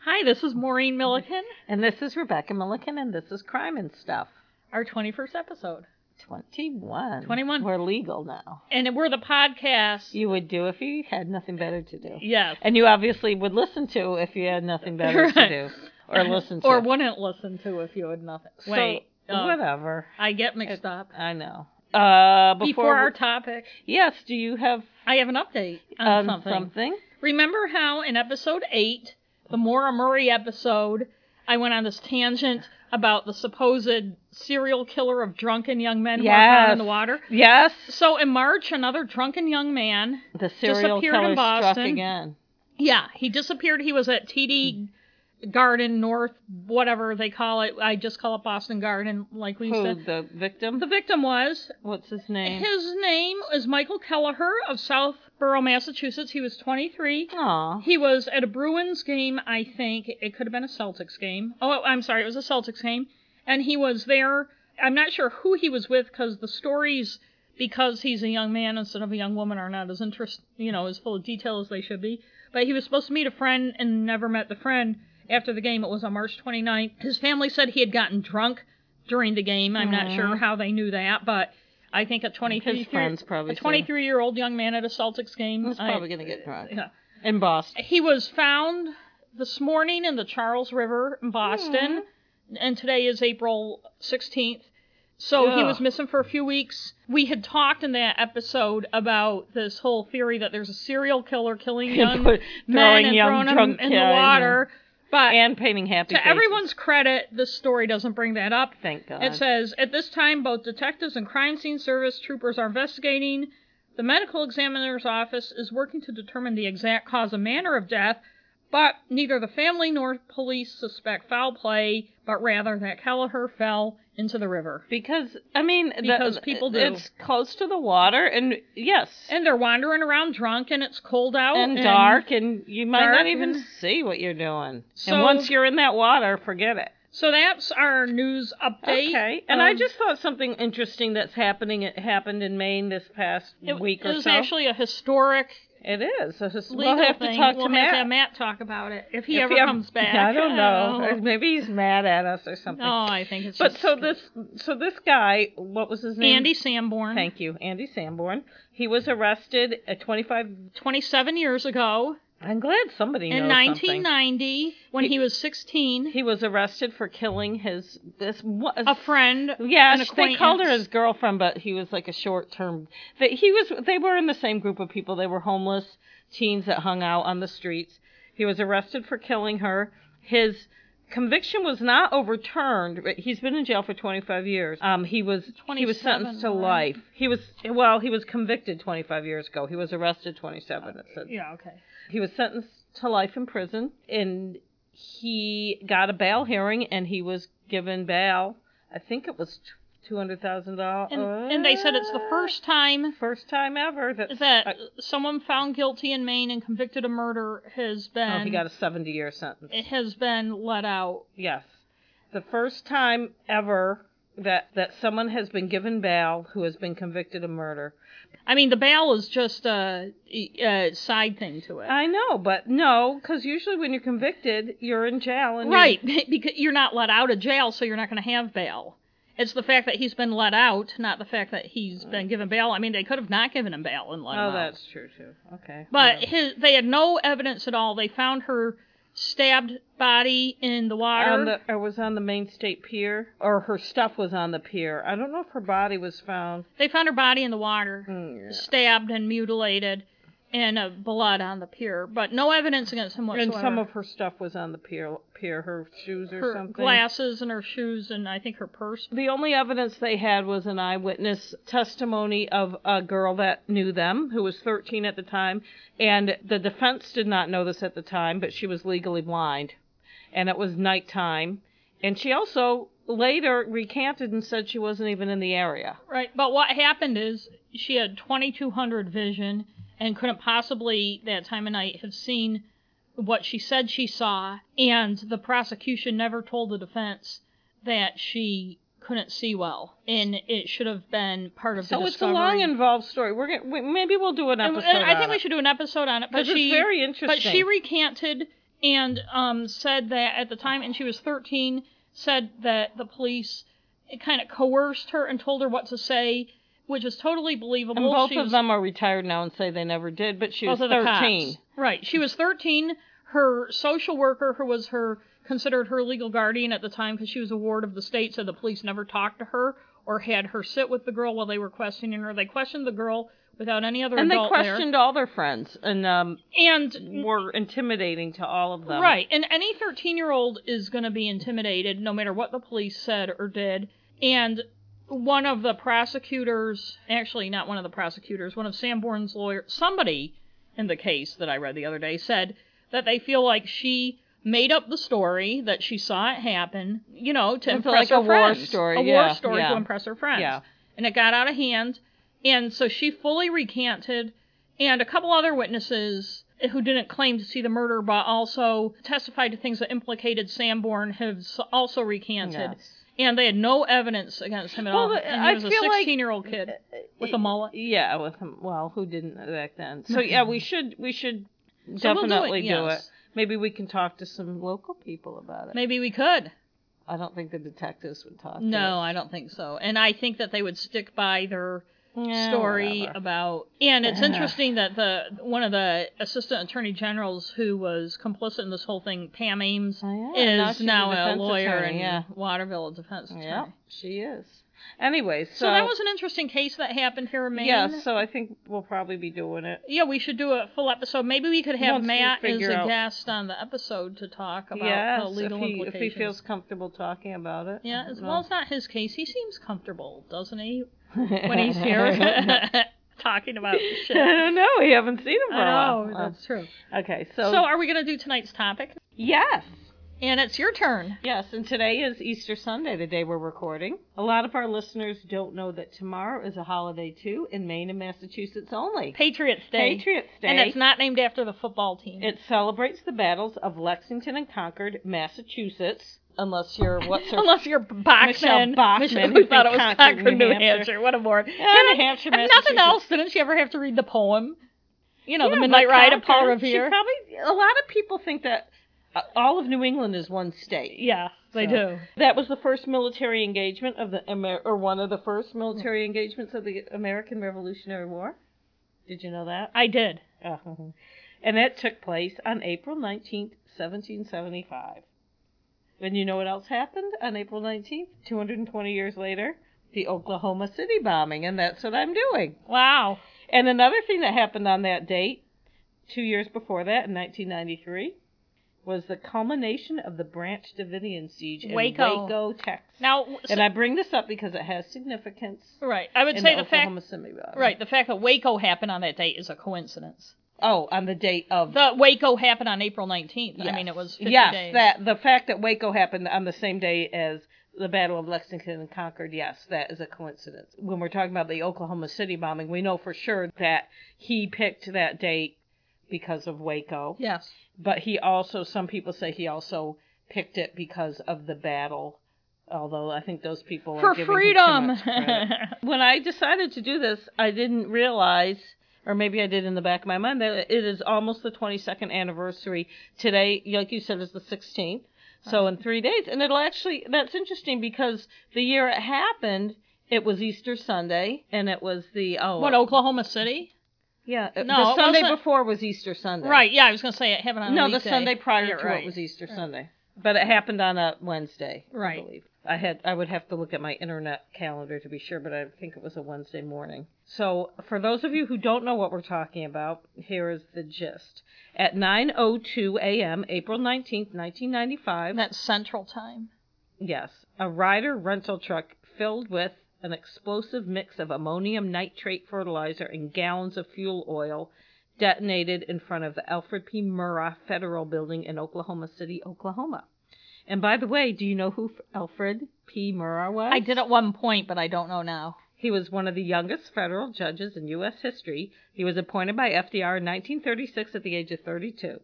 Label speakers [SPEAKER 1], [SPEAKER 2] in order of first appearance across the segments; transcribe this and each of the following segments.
[SPEAKER 1] Hi, this is Maureen Milliken,
[SPEAKER 2] And this is Rebecca Milliken, and this is Crime and Stuff.
[SPEAKER 1] our 21st episode.
[SPEAKER 2] 21.
[SPEAKER 1] 21.
[SPEAKER 2] We're legal now.
[SPEAKER 1] And we're the podcast.
[SPEAKER 2] You would do if you had nothing better to do.
[SPEAKER 1] yes.
[SPEAKER 2] And you obviously would listen to if you had nothing better
[SPEAKER 1] Right.
[SPEAKER 2] to do. Or listen to.
[SPEAKER 1] Or wouldn't listen to if you had nothing.
[SPEAKER 2] So,
[SPEAKER 1] Wait. uh,
[SPEAKER 2] whatever.
[SPEAKER 1] I get mixed up.
[SPEAKER 2] I know. Uh, before,
[SPEAKER 1] Before, our topic,
[SPEAKER 2] yes, do you have
[SPEAKER 1] I have an update on
[SPEAKER 2] um,
[SPEAKER 1] something.
[SPEAKER 2] something?
[SPEAKER 1] Remember how in episode 8, the Maura Murray episode, I went on this tangent about the supposed serial killer of drunken young men who are found
[SPEAKER 2] Yes.
[SPEAKER 1] in the water?
[SPEAKER 2] Yes,
[SPEAKER 1] So in March, another drunken young man
[SPEAKER 2] the serial
[SPEAKER 1] Disappeared in
[SPEAKER 2] killer struck
[SPEAKER 1] Boston.
[SPEAKER 2] again.
[SPEAKER 1] Yeah, he disappeared. He was at TD Garden North, whatever they call it. I just call it Boston Garden, like we
[SPEAKER 2] Who
[SPEAKER 1] said.
[SPEAKER 2] the victim?
[SPEAKER 1] The victim was.
[SPEAKER 2] What's his name?
[SPEAKER 1] His name is Michael Kelleher of Southborough, Massachusetts. He was 23.
[SPEAKER 2] Aw.
[SPEAKER 1] He was at a Bruins game, I think. It could have been a Celtics game. Oh, I'm sorry, it was a Celtics game. And he was there. I'm not sure who he was with because the stories, because he's a young man instead of a young woman, are not as interest, you know, as full of detail as they should be. But he was supposed to meet a friend and never met the friend. After the game, it was on March 29th. His family said he had gotten drunk during the game. I'm not sure how they knew that, but I think a 23
[SPEAKER 2] Mm. His friends probably
[SPEAKER 1] a
[SPEAKER 2] said.
[SPEAKER 1] 23 year old young man at a Celtics game.
[SPEAKER 2] He's
[SPEAKER 1] I-
[SPEAKER 2] probably going to get drunk.
[SPEAKER 1] yeah.
[SPEAKER 2] In Boston.
[SPEAKER 1] He was found this morning in the Charles River in Boston,
[SPEAKER 2] Mm-hmm.
[SPEAKER 1] and today is April 16th. So he
[SPEAKER 2] Ugh.
[SPEAKER 1] was missing for a few weeks. We had talked in that episode about this whole theory that there's a serial killer killing young
[SPEAKER 2] put-
[SPEAKER 1] men and
[SPEAKER 2] young
[SPEAKER 1] throwing them
[SPEAKER 2] drunk
[SPEAKER 1] in
[SPEAKER 2] guys
[SPEAKER 1] the water. But
[SPEAKER 2] and painting happy
[SPEAKER 1] to
[SPEAKER 2] faces.
[SPEAKER 1] everyone's credit, this story doesn't bring that up.
[SPEAKER 2] Thank God.
[SPEAKER 1] It says at this time, both detectives and crime scene service troopers are investigating. The medical examiner's office is working to determine the exact cause and manner of death, but neither the family nor police suspect foul play, but rather that Kelleher fell into the river.
[SPEAKER 2] because I mean, the-
[SPEAKER 1] Because people do.
[SPEAKER 2] It's close to the water, and yes,
[SPEAKER 1] And they're wandering around drunk, and it's cold out
[SPEAKER 2] and dark, and you might
[SPEAKER 1] dark
[SPEAKER 2] not even
[SPEAKER 1] and-
[SPEAKER 2] see what you're doing.
[SPEAKER 1] So-
[SPEAKER 2] and once you're in that water, forget it.
[SPEAKER 1] So that's our news update.
[SPEAKER 2] Okay. And I
[SPEAKER 1] Um,
[SPEAKER 2] just thought something interesting that's happening. It happened in Maine this past
[SPEAKER 1] it,
[SPEAKER 2] week or
[SPEAKER 1] it was
[SPEAKER 2] so.
[SPEAKER 1] actually a historic
[SPEAKER 2] it is. So just-
[SPEAKER 1] legal
[SPEAKER 2] we'll have
[SPEAKER 1] thing.
[SPEAKER 2] to talk
[SPEAKER 1] we'll
[SPEAKER 2] to
[SPEAKER 1] have
[SPEAKER 2] Matt.
[SPEAKER 1] have Matt talk about it if he
[SPEAKER 2] If
[SPEAKER 1] ever
[SPEAKER 2] he ever-
[SPEAKER 1] comes back.
[SPEAKER 2] I don't know.
[SPEAKER 1] Oh.
[SPEAKER 2] Maybe he's mad at us or something.
[SPEAKER 1] No, I think it's
[SPEAKER 2] but
[SPEAKER 1] just
[SPEAKER 2] so this, so this guy, what was his name?
[SPEAKER 1] Andy Sanborn,
[SPEAKER 2] Thank you, Andy Sanborn. He was arrested at 25.
[SPEAKER 1] 27 years ago
[SPEAKER 2] I'm glad somebody knows
[SPEAKER 1] in
[SPEAKER 2] something.
[SPEAKER 1] 1990 when he,
[SPEAKER 2] He-
[SPEAKER 1] was 16,
[SPEAKER 2] He was arrested for killing his this what,
[SPEAKER 1] a friend.
[SPEAKER 2] Yeah,
[SPEAKER 1] an
[SPEAKER 2] they called her
[SPEAKER 1] acquaintance.
[SPEAKER 2] his girlfriend, but he was like a short term. They he was they were in the same group of people. They were homeless teens that hung out on the streets. He was arrested for killing her. His conviction was not overturned. but He's been in jail for 25 years. Um, he was he
[SPEAKER 1] 27,
[SPEAKER 2] was sentenced to
[SPEAKER 1] right?
[SPEAKER 2] life. He was well, he was convicted 25 years ago. He was arrested 27. It said.
[SPEAKER 1] Yeah, okay.
[SPEAKER 2] He was sentenced to life in prison, and he got a bail hearing, and he was given bail. I think it was two hundred thousand dollars.
[SPEAKER 1] And, and they said it's the
[SPEAKER 2] Uh,
[SPEAKER 1] first time
[SPEAKER 2] first time ever that
[SPEAKER 1] that someone found guilty in Maine and convicted of murder has been
[SPEAKER 2] oh, he got a seventy-year sentence.
[SPEAKER 1] it has been let out.
[SPEAKER 2] Yes, the first time ever that that someone has been given bail who has been convicted of murder.
[SPEAKER 1] I mean, the bail is just a, e, a side thing to it.
[SPEAKER 2] I know, but no, because usually when you're convicted, you're in jail, and you're-
[SPEAKER 1] Right, because you're not let out of jail, so you're not going to have bail. It's the fact that he's been let out, not the fact that he's been given bail. I mean, they could have not given him bail and let him
[SPEAKER 2] Oh,
[SPEAKER 1] out.
[SPEAKER 2] that's true too. Okay,
[SPEAKER 1] But his, they had no evidence at all. They found her stabbed body in the water.
[SPEAKER 2] on the or was on the main state pier or her stuff was on the pier i don't know if her body was found
[SPEAKER 1] they found her body in the water,
[SPEAKER 2] Mm, yeah.
[SPEAKER 1] stabbed and mutilated, and uh, blood on the pier, but no evidence against him
[SPEAKER 2] and
[SPEAKER 1] whatsoever.
[SPEAKER 2] some of her stuff was on the pier pier her shoes or
[SPEAKER 1] her
[SPEAKER 2] something
[SPEAKER 1] glasses and her shoes and I think her purse.
[SPEAKER 2] the only evidence they had was an eyewitness testimony of a girl that knew them who was 13 at the time and the defense did not know this at the time but she was legally blind and it was nighttime and she also later recanted and said she wasn't even in the area
[SPEAKER 1] Right, but what happened is she had 2200 vision and couldn't possibly that time of night have seen what she said she saw, and the prosecution never told the defense that she couldn't see well, and it should have been part of
[SPEAKER 2] so
[SPEAKER 1] the
[SPEAKER 2] it's a long
[SPEAKER 1] discovery.
[SPEAKER 2] involved story we're gonna, we, maybe we'll do an
[SPEAKER 1] And-
[SPEAKER 2] episode
[SPEAKER 1] and I
[SPEAKER 2] on
[SPEAKER 1] think
[SPEAKER 2] it.
[SPEAKER 1] we should do an episode on it, but
[SPEAKER 2] Because it's
[SPEAKER 1] she
[SPEAKER 2] very
[SPEAKER 1] but she
[SPEAKER 2] interesting.
[SPEAKER 1] recanted and um, said that at the time, and she was 13, said that the police kind of coerced her and told her what to say, which is totally believable.
[SPEAKER 2] And both
[SPEAKER 1] She
[SPEAKER 2] of
[SPEAKER 1] was-
[SPEAKER 2] them are retired now and say they never did, but she was
[SPEAKER 1] both of the cops.
[SPEAKER 2] 13.
[SPEAKER 1] Right. She was 13. Her social worker, who was her considered her legal guardian at the time because she was a ward of the state, said the police never talked to her or had her sit with the girl while they were questioning her. They questioned the girl without any other
[SPEAKER 2] And they
[SPEAKER 1] adult
[SPEAKER 2] questioned all their friends and um,
[SPEAKER 1] there. And
[SPEAKER 2] were intimidating to all of them.
[SPEAKER 1] right, and any 13-year-old is going to be intimidated no matter what the police said or did. And one of the prosecutors, actually not one of the prosecutors, one of Sanborn's lawyer, somebody in the case that I read the other day said that they feel like she made up the story that she saw it happen, you know, to
[SPEAKER 2] It's
[SPEAKER 1] impress
[SPEAKER 2] like
[SPEAKER 1] her
[SPEAKER 2] a war
[SPEAKER 1] friends.
[SPEAKER 2] story,
[SPEAKER 1] a
[SPEAKER 2] yeah,
[SPEAKER 1] war story
[SPEAKER 2] yeah.
[SPEAKER 1] to impress her friends,
[SPEAKER 2] Yeah.
[SPEAKER 1] and it got out of hand, and so she fully recanted, and a couple other witnesses who didn't claim to see the murder but also testified to things that implicated Sanborn have s- also recanted.
[SPEAKER 2] Yes.
[SPEAKER 1] And they had no evidence against him at
[SPEAKER 2] Well,
[SPEAKER 1] all.
[SPEAKER 2] the-
[SPEAKER 1] And
[SPEAKER 2] I
[SPEAKER 1] he was a
[SPEAKER 2] feel like-
[SPEAKER 1] sixteen-year-old kid with a mullet.
[SPEAKER 2] Yeah, with him. Well, who didn't back then? So yeah, we should we should
[SPEAKER 1] So we'll do it,
[SPEAKER 2] definitely
[SPEAKER 1] yes.
[SPEAKER 2] Maybe we can talk to some local people about it.
[SPEAKER 1] Maybe we could.
[SPEAKER 2] I don't think the detectives would talk.
[SPEAKER 1] No, I don't think so. And I think that they would stick by their
[SPEAKER 2] I yeah,
[SPEAKER 1] story
[SPEAKER 2] whatever.
[SPEAKER 1] about. And it's interesting that the one of the assistant attorney generals who was complicit in this whole thing, Pam Ames,
[SPEAKER 2] Oh, yeah, now
[SPEAKER 1] is
[SPEAKER 2] she's a
[SPEAKER 1] now a,
[SPEAKER 2] defense
[SPEAKER 1] lawyer
[SPEAKER 2] attorney,
[SPEAKER 1] in
[SPEAKER 2] yeah.
[SPEAKER 1] Waterville, a defense attorney.
[SPEAKER 2] Yeah, she is. Anyway, so,
[SPEAKER 1] So, that was an interesting case that happened here in Maine.
[SPEAKER 2] yeah. So I think we'll probably be doing it.
[SPEAKER 1] Yeah, we should do a full episode. Maybe we could have
[SPEAKER 2] Once we
[SPEAKER 1] Matt as
[SPEAKER 2] figure
[SPEAKER 1] a
[SPEAKER 2] out-
[SPEAKER 1] guest on the episode to talk about
[SPEAKER 2] yes,
[SPEAKER 1] the legal
[SPEAKER 2] if he, if
[SPEAKER 1] implications.
[SPEAKER 2] he feels comfortable talking about it.
[SPEAKER 1] yeah, as
[SPEAKER 2] No.
[SPEAKER 1] well, it's not his case. He seems comfortable, doesn't he? when he's here talking about
[SPEAKER 2] I
[SPEAKER 1] shit.
[SPEAKER 2] don't know. We haven't seen him
[SPEAKER 1] I
[SPEAKER 2] for a
[SPEAKER 1] know,
[SPEAKER 2] while.
[SPEAKER 1] that's true.
[SPEAKER 2] Uh, okay,
[SPEAKER 1] So,
[SPEAKER 2] so,
[SPEAKER 1] are we going to do tonight's topic?
[SPEAKER 2] yes,
[SPEAKER 1] And it's your turn.
[SPEAKER 2] yes, and today is Easter Sunday, the day we're recording. A lot of our listeners don't know that tomorrow is a holiday too in Maine and Massachusetts only.
[SPEAKER 1] Patriots Day.
[SPEAKER 2] Patriots Day.
[SPEAKER 1] And it's not named after the football team.
[SPEAKER 2] It celebrates the battles of Lexington and Concord, Massachusetts. Unless you're what's her
[SPEAKER 1] Unless you're Bachman.
[SPEAKER 2] Michelle Bachman,
[SPEAKER 1] Michelle-
[SPEAKER 2] who
[SPEAKER 1] we thought it was
[SPEAKER 2] thinks
[SPEAKER 1] Concord,
[SPEAKER 2] Concord,
[SPEAKER 1] New
[SPEAKER 2] New
[SPEAKER 1] Hampshire. What a bore.
[SPEAKER 2] New Hampshire,
[SPEAKER 1] and nothing
[SPEAKER 2] Massachusetts.
[SPEAKER 1] else. Didn't she ever have to read the poem? You know,
[SPEAKER 2] Yeah,
[SPEAKER 1] The Midnight
[SPEAKER 2] but
[SPEAKER 1] Ride of Paul
[SPEAKER 2] Concord, she
[SPEAKER 1] Revere.
[SPEAKER 2] Probably a lot of people think that uh, all of New England is one state.
[SPEAKER 1] yeah, they
[SPEAKER 2] So,
[SPEAKER 1] do.
[SPEAKER 2] That was the first military engagement of the Amer- or one of the first military engagements of the American Revolutionary War. Did you know that?
[SPEAKER 1] I did.
[SPEAKER 2] Uh-huh. And that took place on April 19th, 1775. And you know what else happened on April 19th, 220 years later? The Oklahoma City bombing, and that's what I'm doing.
[SPEAKER 1] Wow.
[SPEAKER 2] And another thing that happened on that date, two years before that, in 1993, was the culmination of the Branch Davidian siege in
[SPEAKER 1] Waco.
[SPEAKER 2] Waco, Texas.
[SPEAKER 1] Now, so-
[SPEAKER 2] and I bring this up because it has significance.
[SPEAKER 1] right. I would
[SPEAKER 2] in
[SPEAKER 1] say
[SPEAKER 2] the
[SPEAKER 1] the fact,
[SPEAKER 2] Oklahoma City bombing.
[SPEAKER 1] right, the fact that Waco happened on that date is a coincidence.
[SPEAKER 2] Oh, on the date of
[SPEAKER 1] The Waco happened on April 19th. I mean,
[SPEAKER 2] Yes.
[SPEAKER 1] it was 50
[SPEAKER 2] yes,
[SPEAKER 1] days.
[SPEAKER 2] that the fact that Waco happened on the same day as the Battle of Lexington and Concord. Yes, that is a coincidence. When we're talking about the Oklahoma City bombing, we know for sure that he picked that date because of Waco,
[SPEAKER 1] Yes.
[SPEAKER 2] but he also some people say he also picked it because of the battle. Although I think those people are
[SPEAKER 1] For
[SPEAKER 2] giving him too
[SPEAKER 1] freedom.
[SPEAKER 2] much credit when I decided to do this, I didn't realize, or maybe I did in the back of my mind, that it is almost the 22nd anniversary. Today, like you said, is the 16th. So in three days, and it'll actually, that's interesting because the year it happened, it was Easter Sunday, and it was the, oh,
[SPEAKER 1] what, Oklahoma City?
[SPEAKER 2] yeah,
[SPEAKER 1] No,
[SPEAKER 2] the
[SPEAKER 1] it
[SPEAKER 2] Sunday
[SPEAKER 1] wasn't-
[SPEAKER 2] before was Easter Sunday.
[SPEAKER 1] Right, yeah, I was going to say it happened on a
[SPEAKER 2] No, the
[SPEAKER 1] weekday.
[SPEAKER 2] Sunday prior
[SPEAKER 1] You're
[SPEAKER 2] to
[SPEAKER 1] right.
[SPEAKER 2] it was Easter Sunday, but it happened on a Wednesday,
[SPEAKER 1] Right.
[SPEAKER 2] I believe. I had I would have to look at my internet calendar to be sure, but I think it was a Wednesday morning. So for those of you who don't know what we're talking about, here is the gist. At 9:02 a.m., April 19th, 1995.
[SPEAKER 1] And that's Central Time.
[SPEAKER 2] Yes, a rider rental truck filled with an explosive mix of ammonium nitrate fertilizer and gallons of fuel oil detonated in front of the Alfred P. Murrah Federal Building in Oklahoma City, Oklahoma. And by the way, do you know who F- Alfred P. Murrah was?
[SPEAKER 1] I did at one point, but I don't know now.
[SPEAKER 2] He was one of the youngest federal judges in U.S. history. He was appointed by FDR in 1936 at the age of 32.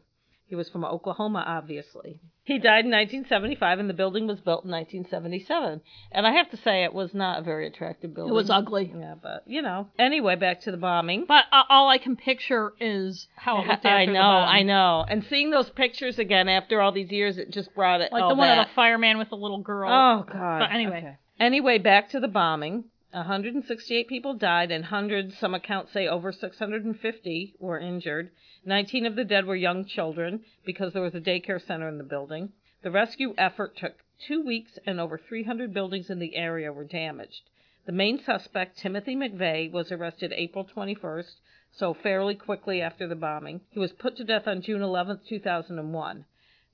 [SPEAKER 2] He was from Oklahoma, obviously. He died in 1975, and the building was built in 1977. And I have to say, it was not a very attractive
[SPEAKER 1] It
[SPEAKER 2] building.
[SPEAKER 1] was ugly.
[SPEAKER 2] Yeah, but you know. Anyway, back to the bombing.
[SPEAKER 1] But uh, all I can picture is how it looked after
[SPEAKER 2] I
[SPEAKER 1] the
[SPEAKER 2] know,
[SPEAKER 1] bomb.
[SPEAKER 2] I know. And seeing those pictures again after all these years, it just brought it
[SPEAKER 1] Like
[SPEAKER 2] all
[SPEAKER 1] the one
[SPEAKER 2] back.
[SPEAKER 1] of the fireman with the little girl.
[SPEAKER 2] Oh God.
[SPEAKER 1] But anyway.
[SPEAKER 2] Okay. Anyway, back to the bombing. 168 people died, and hundreds, some accounts say over 650, were injured. 19 of the dead were young children because there was a daycare center in the building. The rescue effort took two weeks, and over 300 buildings in the area were damaged. The main suspect, Timothy McVeigh, was arrested April 21st, so fairly quickly after the bombing. He was put to death on June 11th, 2001.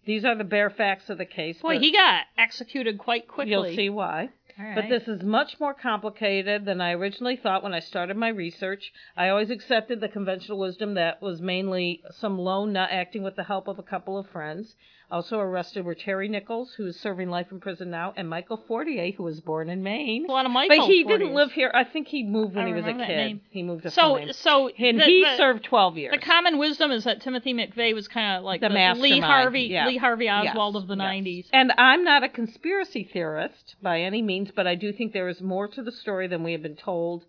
[SPEAKER 2] These are the bare facts of the case.
[SPEAKER 1] Boy,
[SPEAKER 2] but-
[SPEAKER 1] he got executed quite quickly.
[SPEAKER 2] You'll see why.
[SPEAKER 1] All right.
[SPEAKER 2] But this is much more complicated than I originally thought when I started my research. I always accepted the conventional wisdom that was mainly some lone nut acting with the help of a couple of friends. Also arrested were Terry Nichols, who is serving life in prison now, and Michael Fortier, who was born in Maine.
[SPEAKER 1] a lot of Michael
[SPEAKER 2] But he
[SPEAKER 1] Forties.
[SPEAKER 2] didn't live here. I think he moved when
[SPEAKER 1] I
[SPEAKER 2] he was a
[SPEAKER 1] remember that
[SPEAKER 2] kid.
[SPEAKER 1] name.
[SPEAKER 2] He moved to
[SPEAKER 1] So,
[SPEAKER 2] Maine.
[SPEAKER 1] so
[SPEAKER 2] And
[SPEAKER 1] the,
[SPEAKER 2] he
[SPEAKER 1] the,
[SPEAKER 2] served 12 years.
[SPEAKER 1] The common wisdom is that Timothy McVeigh was kind of like
[SPEAKER 2] The
[SPEAKER 1] the, Lee
[SPEAKER 2] mastermind,
[SPEAKER 1] Harvey,
[SPEAKER 2] yeah.
[SPEAKER 1] Lee Harvey Oswald
[SPEAKER 2] Yes,
[SPEAKER 1] of the
[SPEAKER 2] yes.
[SPEAKER 1] '90s.
[SPEAKER 2] And I'm not a conspiracy theorist by any means, but I do think there is more to the story than we have been told.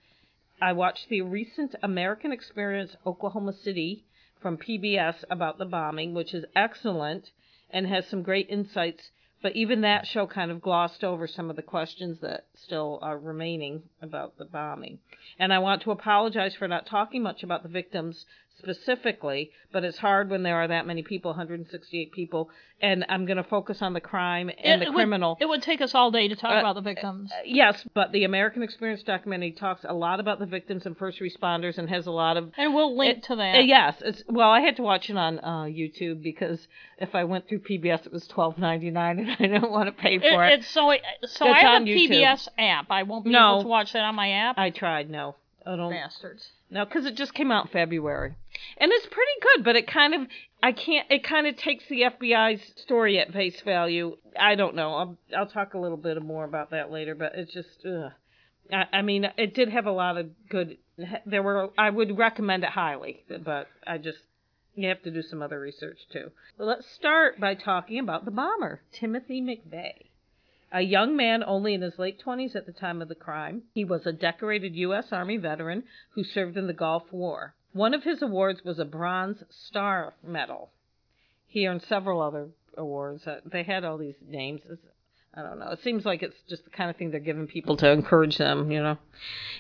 [SPEAKER 2] I watched the recent American Experience Oklahoma City from PBS about the bombing, which is excellent and has some great insights. But even that show kind of glossed over some of the questions that still are remaining about the bombing. And I want to apologize for not talking much about the victims specifically, but it's hard when there are that many people 168 people. And I'm going to focus on the crime and
[SPEAKER 1] It-
[SPEAKER 2] the
[SPEAKER 1] it
[SPEAKER 2] criminal.
[SPEAKER 1] Would, it would take us all day to talk
[SPEAKER 2] Uh,
[SPEAKER 1] about the victims.
[SPEAKER 2] Yes, but the American Experience documentary talks a lot about the victims and first responders and has a lot of
[SPEAKER 1] and we'll link to that.
[SPEAKER 2] Uh, yes, it's well. I had to watch it on uh, YouTube because if I went through PBS, it was twelve ninety nine, and I didn't want to pay
[SPEAKER 1] It-
[SPEAKER 2] for it.
[SPEAKER 1] it's so so
[SPEAKER 2] It's
[SPEAKER 1] I have
[SPEAKER 2] on
[SPEAKER 1] a
[SPEAKER 2] YouTube.
[SPEAKER 1] PBS app. I won't be
[SPEAKER 2] No. Um,
[SPEAKER 1] able to watch that on my app.
[SPEAKER 2] I tried. No, I don't.
[SPEAKER 1] Bastards.
[SPEAKER 2] No, because it just came out in February, and it's pretty good. But it kind of, I can't. It kind of takes the FBI's story at face value. I don't know. I'll, I'll talk a little bit more about that later. But it's just, ugh. I, I mean, it did have a lot of good. There were. I would recommend it highly, but I just. You have to do some other research too. Well, let's start by talking about the bomber, Timothy McVeigh. A young man only in his late 20s at the time of the crime, he was a decorated U.S. Army veteran who served in the Gulf War. One of his awards was a Bronze Star Medal. He earned several other awards. Uh, They had all these names. It's- I don't know. It seems like it's just the kind of thing they're giving people to encourage them, you know.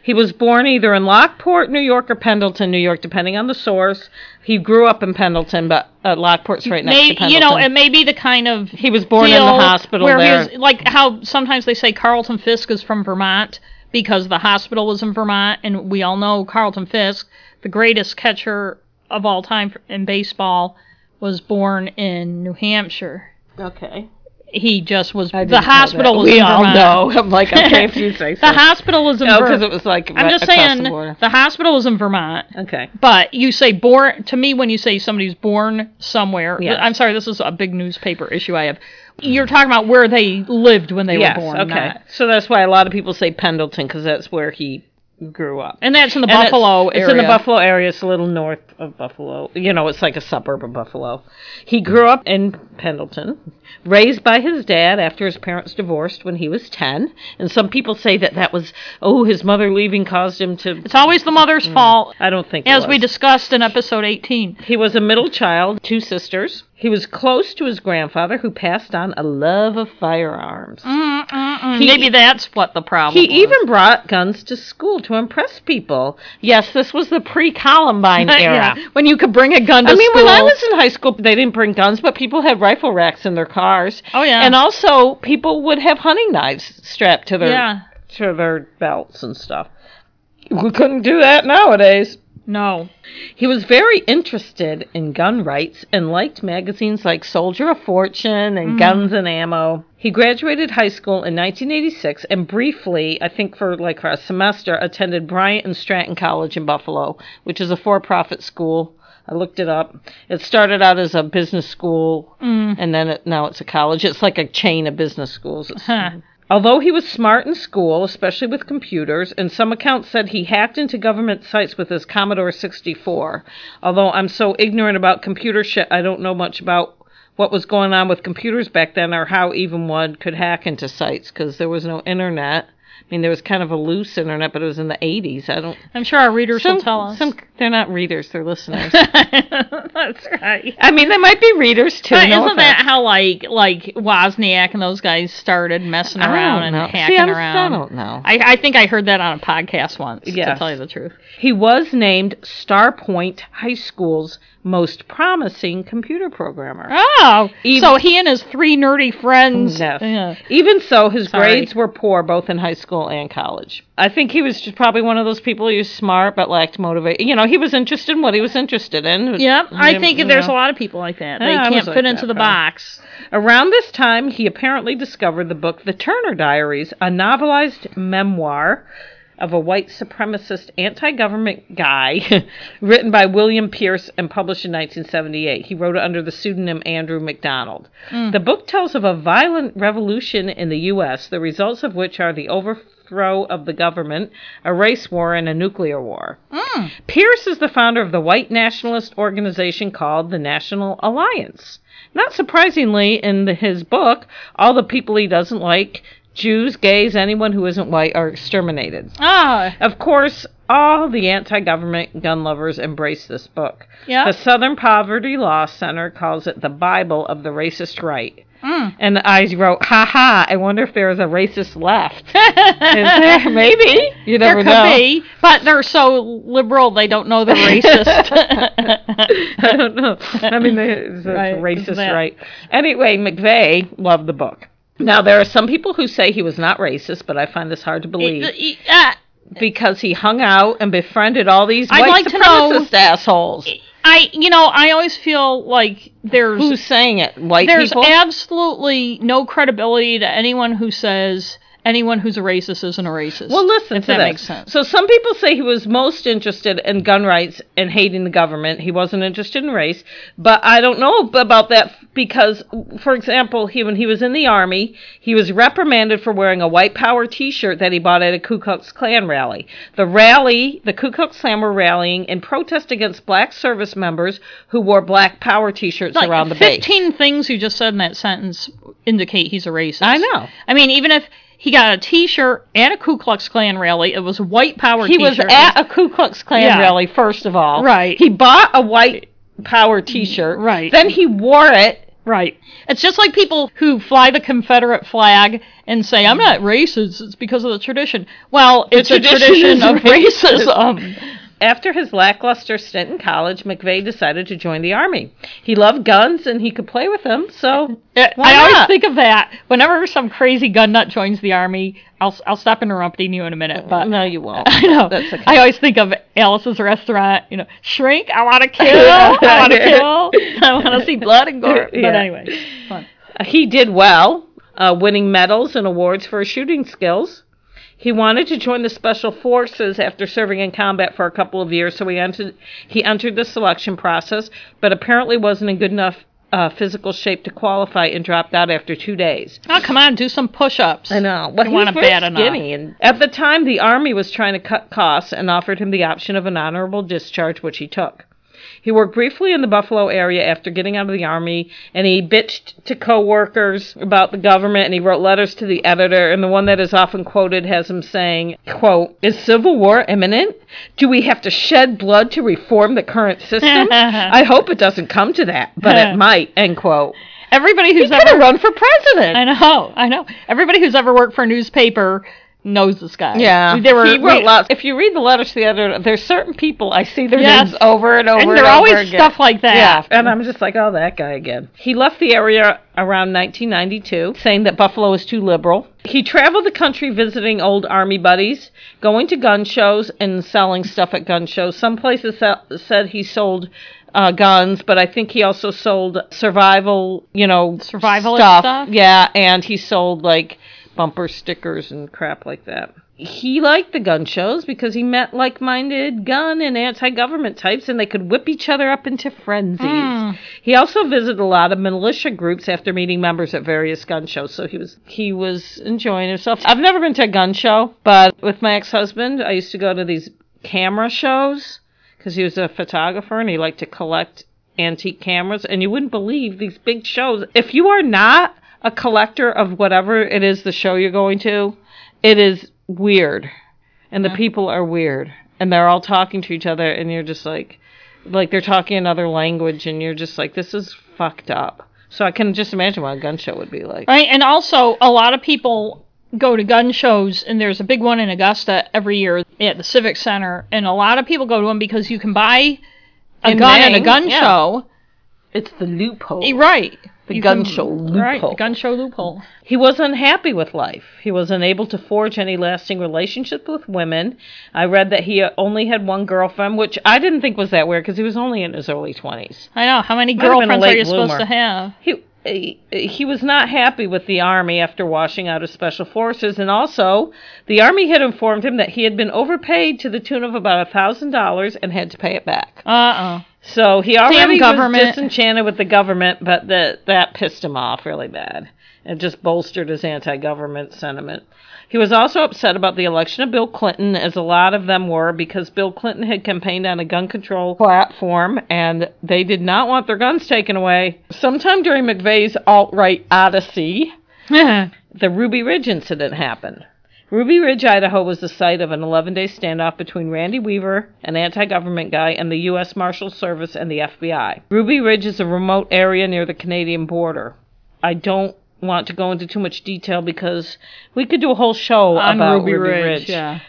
[SPEAKER 2] He was born either in Lockport, New York, or Pendleton, New York, depending on the source. He grew up in Pendleton, but uh, Lockport's right next to
[SPEAKER 1] May,
[SPEAKER 2] Pendleton.
[SPEAKER 1] you know, it may be the kind of
[SPEAKER 2] he was born in the
[SPEAKER 1] deal
[SPEAKER 2] hospital
[SPEAKER 1] where
[SPEAKER 2] there.
[SPEAKER 1] He was, like how sometimes they say Carlton Fisk is from Vermont because the hospital was in Vermont, and we all know Carlton Fisk, the greatest catcher of all time in baseball, was born in New Hampshire.
[SPEAKER 2] okay.
[SPEAKER 1] He just was. The hospital was
[SPEAKER 2] we
[SPEAKER 1] in
[SPEAKER 2] all
[SPEAKER 1] Vermont.
[SPEAKER 2] know. I'm like, okay, if you say so.
[SPEAKER 1] The hospital was in
[SPEAKER 2] No, because
[SPEAKER 1] Vermont.
[SPEAKER 2] it was like
[SPEAKER 1] I'm just saying, the, hospital was in Vermont.
[SPEAKER 2] Okay.
[SPEAKER 1] But you say born to me when you say somebody's born somewhere.
[SPEAKER 2] Yes.
[SPEAKER 1] I'm sorry, this is a big newspaper issue I have. You're talking about where they lived when they
[SPEAKER 2] Yes.
[SPEAKER 1] were born.
[SPEAKER 2] okay.
[SPEAKER 1] not-
[SPEAKER 2] So that's why a lot of people say Pendleton because that's where he grew up.
[SPEAKER 1] and that's in the
[SPEAKER 2] And it's-
[SPEAKER 1] Buffalo
[SPEAKER 2] it's,
[SPEAKER 1] area.
[SPEAKER 2] in the Buffalo area. It's a little north of Buffalo. You know, it's like a suburb of Buffalo. He grew up in Pendleton, raised by his dad after his parents divorced when he was 10. And some people say that that was, oh, his mother leaving caused him to.
[SPEAKER 1] It's always the mother's fault,
[SPEAKER 2] I don't think Mm. it
[SPEAKER 1] as we
[SPEAKER 2] was.
[SPEAKER 1] discussed in episode 18.
[SPEAKER 2] He was a middle child, two sisters. He was close to his grandfather, who passed on a love of firearms.
[SPEAKER 1] Mm, mm, mm.
[SPEAKER 2] He- e-
[SPEAKER 1] Maybe that's what the problem.
[SPEAKER 2] He
[SPEAKER 1] was.
[SPEAKER 2] even brought guns to school to impress people. Yes, this was the pre Columbine era.
[SPEAKER 1] Yeah, when you could bring a gun to
[SPEAKER 2] I mean,
[SPEAKER 1] school.
[SPEAKER 2] when I was in high school, they didn't bring guns, but people had rifle racks in their cars.
[SPEAKER 1] Oh, yeah.
[SPEAKER 2] and also people would have hunting knives strapped to their
[SPEAKER 1] yeah,
[SPEAKER 2] to their belts and stuff. We couldn't do that nowadays.
[SPEAKER 1] no,
[SPEAKER 2] He was very interested in gun rights and liked magazines like Soldier of Fortune and Guns and Ammo. He graduated high school in 1986 and briefly, I think for like for a semester, attended Bryant and Stratton College in Buffalo, which is a for profit school. I looked it up. It started out as a business school and then it, now it's a college. It's like a chain of business schools. It's
[SPEAKER 1] Huh.
[SPEAKER 2] Although he was smart in school, especially with computers, and some accounts said he hacked into government sites with his Commodore 64. Although I'm so ignorant about computer shit, I don't know much about what was going on with computers back then or how even one could hack into sites because there was no internet. I mean, there was kind of a loose internet, but it was in the 80s. I don't.
[SPEAKER 1] I'm sure our readers
[SPEAKER 2] Some,
[SPEAKER 1] will tell us.
[SPEAKER 2] some they're not readers, they're listeners.
[SPEAKER 1] That's right.
[SPEAKER 2] I mean, they might be readers too.
[SPEAKER 1] But
[SPEAKER 2] no
[SPEAKER 1] isn't
[SPEAKER 2] offense.
[SPEAKER 1] that how like like Wozniak and those guys started messing
[SPEAKER 2] I don't
[SPEAKER 1] around and
[SPEAKER 2] know. See,
[SPEAKER 1] hacking
[SPEAKER 2] I'm-
[SPEAKER 1] around?
[SPEAKER 2] I don't know.
[SPEAKER 1] I, I think I heard that on a podcast once. to
[SPEAKER 2] Yes.
[SPEAKER 1] tell you the truth.
[SPEAKER 2] He was named Star Point High School's most promising computer programmer.
[SPEAKER 1] Oh,
[SPEAKER 2] Even-
[SPEAKER 1] so he and his three nerdy friends.
[SPEAKER 2] Yes.
[SPEAKER 1] Yeah.
[SPEAKER 2] Even so, his
[SPEAKER 1] Sorry.
[SPEAKER 2] grades were poor both in high school and college. I think he was just probably one of those people who was smart but lacked motivation. You know, he was interested in what he was interested in.
[SPEAKER 1] Yep, I
[SPEAKER 2] You
[SPEAKER 1] think
[SPEAKER 2] know.
[SPEAKER 1] there's a lot of people like that. They
[SPEAKER 2] Yeah, I was
[SPEAKER 1] can't
[SPEAKER 2] like
[SPEAKER 1] fit
[SPEAKER 2] that,
[SPEAKER 1] into the
[SPEAKER 2] probably.
[SPEAKER 1] box.
[SPEAKER 2] Around this time, he apparently discovered the book The Turner Diaries, a novelized memoir of a white supremacist anti government guy written by William Pierce and published in 1978. He wrote it under the pseudonym Andrew MacDonald. The book tells of a violent revolution in the U.S., the results of which are the overthrow of the government, a race war, and a nuclear war. Pierce is the founder of the white nationalist organization called the National Alliance. Not surprisingly, in the, his book, all the people he doesn't like Jews, gays, anyone who isn't white are exterminated.
[SPEAKER 1] Ah,
[SPEAKER 2] Of course, all the anti government gun lovers embrace this book.
[SPEAKER 1] yeah.
[SPEAKER 2] The Southern Poverty Law Center calls it the Bible of the racist right.
[SPEAKER 1] Mm.
[SPEAKER 2] And I wrote, ha ha, I wonder if there is a racist left. Is there? Maybe. You
[SPEAKER 1] there
[SPEAKER 2] never
[SPEAKER 1] could
[SPEAKER 2] know.
[SPEAKER 1] be, but they're so liberal they don't know they're racist.
[SPEAKER 2] I don't know. I mean, they- it's,
[SPEAKER 1] Right,
[SPEAKER 2] it's racist,
[SPEAKER 1] it's that.
[SPEAKER 2] right? Anyway, McVeigh loved the book. Now, there are some people who say he was not racist, but I find this hard to believe
[SPEAKER 1] Ah,
[SPEAKER 2] because he hung out and befriended all these
[SPEAKER 1] I'd
[SPEAKER 2] white
[SPEAKER 1] like to know-
[SPEAKER 2] supremacist assholes.
[SPEAKER 1] I, you know, I always feel like there's
[SPEAKER 2] Who's saying it? White
[SPEAKER 1] there's
[SPEAKER 2] people?
[SPEAKER 1] absolutely no credibility to anyone who says anyone who's a racist isn't a racist.
[SPEAKER 2] Well, listen
[SPEAKER 1] if
[SPEAKER 2] to
[SPEAKER 1] that
[SPEAKER 2] this.
[SPEAKER 1] makes sense.
[SPEAKER 2] So some people say he was most interested in gun rights and hating the government. He wasn't interested in race, but I don't know ab- about that because, for example, he when he was in the army, he was reprimanded for wearing a white power T-shirt that he bought at a Ku Klux Klan rally. The rally, the Ku Klux Klan were rallying in protest against black service members who wore black power T-shirts
[SPEAKER 1] Like,
[SPEAKER 2] around the base.
[SPEAKER 1] fifteen things you just said in that sentence indicate he's a racist.
[SPEAKER 2] I know.
[SPEAKER 1] I mean, even if he got a T-shirt at a Ku Klux Klan rally, it was a white power.
[SPEAKER 2] He
[SPEAKER 1] t-shirt.
[SPEAKER 2] was at a Ku Klux Klan
[SPEAKER 1] Yeah.
[SPEAKER 2] rally, first of all.
[SPEAKER 1] Right.
[SPEAKER 2] He bought a white power t shirt.
[SPEAKER 1] Right.
[SPEAKER 2] Then he wore it.
[SPEAKER 1] Right. It's just like people who fly the Confederate flag and say, I'm not racist, it's because of the tradition. Well, it's
[SPEAKER 2] tradition
[SPEAKER 1] a
[SPEAKER 2] is
[SPEAKER 1] tradition of
[SPEAKER 2] racism.
[SPEAKER 1] racism.
[SPEAKER 2] After his lackluster stint in college, McVeigh decided to join the Army. He loved guns and he could play with them, so.
[SPEAKER 1] I
[SPEAKER 2] Why
[SPEAKER 1] always
[SPEAKER 2] not?
[SPEAKER 1] think of that. Whenever some crazy gun nut joins the army, I'll, I'll stop interrupting you in a minute, but.
[SPEAKER 2] No, you won't.
[SPEAKER 1] I know.
[SPEAKER 2] Mm-hmm. That's okay.
[SPEAKER 1] I always think of Alice's restaurant, you know, shrink, I want to kill, I want to kill, I want to see blood and gore.
[SPEAKER 2] Yeah.
[SPEAKER 1] But anyway, it's fun.
[SPEAKER 2] Uh, He did well, uh, winning medals and awards for his shooting skills. He wanted to join the special forces after serving in combat for a couple of years, so he entered he entered the selection process, but apparently wasn't in good enough uh, physical shape to qualify and dropped out after two days.
[SPEAKER 1] Oh, come on, do some push ups.
[SPEAKER 2] I know. Well,
[SPEAKER 1] You
[SPEAKER 2] he was
[SPEAKER 1] want it
[SPEAKER 2] very
[SPEAKER 1] bad enough.
[SPEAKER 2] skinny. And at the time, the army was trying to cut costs and offered him the option of an honorable discharge, which he took. He worked briefly in the Buffalo area after getting out of the army, and he bitched to coworkers about the government, and he wrote letters to the editor. And the one that is often quoted has him saying, "quote Is civil war imminent? Do we have to shed blood to reform the current system? I hope it doesn't come to that, but it might." End quote.
[SPEAKER 1] Everybody who's
[SPEAKER 2] He's
[SPEAKER 1] ever
[SPEAKER 2] gonna run for president.
[SPEAKER 1] I know, I know. Everybody who's ever worked for a newspaper knows this guy.
[SPEAKER 2] Yeah,
[SPEAKER 1] they were
[SPEAKER 2] he wrote
[SPEAKER 1] we-
[SPEAKER 2] lots. If you read the letters to the editor, there's certain people I see their
[SPEAKER 1] Yes.
[SPEAKER 2] names over and over
[SPEAKER 1] and
[SPEAKER 2] and
[SPEAKER 1] they're
[SPEAKER 2] over
[SPEAKER 1] always
[SPEAKER 2] again.
[SPEAKER 1] stuff like
[SPEAKER 2] Yeah,
[SPEAKER 1] that.
[SPEAKER 2] and I'm just like, oh, that guy again. He left the area around 1992, saying that Buffalo was too liberal. He traveled the country visiting old army buddies, going to gun shows and selling stuff at gun shows. Some places sa- said he sold uh, guns, but I think he also sold survival, you know,
[SPEAKER 1] Survivalist
[SPEAKER 2] stuff.
[SPEAKER 1] stuff?
[SPEAKER 2] Yeah, and he sold like bumper stickers and crap like that. he liked the gun shows because he met like minded gun and anti government types and they could whip each other up into frenzies.
[SPEAKER 1] Mm.
[SPEAKER 2] He also visited a lot of militia groups after meeting members at various gun shows, so he was he was enjoying himself. I've never been to a gun show, but with my ex husband I used to go to these camera shows because he was a photographer and he liked to collect antique cameras and you wouldn't believe these big shows. If you are not a collector of whatever it is the show you're going to, it is weird and the people are weird and they're all talking to each other and you're just like like they're talking another language and you're just like this is fucked up so i can just imagine what a gun show would be like
[SPEAKER 1] Right, and also a lot of people go to gun shows, and there's a big one in Augusta every year at the Civic Center, and a lot of people go to them because you can buy a
[SPEAKER 2] In
[SPEAKER 1] gun at
[SPEAKER 2] Maine,
[SPEAKER 1] a gun
[SPEAKER 2] yeah.
[SPEAKER 1] show.
[SPEAKER 2] it's the loophole
[SPEAKER 1] Eh, Right.
[SPEAKER 2] the
[SPEAKER 1] You
[SPEAKER 2] gun
[SPEAKER 1] can-
[SPEAKER 2] show loophole
[SPEAKER 1] Right, the gun show loophole.
[SPEAKER 2] He was unhappy with life. He was unable to forge any lasting relationship with women. I read that he only had one girlfriend, which I didn't think was that weird because he was only in his early 20s.
[SPEAKER 1] I know. How many
[SPEAKER 2] Might have been a
[SPEAKER 1] girlfriends are
[SPEAKER 2] late
[SPEAKER 1] you supposed
[SPEAKER 2] bloomer.
[SPEAKER 1] to have?
[SPEAKER 2] He eh, he was not happy with the army after washing out of special forces and also the army had informed him that he had been overpaid to the tune of about a thousand dollars and had to pay it back
[SPEAKER 1] Uh
[SPEAKER 2] so he already
[SPEAKER 1] government.
[SPEAKER 2] was disenchanted with the government but that that pissed him off really bad it just bolstered his anti-government sentiment he was also upset about the election of Bill Clinton, as a lot of them were, because Bill Clinton had campaigned on a gun control platform and they did not want their guns taken away. Sometime during McVeigh's alt right odyssey,
[SPEAKER 1] uh.
[SPEAKER 2] the Ruby Ridge incident happened. Ruby Ridge, Idaho was the site of an 11 day standoff between Randy Weaver, an anti government guy, and the U.S. Marshal Service and the FBI. Ruby Ridge is a remote area near the Canadian border. I don't want to go into too much detail because we could do a whole show
[SPEAKER 1] On
[SPEAKER 2] about
[SPEAKER 1] Ruby, Ridge. Yeah.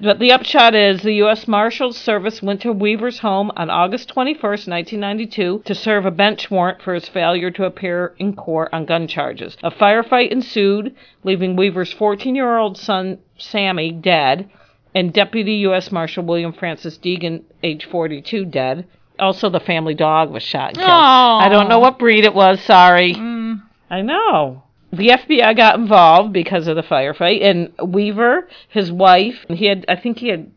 [SPEAKER 2] but the upshot is the U.S. Marshals Service went to Weaver's home on August 21, 1992, to serve a bench warrant for his failure to appear in court on gun charges. A firefight ensued, leaving Weaver's 14 year old son, Sammy, dead, and Deputy U.S. Marshal William Francis Deegan, age 42, dead. Also, the family dog was shot and killed.
[SPEAKER 1] Aw.
[SPEAKER 2] I don't know what breed it was, sorry.
[SPEAKER 1] Mm.
[SPEAKER 2] I know. The FBI got involved because of the firefight, and Weaver, his wife, he had, I think he had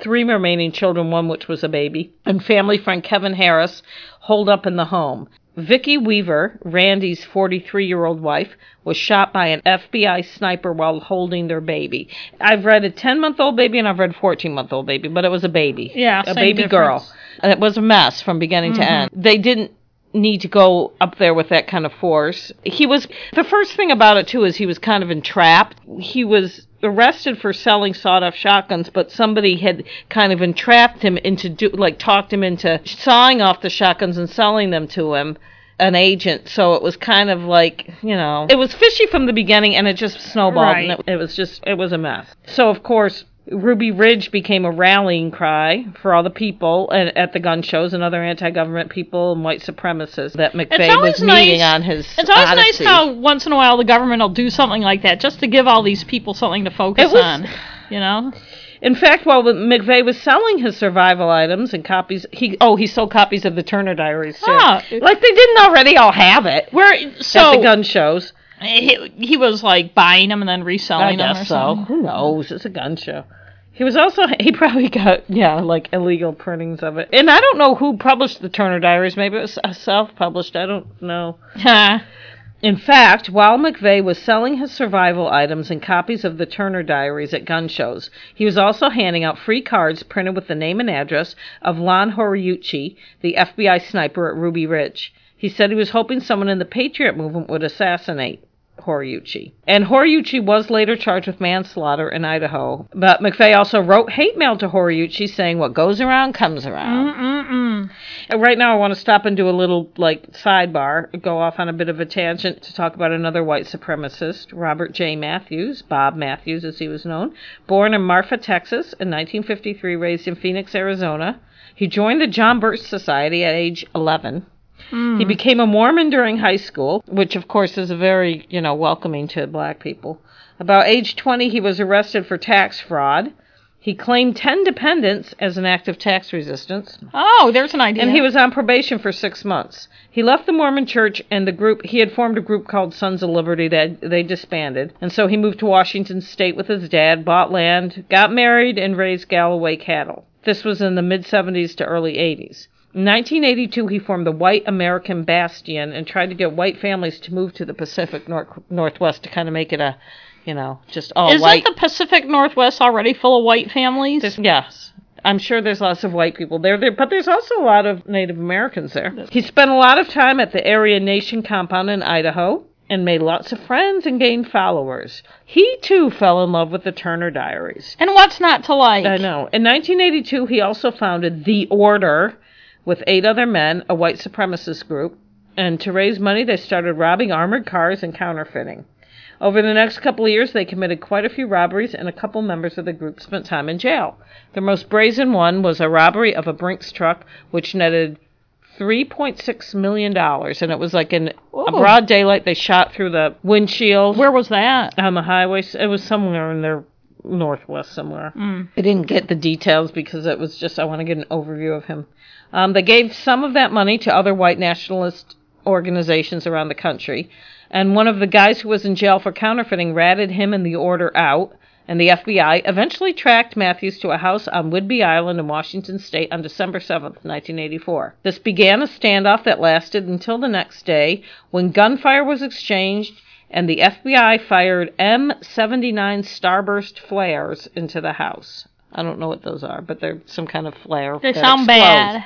[SPEAKER 2] three remaining children, one which was a baby, and family friend Kevin Harris holed up in the home. Vicki Weaver, Randy's 43 year old wife, was shot by an FBI sniper while holding their baby. I've read a 10 month old baby and I've read a 14 month old baby, but it was a baby.
[SPEAKER 1] Yeah,
[SPEAKER 2] A
[SPEAKER 1] same
[SPEAKER 2] baby girl.
[SPEAKER 1] difference.
[SPEAKER 2] And it was a mess from beginning to end. They didn't need to go up there with that kind of force. He was the first thing about it too is he was kind of entrapped. He was arrested for selling sawed-off shotguns, but somebody had kind of entrapped him into do, like talked him into sawing off the shotguns and selling them to him. An agent, so it was kind of like you know, it was fishy from the beginning, and it just snowballed, and
[SPEAKER 1] Right.
[SPEAKER 2] it, it was just it was a mess. So of course, Ruby Ridge became a rallying cry for all the people at, at the gun shows and other anti-government people and white supremacists that McVeigh
[SPEAKER 1] always
[SPEAKER 2] was meeting
[SPEAKER 1] nice-
[SPEAKER 2] on his.
[SPEAKER 1] It's always
[SPEAKER 2] Odyssey.
[SPEAKER 1] nice how once in a while the government will do something like that just to give all these people something to focus
[SPEAKER 2] It was-
[SPEAKER 1] on. You know?
[SPEAKER 2] In fact, while McVeigh was selling his survival items and copies, he oh he sold copies of the Turner Diaries too.
[SPEAKER 1] Ah.
[SPEAKER 2] Like they didn't already all have it
[SPEAKER 1] Where
[SPEAKER 2] at
[SPEAKER 1] so
[SPEAKER 2] the gun shows.
[SPEAKER 1] he, he was like buying them and then reselling
[SPEAKER 2] I
[SPEAKER 1] them
[SPEAKER 2] guess
[SPEAKER 1] or
[SPEAKER 2] so.
[SPEAKER 1] something.
[SPEAKER 2] Who knows? It's a gun show. He was also he probably got yeah like illegal printings of it, and I don't know who published the Turner Diaries. Maybe it was self-published. I don't know. In fact, while McVeigh was selling his survival items and copies of the Turner diaries at gun shows, he was also handing out free cards printed with the name and address of Lon Horiuchi, the FBI sniper at Ruby Ridge. He said he was hoping someone in the Patriot movement would assassinate Horiuchi. And Horiuchi was later charged with manslaughter in Idaho. But McVeigh also wrote hate mail to Horiuchi saying, What goes around comes around.
[SPEAKER 1] Mm-mm-mm.
[SPEAKER 2] And Right now, I want to stop and do a little like sidebar, go off on a bit of a tangent to talk about another white supremacist, Robert J. Matthews, Bob Matthews as he was known, born in Marfa, Texas, in 1953, raised in Phoenix, Arizona. He joined the John Birch Society at age 11. He became a Mormon during high school, which of course is very, you know, welcoming to black people. About age 20, he was arrested for tax fraud. He claimed 10 dependents as an act of tax resistance,
[SPEAKER 1] Oh, there's an idea.
[SPEAKER 2] and he was on probation for six months. He left the Mormon church and the group, he had formed a group called Sons of Liberty that they disbanded. And so he moved to Washington state with his dad, bought land, got married, and raised Galloway cattle. This was in the mid 70s to early 80s. In 1982, he formed the White American Bastion and tried to get white families to move to the Pacific nor- Northwest to kind of make it a, you know, just all
[SPEAKER 1] Isn't
[SPEAKER 2] white.
[SPEAKER 1] the Pacific Northwest already full of white families?
[SPEAKER 2] There's- yes. I'm sure there's lots of white people there, there, but there's also a lot of Native Americans there. He spent a lot of time at the Area Nation compound in Idaho and made lots of friends and gained followers. He too fell in love with the Turner Diaries.
[SPEAKER 1] and what's not to like?
[SPEAKER 2] I know. In 1982, he also founded The Order with eight other men, a white supremacist group, and to raise money, they started robbing armored cars and counterfeiting. Over the next couple of years, they committed quite a few robberies, and a couple members of the group spent time in jail. Their most brazen one was a robbery of a Brinks truck, which netted $3.6 million, and it was like in a
[SPEAKER 1] Ooh.
[SPEAKER 2] broad daylight. They shot through the windshield
[SPEAKER 1] Where was that?
[SPEAKER 2] on the highway. It was somewhere in their northwest somewhere. I didn't get the details because it was just I want to get an overview of him. Um, they gave some of that money to other white nationalist organizations around the country, and one of the guys who was in jail for counterfeiting ratted him and the order out. And the FBI eventually tracked Matthews to a house on Whidbey Island in Washington state on December 7th, 1984. This began a standoff that lasted until the next day when gunfire was exchanged and the FBI fired M79 starburst flares into the house. I don't know what those are, but they're some kind of flare.
[SPEAKER 1] They
[SPEAKER 2] that
[SPEAKER 1] sound
[SPEAKER 2] explodes.
[SPEAKER 1] bad.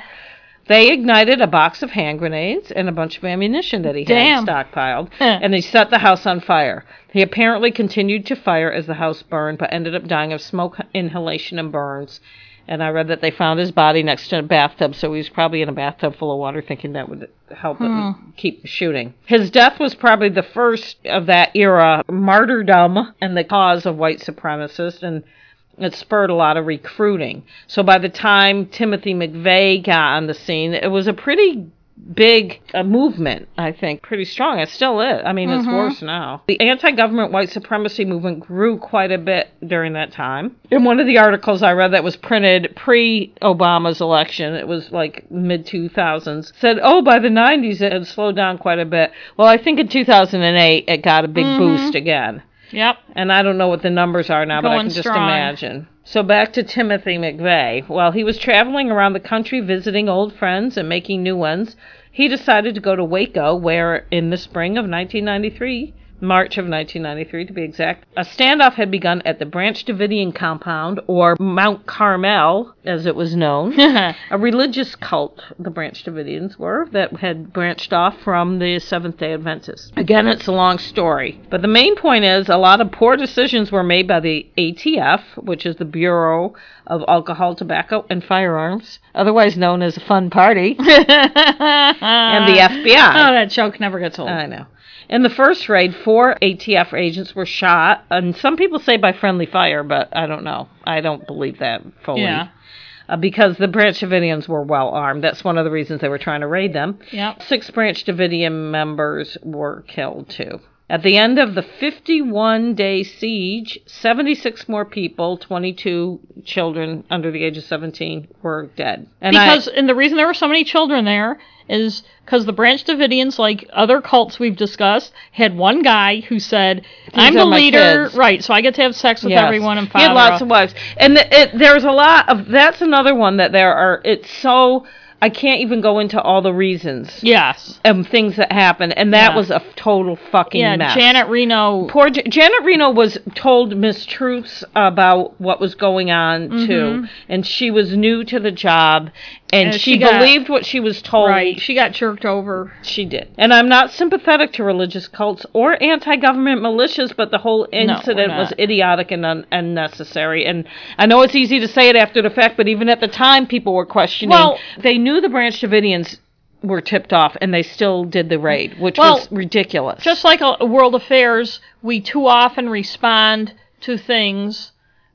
[SPEAKER 2] They ignited a box of hand grenades and a bunch of ammunition that he
[SPEAKER 1] Damn.
[SPEAKER 2] had stockpiled, and they set the house on fire. He apparently continued to fire as the house burned, but ended up dying of smoke inhalation and burns. And I read that they found his body next to a bathtub, so he was probably in a bathtub full of water, thinking that would help him keep shooting. His death was probably the first of that era martyrdom and the cause of white supremacists, and it spurred a lot of recruiting. So by the time Timothy McVeigh got on the scene, it was a pretty big uh, movement, I think, pretty strong. It still is. I mean, it's worse now. The anti government white supremacy movement grew quite a bit during that time. In one of the articles I read that was printed pre Obama's election, it was like mid 2000s, said, oh, by the 90s it had slowed down quite a bit. Well, I think in 2008 it got a big boost again.
[SPEAKER 1] Yep.
[SPEAKER 2] And I don't know what the numbers are now, but I
[SPEAKER 1] Going
[SPEAKER 2] can just
[SPEAKER 1] strong.
[SPEAKER 2] imagine. So back to Timothy McVeigh. While he was traveling around the country visiting old friends and making new ones, he decided to go to Waco, where in the spring of 1993, March of 1993 to be exact, a standoff had begun at the Branch Davidian compound, or Mount Carmel as it was known a religious cult, the Branch Davidians were, that had branched off from the Seventh day Adventists. Again, it's a long story. But the main point is a lot of poor decisions were made by the ATF, which is the Bureau of Alcohol, Tobacco, and Firearms, otherwise known as a fun party, and the FBI.
[SPEAKER 1] Oh, that joke never gets old.
[SPEAKER 2] I know. In the first raid, four ATF agents were shot, and some people say by friendly fire, but I don't know. I don't believe that fully.
[SPEAKER 1] Yeah.
[SPEAKER 2] Uh, because the Branch Davidians were well armed. That's one of the reasons they were trying to raid them.
[SPEAKER 1] Yep.
[SPEAKER 2] Six Branch Davidian members were killed too. At the end of the 51 day siege, 76 more people, 22 children under the age of 17, were dead. And I-
[SPEAKER 1] Because and the reason there were so many children there is because the Branch Davidians, like other cults we've discussed, had one guy who said, "I'm
[SPEAKER 2] are
[SPEAKER 1] the
[SPEAKER 2] my
[SPEAKER 1] leader,
[SPEAKER 2] kids."
[SPEAKER 1] right? So I get to have sex with
[SPEAKER 2] Yes.
[SPEAKER 1] everyone and
[SPEAKER 2] He had
[SPEAKER 1] father
[SPEAKER 2] lots
[SPEAKER 1] off."
[SPEAKER 2] of wives, and th it, there's a lot of. That's another one that there are. It's so I can't even go into all the reasons
[SPEAKER 1] Yes.
[SPEAKER 2] and things that happened, and that
[SPEAKER 1] Yeah.
[SPEAKER 2] was a total fucking
[SPEAKER 1] Yeah,
[SPEAKER 2] mess.
[SPEAKER 1] Janet Reno.
[SPEAKER 2] Poor J- Janet Reno was told mistruths about what was going on too, and she was new to the job, and,
[SPEAKER 1] Mm-hmm. And
[SPEAKER 2] she,
[SPEAKER 1] she got-
[SPEAKER 2] believed what she was told.
[SPEAKER 1] Right. She got jerked over.
[SPEAKER 2] She did. And I'm not sympathetic to religious cults or anti government militias, but the whole incident
[SPEAKER 1] not.
[SPEAKER 2] was idiotic and un- unnecessary. And I know it's easy to say it after the fact, but even at the time, people were questioning.
[SPEAKER 1] Well-
[SPEAKER 2] they knew the Branch Davidians were tipped off, and they still did the raid, which
[SPEAKER 1] Well,
[SPEAKER 2] was ridiculous.
[SPEAKER 1] just like a, world affairs, we too often respond to things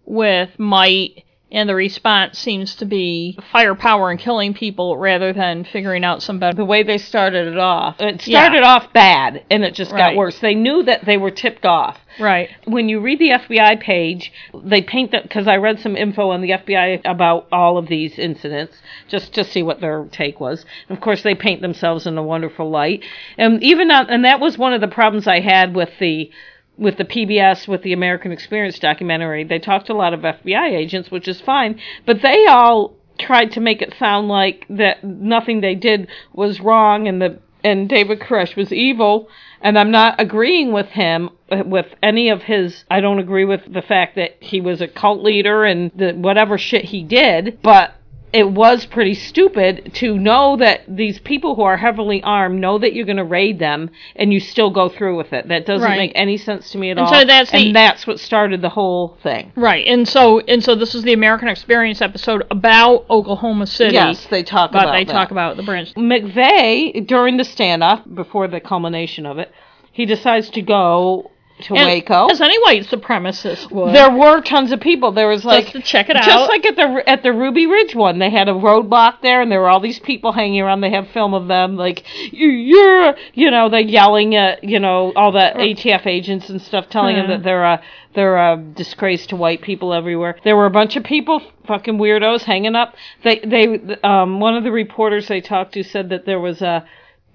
[SPEAKER 1] with might And the response seems to be firepower and killing people rather than figuring out some better.
[SPEAKER 2] The way they started it off, it
[SPEAKER 1] Yeah.
[SPEAKER 2] started off bad and it just got
[SPEAKER 1] Right.
[SPEAKER 2] worse. They knew that they were tipped off.
[SPEAKER 1] Right.
[SPEAKER 2] When you read the FBI page, they paint that because I read some info on the FBI about all of these incidents just to see what their take was. And of course, they paint themselves in a wonderful light. And even on, and that was one of the problems I had with the with the PBS with the American Experience documentary. They talked to a lot of FBI agents, which is fine, but they all tried to make it sound like that nothing they did was wrong and the and David Koresh was evil and I'm not agreeing with him uh, with any of his I don't agree with the fact that he was a cult leader and the whatever shit he did but it was pretty stupid to know that these people who are heavily armed know that you're going to raid them and you still go through with it that doesn't
[SPEAKER 1] Right.
[SPEAKER 2] make any sense to me at
[SPEAKER 1] And
[SPEAKER 2] all
[SPEAKER 1] so that's
[SPEAKER 2] and
[SPEAKER 1] the-
[SPEAKER 2] that's what started the whole thing
[SPEAKER 1] Right. And so and so this is the American Experience episode about Oklahoma City.
[SPEAKER 2] yes they talk
[SPEAKER 1] But
[SPEAKER 2] about
[SPEAKER 1] they
[SPEAKER 2] that.
[SPEAKER 1] talk about the branch.
[SPEAKER 2] McVeigh, during the standoff, before the culmination of it, he decides to go to
[SPEAKER 1] And
[SPEAKER 2] Waco.
[SPEAKER 1] As any white supremacist would.
[SPEAKER 2] There were tons of people. There was like
[SPEAKER 1] to check it
[SPEAKER 2] just
[SPEAKER 1] out.
[SPEAKER 2] like at the at the Ruby Ridge one. They had a roadblock there, and there were all these people hanging around. They have film of them, like "You- you're, you know, they yelling at you know all the ATF agents and stuff, telling them
[SPEAKER 1] Yeah.
[SPEAKER 2] that they're a they're a disgrace to white people everywhere. There were a bunch of people, fucking weirdos, hanging up. They they um one of the reporters they talked to said that there was a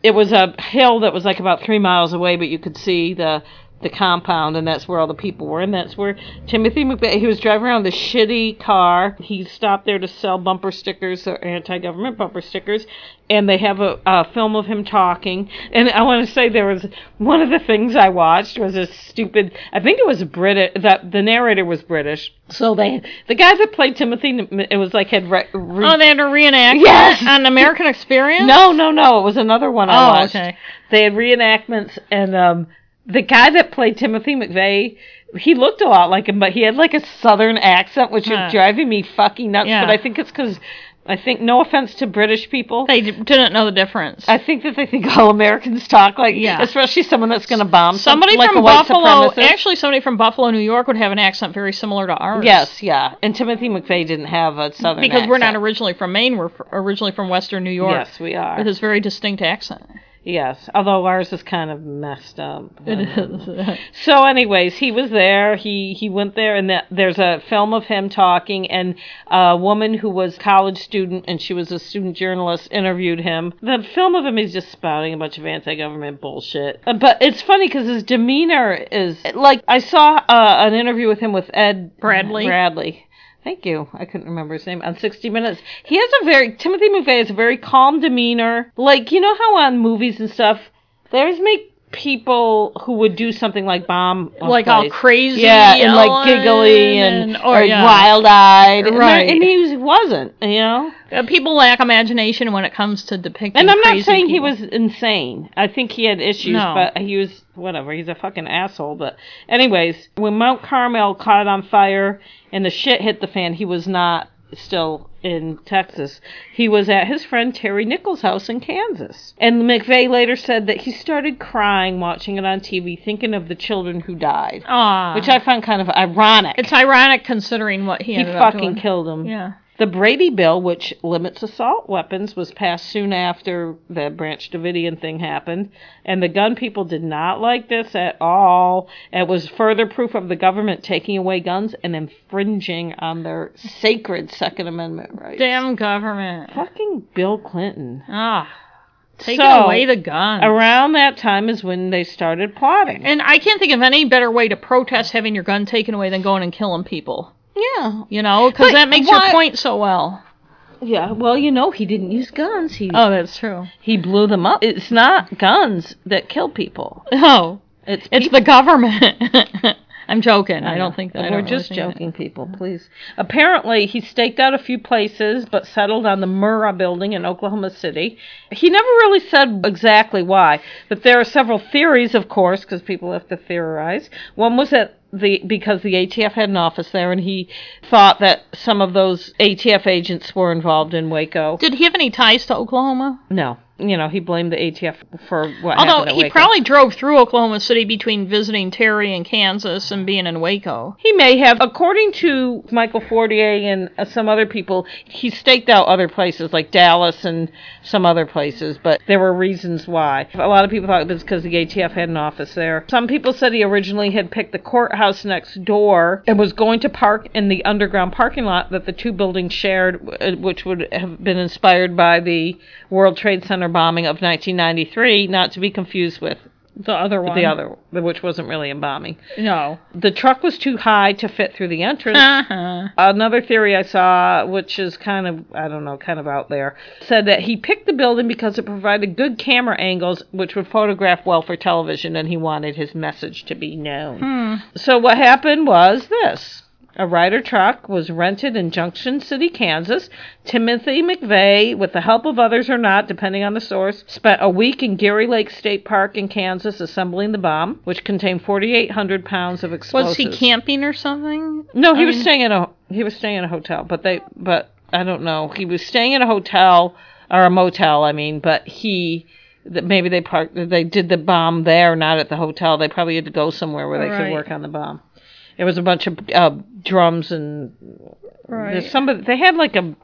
[SPEAKER 2] it was a hill that was like about three miles away, but you could see the the compound, and that's where all the people were, and that's where Timothy McVeigh. He was driving around the shitty car. He stopped there to sell bumper stickers or anti-government bumper stickers, and they have a, a film of him talking. And I want to say there was one of the things I watched was a stupid. I think it was British. That the narrator was British, so they the guy that played Timothy. It was like had re, re-
[SPEAKER 1] Oh, they had to reenact
[SPEAKER 2] Yes.
[SPEAKER 1] on American Experience?
[SPEAKER 2] no, no, no. It was another one I
[SPEAKER 1] Oh,
[SPEAKER 2] watched.
[SPEAKER 1] okay.
[SPEAKER 2] They had reenactments, and um, the guy that played Timothy McVeigh, he looked a lot like him, but he had like a southern accent, which
[SPEAKER 1] Huh.
[SPEAKER 2] was driving me fucking nuts.
[SPEAKER 1] Yeah.
[SPEAKER 2] But I think it's because I think no offense to British people.
[SPEAKER 1] They d- didn't know the difference.
[SPEAKER 2] I think that they think all Americans talk like,
[SPEAKER 1] Yeah.
[SPEAKER 2] especially someone that's going to bomb some-
[SPEAKER 1] somebody
[SPEAKER 2] like a
[SPEAKER 1] from
[SPEAKER 2] white
[SPEAKER 1] Buffalo,
[SPEAKER 2] supremacist.
[SPEAKER 1] actually somebody from Buffalo, New York would have an accent very similar to ours.
[SPEAKER 2] Yes, yeah. And Timothy McVeigh didn't have a southern
[SPEAKER 1] Because we're not
[SPEAKER 2] accent.
[SPEAKER 1] originally from Maine, we're fr- originally from western New York.
[SPEAKER 2] Yes, we are.
[SPEAKER 1] With this very distinct accent.
[SPEAKER 2] Yes, although ours is kind of messed up.
[SPEAKER 1] It is.
[SPEAKER 2] So, anyways, he was there. He he went there, and that, there's a film of him talking, and a woman who was a college student and she was a student journalist interviewed him. The film of him is just spouting a bunch of anti-government bullshit. Uh, But it's funny because his demeanor is like I saw uh, an interview with him with Ed
[SPEAKER 1] Bradley.
[SPEAKER 2] Bradley. Thank you. I couldn't remember his name. On 60 Minutes, he has a very Timothy McVeigh has a very calm demeanor. Like you know how on movies and stuff, they always make people who would do something like bomb a
[SPEAKER 1] Like all
[SPEAKER 2] place.
[SPEAKER 1] crazy
[SPEAKER 2] Oh, yeah, and
[SPEAKER 1] yelling
[SPEAKER 2] like giggly and,
[SPEAKER 1] and- or,
[SPEAKER 2] or,
[SPEAKER 1] yeah.
[SPEAKER 2] wild eyed,
[SPEAKER 1] Right.
[SPEAKER 2] And he was- wasn't, you know.
[SPEAKER 1] Uh, people lack imagination when it comes to depicting.
[SPEAKER 2] And I'm not
[SPEAKER 1] crazy
[SPEAKER 2] saying he
[SPEAKER 1] people.
[SPEAKER 2] was insane. I think he had issues,
[SPEAKER 1] No.
[SPEAKER 2] but he was whatever. He's a fucking asshole. But anyways, when Mount Carmel caught on fire and the shit hit the fan, he was not still in Texas. He was at his friend Terry Nichols' house in Kansas. And McVeigh later said that he started crying watching it on TV, thinking of the children who died,
[SPEAKER 1] Aw.
[SPEAKER 2] which I found kind of ironic.
[SPEAKER 1] Oh, It's ironic considering what he
[SPEAKER 2] he
[SPEAKER 1] ended up
[SPEAKER 2] fucking
[SPEAKER 1] doing.
[SPEAKER 2] killed him.
[SPEAKER 1] Yeah.
[SPEAKER 2] The Brady Bill, which limits assault weapons, was passed soon after the Branch Davidian thing happened, and the gun people did not like this at all. It was further proof of the government taking away guns and infringing on their sacred Second Amendment rights.
[SPEAKER 1] Damn government.
[SPEAKER 2] Fucking Bill Clinton.
[SPEAKER 1] Ah. Taking
[SPEAKER 2] So,
[SPEAKER 1] away the gun.
[SPEAKER 2] Around that time is when they started plotting.
[SPEAKER 1] And I can't think of any better way to protest having your gun taken away than going and killing people.
[SPEAKER 2] yeah.
[SPEAKER 1] You know, because
[SPEAKER 2] But
[SPEAKER 1] that makes
[SPEAKER 2] why-
[SPEAKER 1] your point so well.
[SPEAKER 2] Yeah. Well, you know, he didn't use guns. He
[SPEAKER 1] Oh, that's true.
[SPEAKER 2] he blew them up. It's not guns that kill people.
[SPEAKER 1] Oh,
[SPEAKER 2] It's
[SPEAKER 1] it's the government. I'm joking. I, don't think that. I
[SPEAKER 2] We're
[SPEAKER 1] don't really
[SPEAKER 2] just
[SPEAKER 1] think that.
[SPEAKER 2] joking, people. Please. Apparently, he staked out a few places, but settled on the Murrah Building in Oklahoma City. He never really said exactly why, but there are several theories, of course, because people have to theorize. One was that the because the ATF had an office there, and he thought that some of those ATF agents were involved in Waco.
[SPEAKER 1] Did he have any ties to Oklahoma?
[SPEAKER 2] No, you know he blamed the ATF for what happened
[SPEAKER 1] Although
[SPEAKER 2] at
[SPEAKER 1] he
[SPEAKER 2] Waco.
[SPEAKER 1] probably drove through Oklahoma City between visiting Terry in Kansas and being in Waco.
[SPEAKER 2] He may have, according to Michael Fortier and uh, some other people, he staked out other places like Dallas and some other places, but there were reasons why. A lot of people thought it was because the ATF had an office there. Some people said he originally had picked the courthouse next door and was going to park in the underground parking lot that the two buildings shared, w- uh, which would have been inspired by the World Trade Center bombing of 1993, not to be confused with
[SPEAKER 1] The other one.
[SPEAKER 2] the other, which wasn't really a bombing.
[SPEAKER 1] No.
[SPEAKER 2] The truck was too high to fit through the entrance.
[SPEAKER 1] Uh-huh.
[SPEAKER 2] Another theory I saw, which is kind of, I don't know, kind of out there, said that he picked the building because it provided good camera angles, which would photograph well for television, and he wanted his message to be known.
[SPEAKER 1] Hmm.
[SPEAKER 2] So what happened was this. A rider truck was rented in Junction City, Kansas. Timothy McVeigh, with the help of others or not, depending on the source, spent a week in Geary Lake State Park in Kansas assembling the bomb, which contained 4,800 pounds of
[SPEAKER 1] Was
[SPEAKER 2] explosives.
[SPEAKER 1] he camping or something?
[SPEAKER 2] No, he was staying at a he was staying at a hotel, but they but I don't know. He was staying at a hotel or a motel, I mean, but he that maybe they parked they did the bomb there, not at the hotel. They probably had to go somewhere where they
[SPEAKER 1] Right.
[SPEAKER 2] could work on the bomb. It was a bunch of uh, drums and
[SPEAKER 1] Right.
[SPEAKER 2] there's somebody they had like a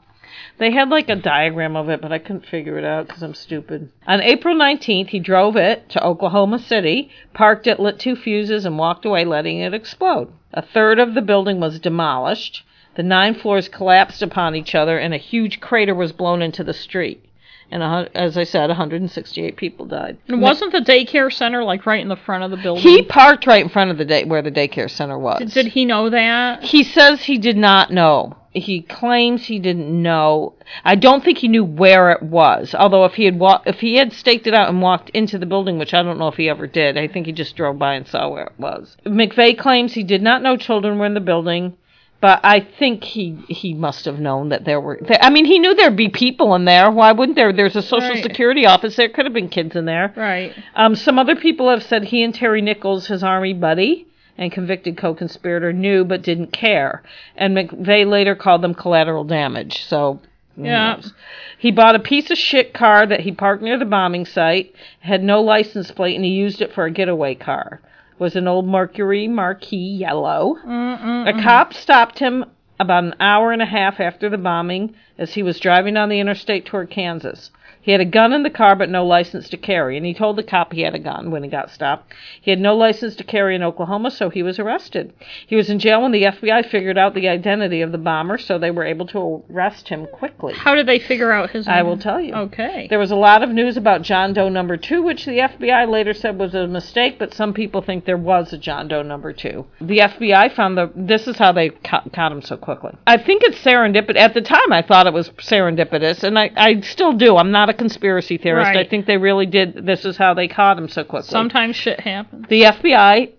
[SPEAKER 2] they had like a diagram of it, but I couldn't figure it out because I'm stupid. On April 19th, he drove it to Oklahoma City, parked it, lit two fuses, and walked away, letting it explode. A third of the building was demolished. The nine floors collapsed upon each other, and a huge crater was blown into the street. And a hun- as I said, 168 people died.
[SPEAKER 1] And wasn't the daycare center like right in the front of the building?
[SPEAKER 2] He parked right in front of the day where the daycare center was.
[SPEAKER 1] Did he know that?
[SPEAKER 2] He says he did not know. He claims he didn't know. I don't think he knew where it was. Although if he had wa- if he had staked it out and walked into the building, which I don't know if he ever did, I think he just drove by and saw where it was. McVeigh claims he did not know children were in the building, but I think he he must have known that there were. I mean, he knew there'd be people in there. Why wouldn't there? There's a social
[SPEAKER 1] Right.
[SPEAKER 2] security office. There could have been kids in there.
[SPEAKER 1] Right.
[SPEAKER 2] Um, some other people have said he and Terry Nichols, his army buddy and convicted co-conspirator, knew but didn't care. And McVeigh later called them collateral damage. So who
[SPEAKER 1] Yeah.
[SPEAKER 2] knows? he bought a piece of shit car that he parked near the bombing site, had no license plate, and he used it for a getaway car. It was an old Mercury Marquis yellow. A cop stopped him about an hour and a half after the bombing as he was driving down the interstate toward Kansas. He had a gun in the car but no license to carry, and he told the cop he had a gun when he got stopped. He had no license to carry in Oklahoma, so he was arrested. He was in jail when the FBI figured out the identity of the bomber, so they were able to arrest him quickly.
[SPEAKER 1] How did they figure out his name?
[SPEAKER 2] I will tell you.
[SPEAKER 1] Okay.
[SPEAKER 2] There was a lot of news about John Doe number two, which the FBI later said was a mistake, but some people think there was a John Doe number two. The FBI found the. This is how they ca- caught him so quickly. I think it's serendipitous. At the time, I thought it was serendipitous, and I, I still do. I'm not a conspiracy theorist.
[SPEAKER 1] Right.
[SPEAKER 2] I think they really did. This is how they caught him so quickly.
[SPEAKER 1] Sometimes shit happens.
[SPEAKER 2] The FBI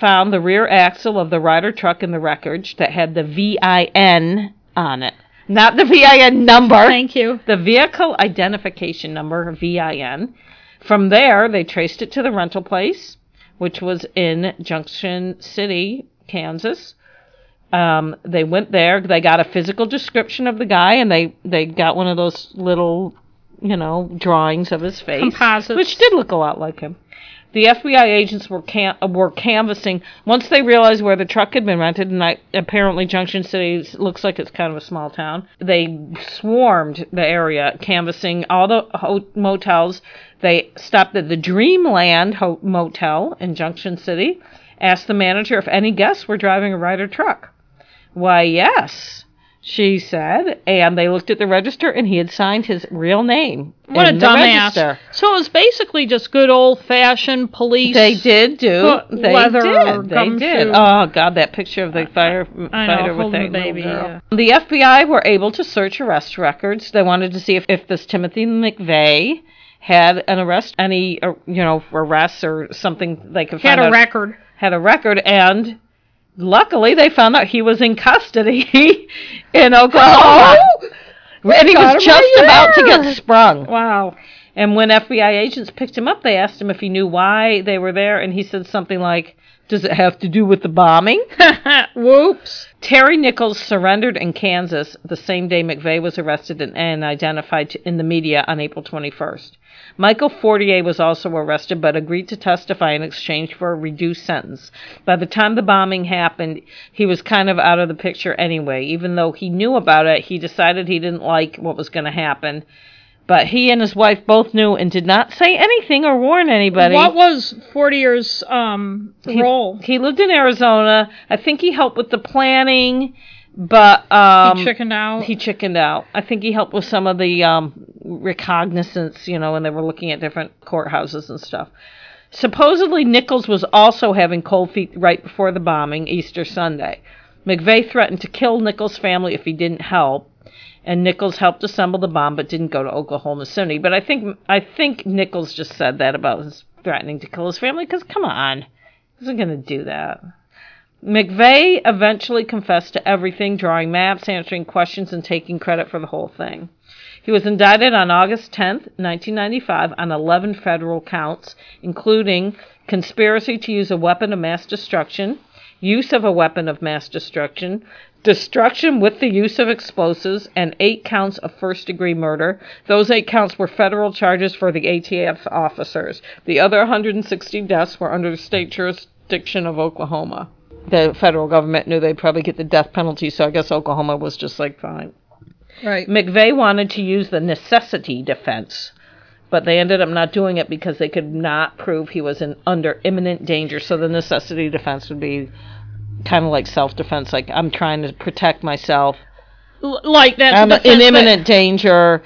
[SPEAKER 2] found the rear axle of the Ryder truck in the wreckage that had the VIN on it. Not the VIN number
[SPEAKER 1] Thank you.
[SPEAKER 2] the vehicle identification number, VIN. From there, they traced it to the rental place, which was in Junction City, Kansas. Um, they went there. They got a physical description of the guy, and they they got one of those little, you know, drawings of his face,
[SPEAKER 1] Composites.
[SPEAKER 2] which did look a lot like him. The FBI agents were can- were canvassing once they realized where the truck had been rented, and I, apparently Junction City is- looks like it's kind of a small town. They swarmed the area, canvassing all the ho- motels. They stopped at the Dreamland ho- Motel in Junction City, asked the manager if any guests were driving a Ryder truck. Why, yes, she said, and they looked at the register, and he had signed his real name.
[SPEAKER 1] What a
[SPEAKER 2] in the
[SPEAKER 1] dumbass.
[SPEAKER 2] register.
[SPEAKER 1] So it was basically just good old fashioned police.
[SPEAKER 2] They did do.
[SPEAKER 1] foot
[SPEAKER 2] They
[SPEAKER 1] leather
[SPEAKER 2] did. They
[SPEAKER 1] gumshoe.
[SPEAKER 2] did. Oh God, that picture of the fire
[SPEAKER 1] I know,
[SPEAKER 2] fighter with
[SPEAKER 1] holding
[SPEAKER 2] that
[SPEAKER 1] the
[SPEAKER 2] little
[SPEAKER 1] baby,
[SPEAKER 2] girl. The FBI were able to search arrest records. They wanted to see if, if this Timothy McVeigh had an arrest, any uh, you know arrests or something they could
[SPEAKER 1] Had
[SPEAKER 2] find
[SPEAKER 1] a
[SPEAKER 2] out-
[SPEAKER 1] record.
[SPEAKER 2] had a record and. Luckily, they found out he was in custody in Oklahoma, and he
[SPEAKER 1] Got him
[SPEAKER 2] was just
[SPEAKER 1] right
[SPEAKER 2] about to
[SPEAKER 1] there.
[SPEAKER 2] get sprung.
[SPEAKER 1] Wow.
[SPEAKER 2] And when FBI agents picked him up, they asked him if he knew why they were there, and he said something like, Does it have to do with the bombing?
[SPEAKER 1] Whoops.
[SPEAKER 2] Terry Nichols surrendered in Kansas the same day McVeigh was arrested and, and identified to, in the media on April 21st. Michael Fortier was also arrested but agreed to testify in exchange for a reduced sentence. By the time the bombing happened, he was kind of out of the picture anyway. Even though he knew about it, he decided he didn't like what was going to happen. But he and his wife both knew and did not say anything or warn anybody.
[SPEAKER 1] What was Fortier's um, role?
[SPEAKER 2] He lived in Arizona. I think he helped with the planning, but um,
[SPEAKER 1] he chickened out.
[SPEAKER 2] he chickened out. I think he helped with some of the um, recognizance, you know, when they were looking at different courthouses and stuff. Supposedly, Nichols was also having cold feet right before the bombing, Easter Sunday. McVeigh threatened to kill Nichols' family if he didn't help, and Nichols helped assemble the bomb but didn't go to Oklahoma City. But I think I think Nichols just said that about his threatening to kill his family because come on, he wasn't going to do that. McVeigh eventually confessed to everything, drawing maps, answering questions, and taking credit for the whole thing. He was indicted on August 10th, 1995, on 11 federal counts, including conspiracy to use a weapon of mass destruction, use of a weapon of mass destruction, destruction with the use of explosives, and eight counts of first degree murder. Those eight counts were federal charges for the ATF officers. The other 160 deaths were under the state jurisdiction of Oklahoma. The federal government knew they'd probably get the death penalty, so I guess Oklahoma was just like, fine.
[SPEAKER 1] Right.
[SPEAKER 2] McVeigh wanted to use the necessity defense, but they ended up not doing it because they could not prove he was in under imminent danger. So the necessity defense would be kind of like self defense, like I'm trying to protect myself.
[SPEAKER 1] Like that's
[SPEAKER 2] I'm
[SPEAKER 1] a defense
[SPEAKER 2] Um, in
[SPEAKER 1] that-
[SPEAKER 2] imminent danger.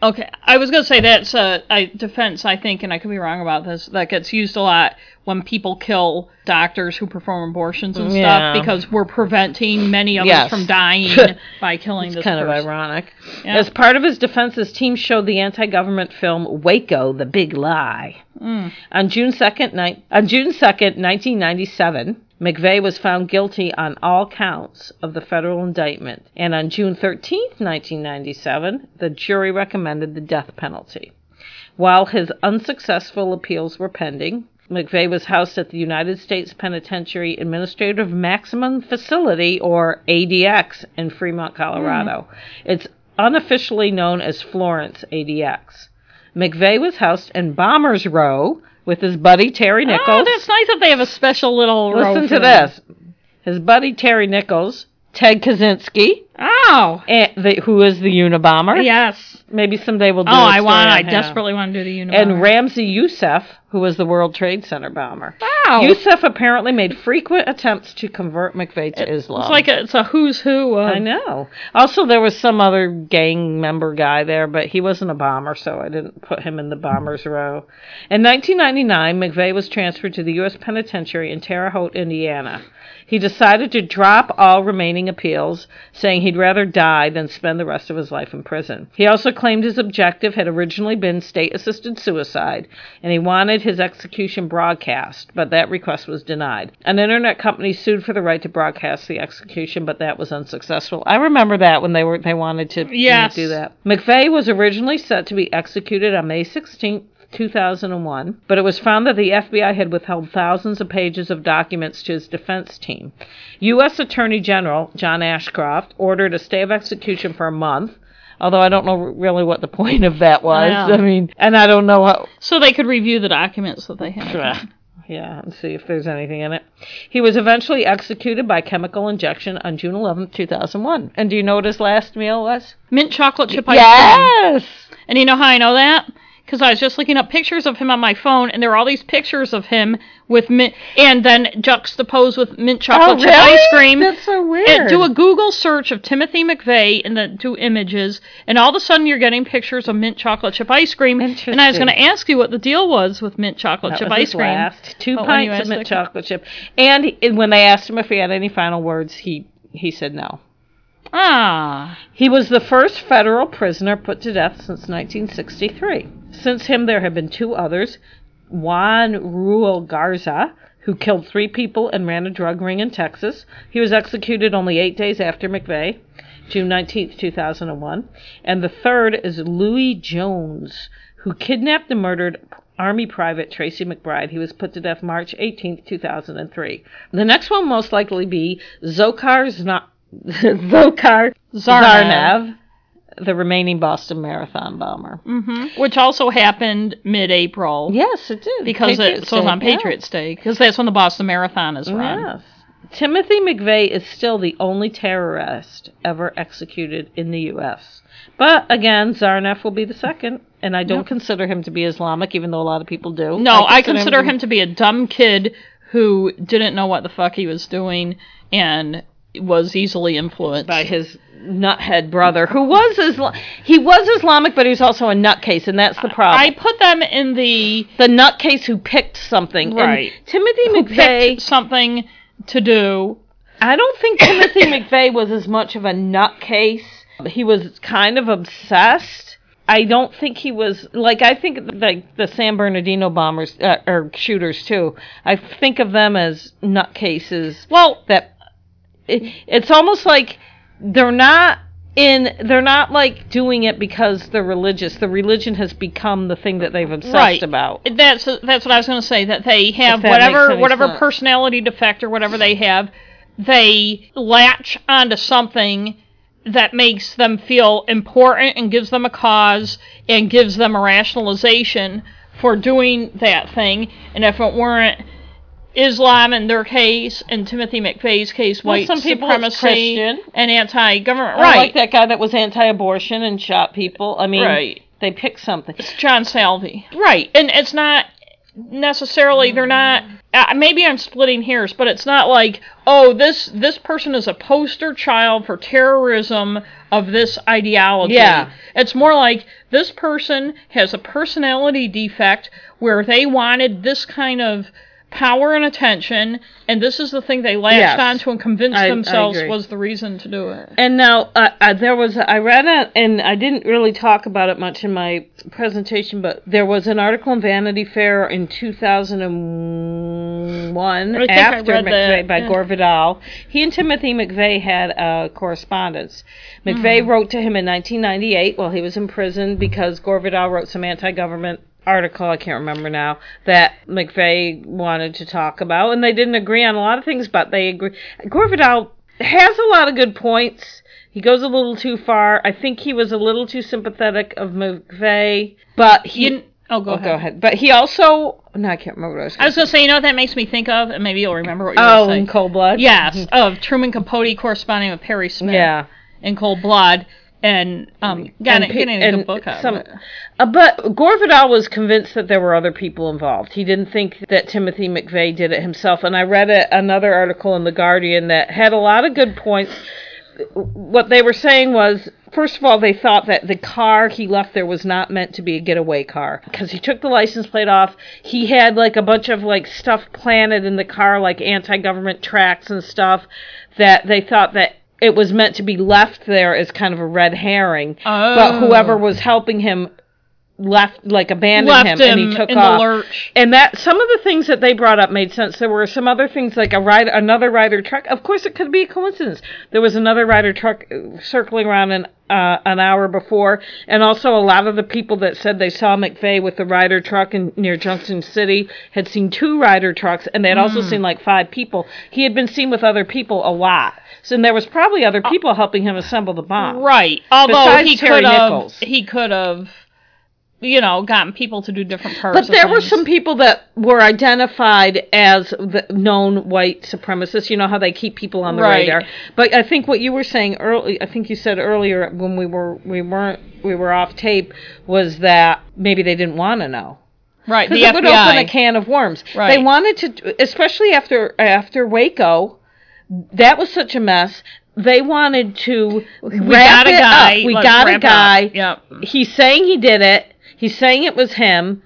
[SPEAKER 1] Okay, I was gonna say that's a, a defense. I think, and I could be wrong about this. That gets used a lot when people kill doctors who perform abortions and
[SPEAKER 2] Yeah.
[SPEAKER 1] stuff because we're preventing many of
[SPEAKER 2] Yes.
[SPEAKER 1] us from dying by killing this
[SPEAKER 2] kind
[SPEAKER 1] person.
[SPEAKER 2] of ironic.
[SPEAKER 1] Yeah.
[SPEAKER 2] As part of his defense, his team showed the anti-government film Waco: The Big Lie. On June second, ni- on June second, nineteen ninety-seven, McVeigh was found guilty on all counts of the federal indictment, and on June thirteenth, nineteen ninety-seven, the jury recommended the death penalty. While his unsuccessful appeals were pending, McVeigh was housed at the United States Penitentiary Administrative Maximum Facility, or ADX, in Fremont, Colorado.
[SPEAKER 1] Hmm.
[SPEAKER 2] It's unofficially known as Florence ADX. McVeigh was housed in Bombers Row with his buddy Terry
[SPEAKER 1] Oh,
[SPEAKER 2] Nichols.
[SPEAKER 1] that's nice that they have a special little. row
[SPEAKER 2] Listen
[SPEAKER 1] for
[SPEAKER 2] to
[SPEAKER 1] them.
[SPEAKER 2] this. His buddy Terry Nichols, Ted Kaczynski,
[SPEAKER 1] Oh,
[SPEAKER 2] eh, the, who is the Unabomber.
[SPEAKER 1] yes.
[SPEAKER 2] Maybe someday we'll do
[SPEAKER 1] Oh,
[SPEAKER 2] a
[SPEAKER 1] I
[SPEAKER 2] story
[SPEAKER 1] want.
[SPEAKER 2] on
[SPEAKER 1] I
[SPEAKER 2] him.
[SPEAKER 1] desperately want to do the universe.
[SPEAKER 2] And Ramsey Youssef, who was the World Trade Center bomber.
[SPEAKER 1] wow,
[SPEAKER 2] Youssef apparently made frequent attempts to convert McVeigh to Islam.
[SPEAKER 1] it's like a, it's a who's who. uh, Of,
[SPEAKER 2] I know. Also, there was some other gang member guy there, but he wasn't a bomber, so I didn't put him in the bombers row. In 1999, McVeigh was transferred to the U.S. Penitentiary in Terre Haute, Indiana. He decided to drop all remaining appeals, saying he'd rather die than spend the rest of his life in prison. He also claimed his objective had originally been state assisted suicide, and he wanted his execution broadcast, but that request was denied. An internet company sued for the right to broadcast the execution, but that was unsuccessful. I remember that when they were they wanted to
[SPEAKER 1] Yes.
[SPEAKER 2] do that. McVeigh was originally set to be executed on May 16th. 2001, but it was found that the FBI had withheld thousands of pages of documents to his defense team. U.S. Attorney General John Ashcroft ordered a stay of execution for a month, although I don't know really what the point of that was.
[SPEAKER 1] Yeah.
[SPEAKER 2] I mean, and I don't know how.
[SPEAKER 1] so they could review the documents that they have.
[SPEAKER 2] Yeah, and see if there's anything in it. He was eventually executed by chemical injection on June 11th, 2001. And do you know what his last meal was?
[SPEAKER 1] Mint chocolate chip ice cream.
[SPEAKER 2] Yes!
[SPEAKER 1] And you know how I know that? Because I was just looking up pictures of him on my phone, and there were all these pictures of him with mint, and then juxtaposed with mint
[SPEAKER 2] Oh,
[SPEAKER 1] chocolate chip
[SPEAKER 2] really?
[SPEAKER 1] ice cream.
[SPEAKER 2] That's so weird.
[SPEAKER 1] And do a Google search of Timothy McVeigh and the two images, and all of a sudden you're getting pictures of mint chocolate chip ice cream. And I was
[SPEAKER 2] Interesting.
[SPEAKER 1] going to ask you what the deal was with mint chocolate
[SPEAKER 2] That
[SPEAKER 1] chip
[SPEAKER 2] was
[SPEAKER 1] ice
[SPEAKER 2] his
[SPEAKER 1] cream.
[SPEAKER 2] last. Oh, Two
[SPEAKER 1] But when you
[SPEAKER 2] pints of
[SPEAKER 1] asked
[SPEAKER 2] mint
[SPEAKER 1] the-
[SPEAKER 2] chocolate chip. And he, when they asked him if he had any final words, he, he said no.
[SPEAKER 1] Ah,
[SPEAKER 2] He was the first federal prisoner put to death since 1963. Since him, there have been two others Juan Ruel Garza, who killed three people and ran a drug ring in Texas. He was executed only eight days after McVeigh. June 19th, 2001. And the third is Louis Jones, who kidnapped and murdered Army Private Tracy McBride. He was put to death March 18th, 2003. The next one will most likely be Zokhar Zna- Zokhar Zarnev, the remaining Boston Marathon bomber.
[SPEAKER 1] Mm-hmm. Which also happened mid April.
[SPEAKER 2] Yes, it did.
[SPEAKER 1] Because it
[SPEAKER 2] Patriots
[SPEAKER 1] so it was
[SPEAKER 2] Day,
[SPEAKER 1] on
[SPEAKER 2] yeah.
[SPEAKER 1] Patriots Day, because that's when the Boston Marathon is run.
[SPEAKER 2] Yes. Timothy McVeigh is still the only terrorist ever executed in the U.S. But again, Zarnef will be the second, and I don't consider him to be Islamic, even though a lot of people do.
[SPEAKER 1] No, I consider him to be a dumb kid who didn't know what the fuck he was doing and was easily influenced.
[SPEAKER 2] by his nuthead brother, who was Islam. He was Islamic, but he was also a nutcase, and that's the problem.
[SPEAKER 1] I put them in the
[SPEAKER 2] the nutcase who picked something. And
[SPEAKER 1] Right.
[SPEAKER 2] Timothy McVeigh.
[SPEAKER 1] picked something to do.
[SPEAKER 2] I don't think Timothy McVeigh was as much of a nutcase. He was kind of obsessed. I don't think he was like I think like the San Bernardino bombers uh, or shooters too. I think of them as nutcases.
[SPEAKER 1] Well,
[SPEAKER 2] That it, it's almost like they're not in. They're not like doing it because they're religious. The religion has become the thing that they've obsessed
[SPEAKER 1] Right.
[SPEAKER 2] about.
[SPEAKER 1] that's that's what I was going to say. That they have
[SPEAKER 2] If that makes
[SPEAKER 1] whatever
[SPEAKER 2] any
[SPEAKER 1] whatever
[SPEAKER 2] sense.
[SPEAKER 1] personality defect or whatever they have, they latch onto something that makes them feel important and gives them a cause and gives them a rationalization for doing that thing. And if it weren't Islam in their case and Timothy McVeigh's case,
[SPEAKER 2] Well,
[SPEAKER 1] white
[SPEAKER 2] some people it's
[SPEAKER 1] supremacy
[SPEAKER 2] Christian.
[SPEAKER 1] and anti-government,
[SPEAKER 2] Or
[SPEAKER 1] right?
[SPEAKER 2] Like that guy that was anti-abortion and shot people. I mean,
[SPEAKER 1] Right.
[SPEAKER 2] they pick something.
[SPEAKER 1] John Salvi. Right. And it's not necessarily they're not uh, maybe I'm splitting hairs, but it's not like, oh, this this person is a poster child for terrorism of this ideology.
[SPEAKER 2] Yeah.
[SPEAKER 1] It's more like this person has a personality defect where they wanted this kind of power and attention and this is the thing they latched
[SPEAKER 2] Yes.
[SPEAKER 1] onto and convinced
[SPEAKER 2] I- I
[SPEAKER 1] themselves
[SPEAKER 2] agree.
[SPEAKER 1] was the reason to do it.
[SPEAKER 2] And now uh, uh, there was I read it and I didn't really talk about it much in my presentation, but there was an article in Vanity Fair in 2001
[SPEAKER 1] think I
[SPEAKER 2] after
[SPEAKER 1] read
[SPEAKER 2] McVeigh
[SPEAKER 1] that,
[SPEAKER 2] by
[SPEAKER 1] yeah.
[SPEAKER 2] Gore Vidal. He and Timothy McVeigh had uh, correspondence. McVeigh
[SPEAKER 1] Mm-hmm.
[SPEAKER 2] wrote to him in 1998 while he was in prison because Gore Vidal wrote some anti-government article I can't remember now that McVeigh wanted to talk about, and they didn't agree on a lot of things, but they agree. Gore Vidal has a lot of good points. He goes a little too far. I think he was a little too sympathetic of McVeigh, but he.
[SPEAKER 1] You, oh, go
[SPEAKER 2] oh,
[SPEAKER 1] ahead.
[SPEAKER 2] go ahead. But he also. No, I can't remember what I was.
[SPEAKER 1] I
[SPEAKER 2] Gonna
[SPEAKER 1] was going to say, you know what that makes me think of? And maybe you'll remember what you were
[SPEAKER 2] oh,
[SPEAKER 1] saying.
[SPEAKER 2] in Cold Blood.
[SPEAKER 1] Yes, of Truman Capote corresponding with Perry Smith
[SPEAKER 2] mm-hmm. Yeah.
[SPEAKER 1] in Cold Blood, and um, got
[SPEAKER 2] And
[SPEAKER 1] it,
[SPEAKER 2] pe-
[SPEAKER 1] getting a
[SPEAKER 2] and
[SPEAKER 1] good book out
[SPEAKER 2] some-
[SPEAKER 1] of it.
[SPEAKER 2] Uh, but Gore Vidal was convinced that there were other people involved. He didn't think that Timothy McVeigh did it himself. And I read a, another article in The Guardian that had a lot of good points. What they were saying was, first of all, they thought that the car he left there was not meant to be a getaway car because he took the license plate off. He had like a bunch of like stuff planted in the car, like anti-government tracts and stuff, that they thought that it was meant to be left there as kind of a red herring. But
[SPEAKER 1] Oh.
[SPEAKER 2] whoever was helping him left like abandoned
[SPEAKER 1] Left
[SPEAKER 2] him,
[SPEAKER 1] him,
[SPEAKER 2] and he took
[SPEAKER 1] in
[SPEAKER 2] off.
[SPEAKER 1] the lurch.
[SPEAKER 2] And that some of the things that they brought up made sense. There were some other things like a ride, another rider truck. Of course, it could be a coincidence. There was another rider truck uh, circling around an uh, an hour before, and also a lot of the people that said they saw McVeigh with the rider truck in near Junction City had seen two rider trucks, and they had also seen like five people. He had been seen with other people a lot, so there was probably other people helping him assemble the bomb.
[SPEAKER 1] Right. Although
[SPEAKER 2] Besides
[SPEAKER 1] he
[SPEAKER 2] Terry
[SPEAKER 1] could have,
[SPEAKER 2] Nichols.
[SPEAKER 1] he could have, you know, gotten people to do different parts.
[SPEAKER 2] But
[SPEAKER 1] of
[SPEAKER 2] there were
[SPEAKER 1] things.
[SPEAKER 2] some people that were identified as the known white supremacists. You know how they keep people on the
[SPEAKER 1] Right.
[SPEAKER 2] radar. But I think what you were saying early, I think you said earlier when we were we weren't we were off tape was that maybe they didn't want to know.
[SPEAKER 1] right. The
[SPEAKER 2] Because it would open a
[SPEAKER 1] FBI.
[SPEAKER 2] can of worms. They
[SPEAKER 1] Right.
[SPEAKER 2] wanted to, especially after after Waco, that was such a mess. They wanted to
[SPEAKER 1] we got a guy.
[SPEAKER 2] We
[SPEAKER 1] Let's
[SPEAKER 2] got
[SPEAKER 1] wrap
[SPEAKER 2] a
[SPEAKER 1] up.
[SPEAKER 2] guy
[SPEAKER 1] Yep.
[SPEAKER 2] he's saying he did it. He's saying it was him.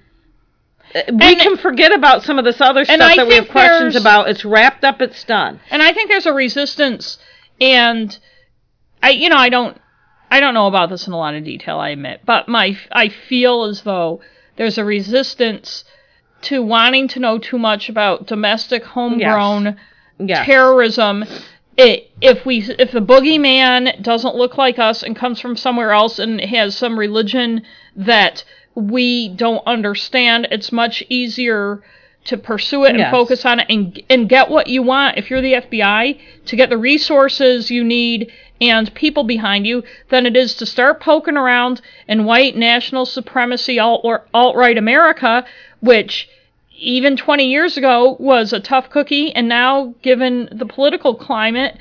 [SPEAKER 2] Uh, We
[SPEAKER 1] And-
[SPEAKER 2] can forget about some of this other stuff
[SPEAKER 1] I
[SPEAKER 2] that we have
[SPEAKER 1] think
[SPEAKER 2] questions
[SPEAKER 1] there's-
[SPEAKER 2] about. It's wrapped up. It's done.
[SPEAKER 1] and I think there's a resistance, and I, you know, I don't, I don't know about this in a lot of detail. I admit, but my, I feel as though there's a resistance to wanting to know too much about domestic, homegrown
[SPEAKER 2] Yeah.
[SPEAKER 1] terrorism i if we if the boogeyman doesn't look like us and comes from somewhere else and has some religion that we don't understand, it's much easier to pursue it and
[SPEAKER 2] Yes.
[SPEAKER 1] focus on it and and get what you want if you're the FBI to get the resources you need and people behind you than it is to start poking around in white national supremacy alt alt right America, which even 20 years ago was a tough cookie, and now given the political climate,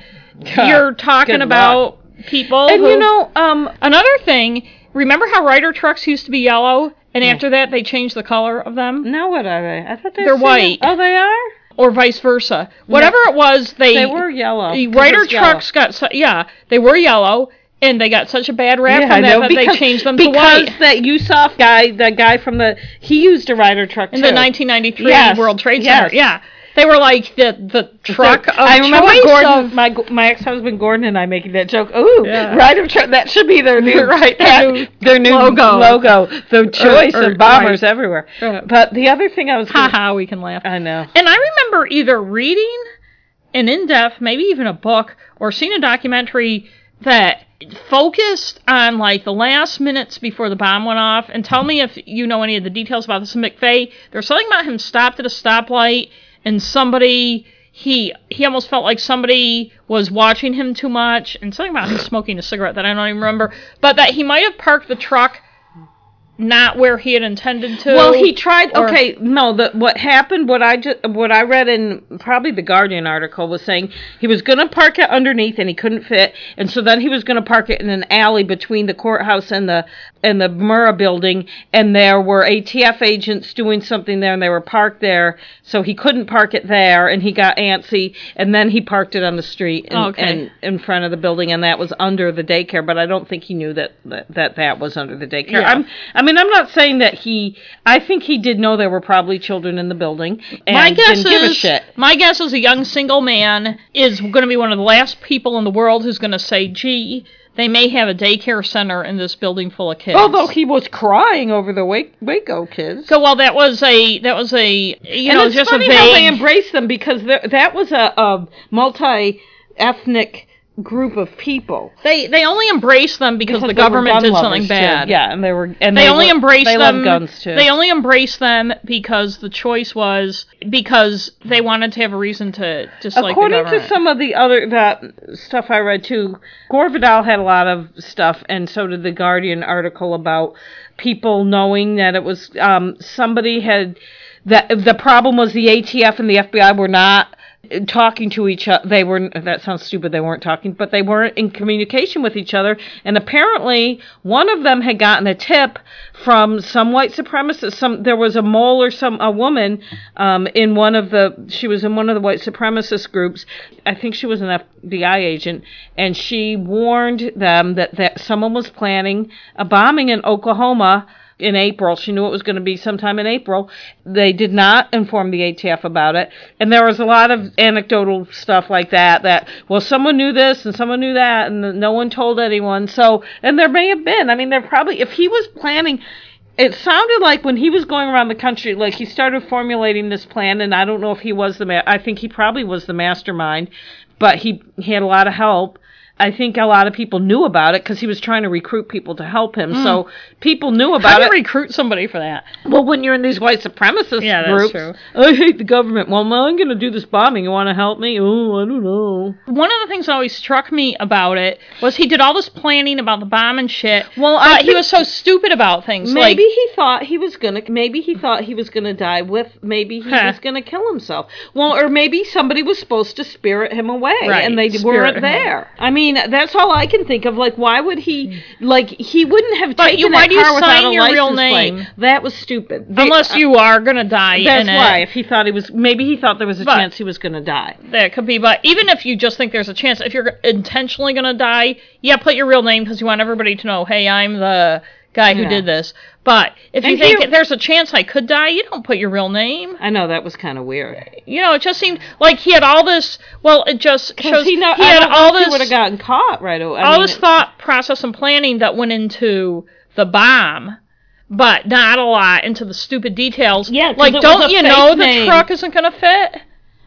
[SPEAKER 1] you're talking
[SPEAKER 2] Good
[SPEAKER 1] about people.
[SPEAKER 2] And
[SPEAKER 1] who,
[SPEAKER 2] you know, um,
[SPEAKER 1] another thing. Remember how Ryder trucks used to be yellow, and
[SPEAKER 2] Mm.
[SPEAKER 1] after that they changed the color of them,
[SPEAKER 2] now what are they? I thought they
[SPEAKER 1] They're
[SPEAKER 2] said-
[SPEAKER 1] white.
[SPEAKER 2] Oh, they are.
[SPEAKER 1] or vice versa. Whatever it was, they
[SPEAKER 2] They were yellow.
[SPEAKER 1] The
[SPEAKER 2] 'cause
[SPEAKER 1] Ryder
[SPEAKER 2] Oh, it's yellow.
[SPEAKER 1] trucks got su- yeah, they were yellow, and they got such a bad rap
[SPEAKER 2] Yeah, I
[SPEAKER 1] from that
[SPEAKER 2] know,
[SPEAKER 1] that
[SPEAKER 2] because-
[SPEAKER 1] they changed them to
[SPEAKER 2] because
[SPEAKER 1] white.
[SPEAKER 2] that Yusuf guy, the guy from the he used a Ryder truck
[SPEAKER 1] in
[SPEAKER 2] too.
[SPEAKER 1] the 1993
[SPEAKER 2] Yes,
[SPEAKER 1] World Trade
[SPEAKER 2] yes.
[SPEAKER 1] Center. Yeah, they were like the the truck
[SPEAKER 2] So,
[SPEAKER 1] of
[SPEAKER 2] I remember
[SPEAKER 1] choice
[SPEAKER 2] Gordon,
[SPEAKER 1] of-
[SPEAKER 2] my my ex husband Gordon and I making that joke. Ooh,
[SPEAKER 1] Yeah.
[SPEAKER 2] Ryder truck. That should be their new
[SPEAKER 1] Right, their
[SPEAKER 2] that-
[SPEAKER 1] new
[SPEAKER 2] their new
[SPEAKER 1] logo.
[SPEAKER 2] logo. The choice
[SPEAKER 1] or-
[SPEAKER 2] of bombers everywhere.
[SPEAKER 1] Yeah.
[SPEAKER 2] But the other thing I was, gonna,
[SPEAKER 1] haha, we can laugh.
[SPEAKER 2] I know.
[SPEAKER 1] And I remember either reading an in depth, maybe even a book, or seen a documentary that focused on like the last minutes before the bomb went off. And tell me if you know any of the details about this. McVeigh, there's something about him stopped at a stoplight and somebody. He he almost felt like somebody was watching him too much, and something about him smoking a cigarette that I don't even remember. But that he might have parked the truck not where he had intended to.
[SPEAKER 2] Well, he tried.
[SPEAKER 1] or-
[SPEAKER 2] okay, no. The, what happened? What I just, what I read in probably the Guardian article was saying he was going to park it underneath and he couldn't fit, and so then he was going to park it in an alley between the courthouse and the and the Murrah building, and there were ATF agents doing something there, and they were parked there, so he couldn't park it there, and he got antsy, and then he parked it on the street and,
[SPEAKER 1] Okay.
[SPEAKER 2] and in front of the building, and that was under the daycare. But I don't think he knew that that that, that was under the daycare.
[SPEAKER 1] Yeah.
[SPEAKER 2] I'm, I mean, I'm not saying that he. I think he did know there were probably children in the building and
[SPEAKER 1] my guess
[SPEAKER 2] didn't give a
[SPEAKER 1] is
[SPEAKER 2] shit.
[SPEAKER 1] my guess is a young single man is going to be one of the last people in the world who's going to say, "Gee, they may have a daycare center in this building full of kids."
[SPEAKER 2] Although he was crying over the Wake, Waco kids.
[SPEAKER 1] so well, that was a that was a you
[SPEAKER 2] and
[SPEAKER 1] know
[SPEAKER 2] it's
[SPEAKER 1] just
[SPEAKER 2] funny
[SPEAKER 1] a
[SPEAKER 2] how they
[SPEAKER 1] vague.
[SPEAKER 2] embraced them because there- that was a, a multi-ethnic group of people.
[SPEAKER 1] they they only embraced them because, the
[SPEAKER 2] They were
[SPEAKER 1] government
[SPEAKER 2] gun
[SPEAKER 1] did
[SPEAKER 2] lovers,
[SPEAKER 1] something
[SPEAKER 2] too.
[SPEAKER 1] bad.
[SPEAKER 2] Yeah, and they were and
[SPEAKER 1] They, only
[SPEAKER 2] were-
[SPEAKER 1] embraced
[SPEAKER 2] they
[SPEAKER 1] them.
[SPEAKER 2] loved guns too.
[SPEAKER 1] They only embraced them because the choice was because they wanted to have a reason to dislike the
[SPEAKER 2] According
[SPEAKER 1] government.
[SPEAKER 2] to some of the other the stuff I read too, Gore Vidal had a lot of stuff, and so did the Guardian article about people knowing that it was um, somebody had that the problem was the ATF and the FBI were not uh, talking to each other. They were that sounds stupid. They weren't talking, but they weren't in communication with each other. And apparently, one of them had gotten a tip from some white supremacist. Some there was a mole or some a woman um, in one of the she was in one of the white supremacist groups. I think she was an FBI agent, and she warned them that that someone was planning a bombing in Oklahoma in April. She knew it was going to be sometime in April. They did not inform the ATF about it. And there was a lot of anecdotal stuff like that that, well, someone knew this and someone knew that and no one told anyone. So, and there may have been. I mean, there probably, if he was planning, it sounded like when he was going around the country, like he started formulating this plan, and I don't know if he was the, ma- I think he probably was the mastermind, but he, he had a lot of help. I think a lot of people knew about it because he was trying to recruit people to help him. So people knew
[SPEAKER 1] How
[SPEAKER 2] about
[SPEAKER 1] do
[SPEAKER 2] it.
[SPEAKER 1] you recruit somebody for that?
[SPEAKER 2] Well, when you're in these white supremacist
[SPEAKER 1] Yeah, that's
[SPEAKER 2] groups,
[SPEAKER 1] true.
[SPEAKER 2] I hate the government. Well, no, I'm going to do this bombing. You want to help me? Oh, I don't know.
[SPEAKER 1] one of the things that always struck me about it was he did all this planning about the bomb and shit.
[SPEAKER 2] Well, I
[SPEAKER 1] but he
[SPEAKER 2] think-
[SPEAKER 1] was so stupid about things. like-
[SPEAKER 2] Maybe he thought he was gonna. Maybe he thought he was gonna die with. Maybe he
[SPEAKER 1] Huh.
[SPEAKER 2] was gonna kill himself. Well, or maybe somebody was supposed to spirit him away,
[SPEAKER 1] Right,
[SPEAKER 2] and they
[SPEAKER 1] spirit
[SPEAKER 2] weren't
[SPEAKER 1] him
[SPEAKER 2] there. I mean, that's all I can think of. Like, why would he? Like, he wouldn't have
[SPEAKER 1] But
[SPEAKER 2] taken
[SPEAKER 1] you-
[SPEAKER 2] that
[SPEAKER 1] why do you
[SPEAKER 2] car without
[SPEAKER 1] sign
[SPEAKER 2] a
[SPEAKER 1] your real
[SPEAKER 2] license plate.
[SPEAKER 1] name?
[SPEAKER 2] That was stupid. They-
[SPEAKER 1] unless you are gonna die.
[SPEAKER 2] uh, That's
[SPEAKER 1] in
[SPEAKER 2] why.
[SPEAKER 1] It.
[SPEAKER 2] If he thought he was, maybe he thought there was a
[SPEAKER 1] But-
[SPEAKER 2] chance he was gonna die.
[SPEAKER 1] That could be. But even if you just think there's a chance, if you're intentionally gonna die, yeah, put your real name because you want everybody to know. Hey, I'm the guy who
[SPEAKER 2] Yeah.
[SPEAKER 1] did this. But if you
[SPEAKER 2] And
[SPEAKER 1] think
[SPEAKER 2] here-
[SPEAKER 1] there's a chance I could die, you don't put your real name.
[SPEAKER 2] I know that was kind of weird.
[SPEAKER 1] You know, it just seemed like he had all this. Well, it just shows
[SPEAKER 2] Because he, know, I
[SPEAKER 1] had
[SPEAKER 2] don't
[SPEAKER 1] all
[SPEAKER 2] think
[SPEAKER 1] this.
[SPEAKER 2] he would have gotten caught right away. I
[SPEAKER 1] all
[SPEAKER 2] mean,
[SPEAKER 1] this
[SPEAKER 2] it-
[SPEAKER 1] thought process and planning that went into the bomb, but not a lot into the stupid details.
[SPEAKER 2] Yeah, 'cause
[SPEAKER 1] like
[SPEAKER 2] it was
[SPEAKER 1] don't
[SPEAKER 2] a
[SPEAKER 1] you
[SPEAKER 2] fake
[SPEAKER 1] know
[SPEAKER 2] name.
[SPEAKER 1] the truck isn't gonna fit?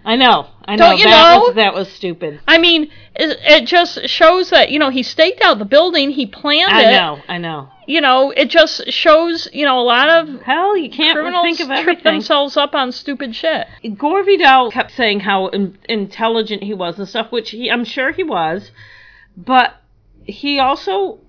[SPEAKER 2] I know. I know.
[SPEAKER 1] Don't you
[SPEAKER 2] that
[SPEAKER 1] know?
[SPEAKER 2] Was, that was stupid.
[SPEAKER 1] I mean, it, it just shows that you know he staked out the building, he planned
[SPEAKER 2] I
[SPEAKER 1] it.
[SPEAKER 2] know. I know.
[SPEAKER 1] You know, it just shows you know a lot of
[SPEAKER 2] Hell, you can't
[SPEAKER 1] criminals
[SPEAKER 2] think of
[SPEAKER 1] trip
[SPEAKER 2] everything.
[SPEAKER 1] themselves up on stupid shit.
[SPEAKER 2] Gore Vidal kept saying how in- intelligent he was and stuff, which he, I'm sure he was, but he also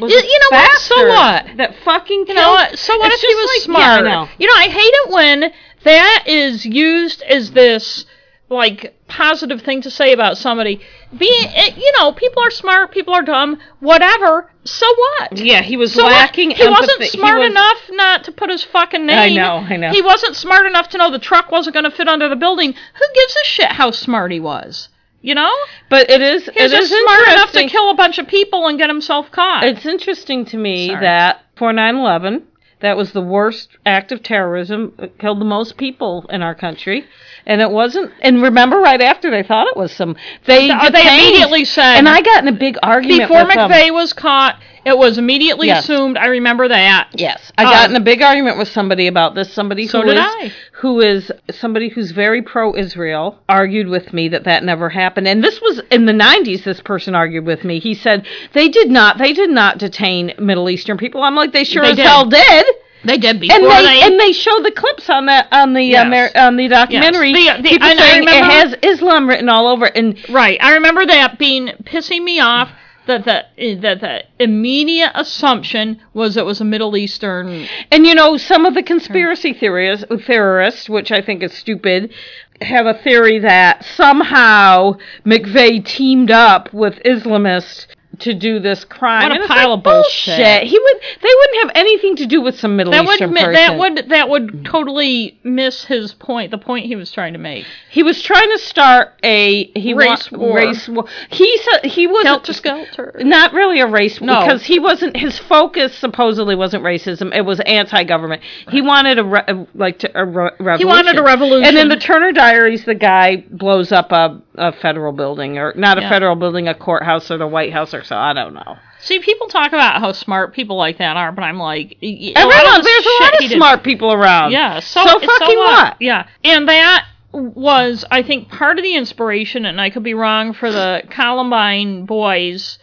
[SPEAKER 2] was
[SPEAKER 1] You-
[SPEAKER 2] a
[SPEAKER 1] you know what? So
[SPEAKER 2] bastard
[SPEAKER 1] what?
[SPEAKER 2] That fucking
[SPEAKER 1] You know, what? so what
[SPEAKER 2] It's
[SPEAKER 1] if he
[SPEAKER 2] just
[SPEAKER 1] was
[SPEAKER 2] like- yeah, I
[SPEAKER 1] smart?
[SPEAKER 2] know.
[SPEAKER 1] You know, I hate it when that is used as this like positive thing to say about somebody. Being, it, you know, people are smart, people are dumb, whatever. So what?
[SPEAKER 2] Yeah, he was
[SPEAKER 1] So what?
[SPEAKER 2] lacking.
[SPEAKER 1] He wasn't
[SPEAKER 2] empathy. He
[SPEAKER 1] smart
[SPEAKER 2] was-
[SPEAKER 1] enough not to put his fucking name.
[SPEAKER 2] I know, I know.
[SPEAKER 1] He wasn't smart enough to know the truck wasn't going to fit under the building. Who gives a shit how smart he was? You know,
[SPEAKER 2] but it is.
[SPEAKER 1] he was
[SPEAKER 2] it
[SPEAKER 1] just
[SPEAKER 2] is
[SPEAKER 1] smart enough to
[SPEAKER 2] interesting-
[SPEAKER 1] kill a bunch of people and get himself caught.
[SPEAKER 2] It's interesting to me
[SPEAKER 1] Sorry.
[SPEAKER 2] that for 9/11, that was the worst act of terrorism. It killed the most people in our country, and it wasn't. And remember, right after they thought it was some, they
[SPEAKER 1] Oh, they
[SPEAKER 2] detained-
[SPEAKER 1] immediately said-
[SPEAKER 2] And I got in a big argument
[SPEAKER 1] Before
[SPEAKER 2] with them.
[SPEAKER 1] McVeigh was caught, it was immediately
[SPEAKER 2] Yes.
[SPEAKER 1] assumed. I remember that.
[SPEAKER 2] Yes, I got
[SPEAKER 1] Um,
[SPEAKER 2] in a big argument with somebody about this. Somebody
[SPEAKER 1] So
[SPEAKER 2] who
[SPEAKER 1] did
[SPEAKER 2] is-
[SPEAKER 1] I.
[SPEAKER 2] who is somebody who's very pro-Israel argued with me that that never happened. And this was in the 90s. This person argued with me. He said they did not. They did not detain Middle Eastern people. I'm like they sure
[SPEAKER 1] They
[SPEAKER 2] as
[SPEAKER 1] did.
[SPEAKER 2] hell did.
[SPEAKER 1] They did before
[SPEAKER 2] And they, and they show the clips on that on the
[SPEAKER 1] Yes.
[SPEAKER 2] uh, Amer- on the documentary.
[SPEAKER 1] The- the-
[SPEAKER 2] people
[SPEAKER 1] and I
[SPEAKER 2] saying it
[SPEAKER 1] remember-
[SPEAKER 2] has Islam written all over. it. And
[SPEAKER 1] right. I remember that being pissing me off. That the that the immediate assumption was it was a Middle Eastern.
[SPEAKER 2] And you know, some of the conspiracy theories, theorists, which I think is stupid, have a theory that somehow McVeigh teamed up with Islamists to do this crime.
[SPEAKER 1] What a
[SPEAKER 2] And it's
[SPEAKER 1] pile
[SPEAKER 2] like
[SPEAKER 1] of bullshit.
[SPEAKER 2] He would. They wouldn't have anything to do with some Middle
[SPEAKER 1] That would
[SPEAKER 2] Eastern
[SPEAKER 1] mi-
[SPEAKER 2] person.
[SPEAKER 1] that would that would totally miss his point. The point he was trying to make.
[SPEAKER 2] He was trying to start a he wa-
[SPEAKER 1] Race war.
[SPEAKER 2] Race war. He said he was
[SPEAKER 1] Helter skelter.
[SPEAKER 2] Not really a race
[SPEAKER 1] No.
[SPEAKER 2] because he wasn't his focus supposedly wasn't racism it was anti-government he wanted a re- a- like to, a re- revolution.
[SPEAKER 1] wanted a revolution.
[SPEAKER 2] and in the Turner Diaries the guy blows up a, a federal building or not a
[SPEAKER 1] Yeah.
[SPEAKER 2] federal building a courthouse or the White House or so I don't know
[SPEAKER 1] See, people talk about how smart people like that are, but I'm like, y- y- a lot of
[SPEAKER 2] everyone
[SPEAKER 1] the
[SPEAKER 2] there's a
[SPEAKER 1] shit
[SPEAKER 2] lot
[SPEAKER 1] he
[SPEAKER 2] of
[SPEAKER 1] did-
[SPEAKER 2] smart people around
[SPEAKER 1] Yeah. So,
[SPEAKER 2] so, fucking what
[SPEAKER 1] Yeah. And that was, I think, part of the inspiration, and I could be wrong for the Columbine boys.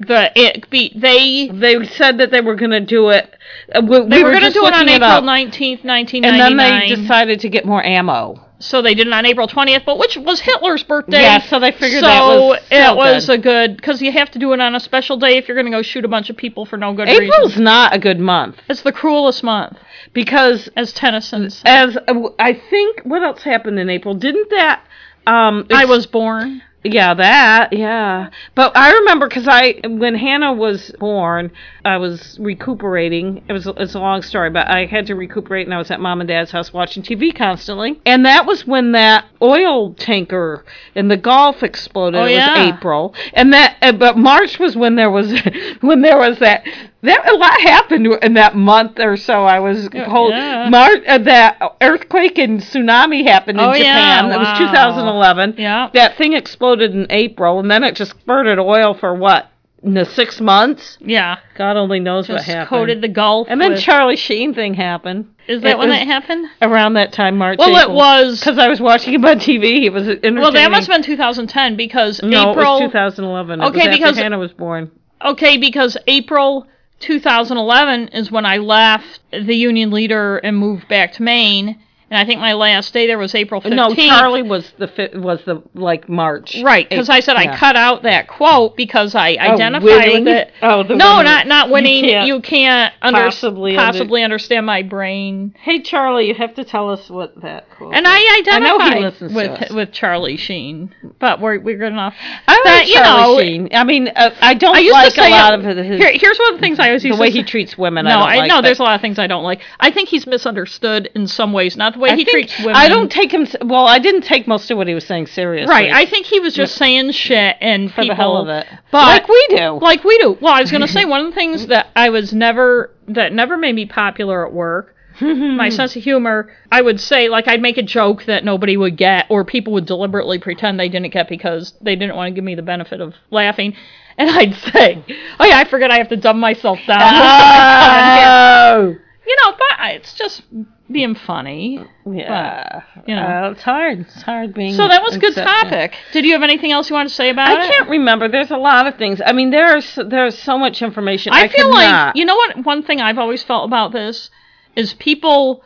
[SPEAKER 1] The it be they
[SPEAKER 2] they said that they were going to do it uh, we,
[SPEAKER 1] they were, going to
[SPEAKER 2] just
[SPEAKER 1] do it on
[SPEAKER 2] looking
[SPEAKER 1] April
[SPEAKER 2] up.
[SPEAKER 1] nineteenth, nineteen
[SPEAKER 2] and
[SPEAKER 1] ninety
[SPEAKER 2] then they
[SPEAKER 1] nine.
[SPEAKER 2] decided to get more ammo.
[SPEAKER 1] So they did it on April twentieth, but which was Hitler's birthday.
[SPEAKER 2] Yeah, so they figured
[SPEAKER 1] so
[SPEAKER 2] that was
[SPEAKER 1] it
[SPEAKER 2] still
[SPEAKER 1] was
[SPEAKER 2] good.
[SPEAKER 1] a good because you have to do it on a special day if you're going to go shoot a bunch of people for no good
[SPEAKER 2] April's
[SPEAKER 1] reason.
[SPEAKER 2] not a good month
[SPEAKER 1] It's the cruelest month,
[SPEAKER 2] because
[SPEAKER 1] as Tennyson said.
[SPEAKER 2] as uh, I think what else happened in April? Didn't that um
[SPEAKER 1] I
[SPEAKER 2] it's-
[SPEAKER 1] was born.
[SPEAKER 2] yeah, that. Yeah. But I remember cuz I when Hannah was born, I was recuperating. It was it's a long story, but I had to recuperate and I was at mom and dad's house watching TV constantly. And that was when that oil tanker in the Gulf exploded.
[SPEAKER 1] Oh,
[SPEAKER 2] it
[SPEAKER 1] yeah.
[SPEAKER 2] was April. And that uh, but March was when there was when there was that that a lot happened in that month or so. I was whole
[SPEAKER 1] yeah.
[SPEAKER 2] Mar- uh, that earthquake and tsunami happened in
[SPEAKER 1] Oh, yeah,
[SPEAKER 2] Japan. It
[SPEAKER 1] wow.
[SPEAKER 2] was 2011.
[SPEAKER 1] Yeah.
[SPEAKER 2] That thing exploded in April, and then it just spurted oil for what? In the six months?
[SPEAKER 1] Yeah,
[SPEAKER 2] God only knows what
[SPEAKER 1] just
[SPEAKER 2] happened.
[SPEAKER 1] coated the Gulf.
[SPEAKER 2] and then
[SPEAKER 1] with-
[SPEAKER 2] Charlie Sheen thing happened.
[SPEAKER 1] Is that
[SPEAKER 2] It
[SPEAKER 1] when
[SPEAKER 2] was
[SPEAKER 1] that happened?
[SPEAKER 2] Around that time, March.
[SPEAKER 1] Well, it was.
[SPEAKER 2] Because I was watching him on TV. It was entertaining.
[SPEAKER 1] Well, that must have been 2010 because
[SPEAKER 2] No, it
[SPEAKER 1] April.
[SPEAKER 2] was 2011. It
[SPEAKER 1] Okay,
[SPEAKER 2] was after
[SPEAKER 1] because-
[SPEAKER 2] Hannah was born.
[SPEAKER 1] okay, because April 2011 is when I left the union leader and moved back to Maine, and I think my last day there was April 15th.
[SPEAKER 2] No, Charlie was the fi- was the like March.
[SPEAKER 1] Right, because I said I
[SPEAKER 2] Yeah.
[SPEAKER 1] cut out that quote because I identified
[SPEAKER 2] winning?
[SPEAKER 1] with it.
[SPEAKER 2] Oh, the
[SPEAKER 1] no,
[SPEAKER 2] winning.
[SPEAKER 1] not not
[SPEAKER 2] You
[SPEAKER 1] winning.
[SPEAKER 2] can't
[SPEAKER 1] You can't, under-
[SPEAKER 2] possibly under-
[SPEAKER 1] possibly understand my brain.
[SPEAKER 2] Hey Charlie, you have to tell us what that quote.
[SPEAKER 1] And I
[SPEAKER 2] I know he
[SPEAKER 1] identify
[SPEAKER 2] listens to
[SPEAKER 1] with
[SPEAKER 2] us.
[SPEAKER 1] with Charlie Sheen, but we're we're good enough.
[SPEAKER 2] I
[SPEAKER 1] But,
[SPEAKER 2] like
[SPEAKER 1] you
[SPEAKER 2] Charlie
[SPEAKER 1] know,
[SPEAKER 2] Sheen. I mean, uh, I don't
[SPEAKER 1] I used
[SPEAKER 2] like
[SPEAKER 1] to say uh,
[SPEAKER 2] a lot of his
[SPEAKER 1] here- here's one of the things I always
[SPEAKER 2] the
[SPEAKER 1] used
[SPEAKER 2] way
[SPEAKER 1] to
[SPEAKER 2] he
[SPEAKER 1] say-
[SPEAKER 2] treats women.
[SPEAKER 1] No,
[SPEAKER 2] I don't
[SPEAKER 1] I
[SPEAKER 2] like
[SPEAKER 1] no.
[SPEAKER 2] that.
[SPEAKER 1] There's a lot of things I don't like. I think he's misunderstood in some ways. Not the way
[SPEAKER 2] I
[SPEAKER 1] he
[SPEAKER 2] think-
[SPEAKER 1] treats women.
[SPEAKER 2] I don't take him. s- Well, I didn't take most of what he was saying seriously.
[SPEAKER 1] Right. I think he was just saying shit and
[SPEAKER 2] for the hell of it,
[SPEAKER 1] But
[SPEAKER 2] like we do.
[SPEAKER 1] like we do. Well, I was gonna say one of the things that I was never that never made me popular at work. my sense of humor, I would say, like I'd make a joke that nobody would get, or people would deliberately pretend they didn't get because they didn't want to give me the benefit of laughing. "Oh, And I'd say, "Oh yeah, I forgot I have to dumb myself down."
[SPEAKER 2] oh,
[SPEAKER 1] You know, but it's just being funny.
[SPEAKER 2] Mm, Yeah.
[SPEAKER 1] you know.
[SPEAKER 2] Uh, it's hard. It's hard being.
[SPEAKER 1] So that was a good
[SPEAKER 2] accepted.
[SPEAKER 1] topic. Did you have anything else you want to say about
[SPEAKER 2] I
[SPEAKER 1] it?
[SPEAKER 2] can't remember. There's a lot of things. I mean, there are so, there's so much information.
[SPEAKER 1] I, feel
[SPEAKER 2] could
[SPEAKER 1] like
[SPEAKER 2] not-
[SPEAKER 1] you know what one thing I've always felt about this is people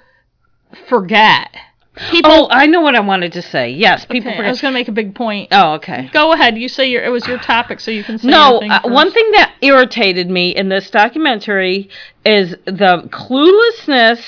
[SPEAKER 1] forget. People
[SPEAKER 2] Oh, I know what I wanted to say. Yes, people.
[SPEAKER 1] Okay, I was going to make a big point.
[SPEAKER 2] oh, okay.
[SPEAKER 1] Go ahead. You say your it was your topic, so you can say
[SPEAKER 2] No,
[SPEAKER 1] your thing
[SPEAKER 2] uh,
[SPEAKER 1] first.
[SPEAKER 2] one thing that irritated me in this documentary is the cluelessness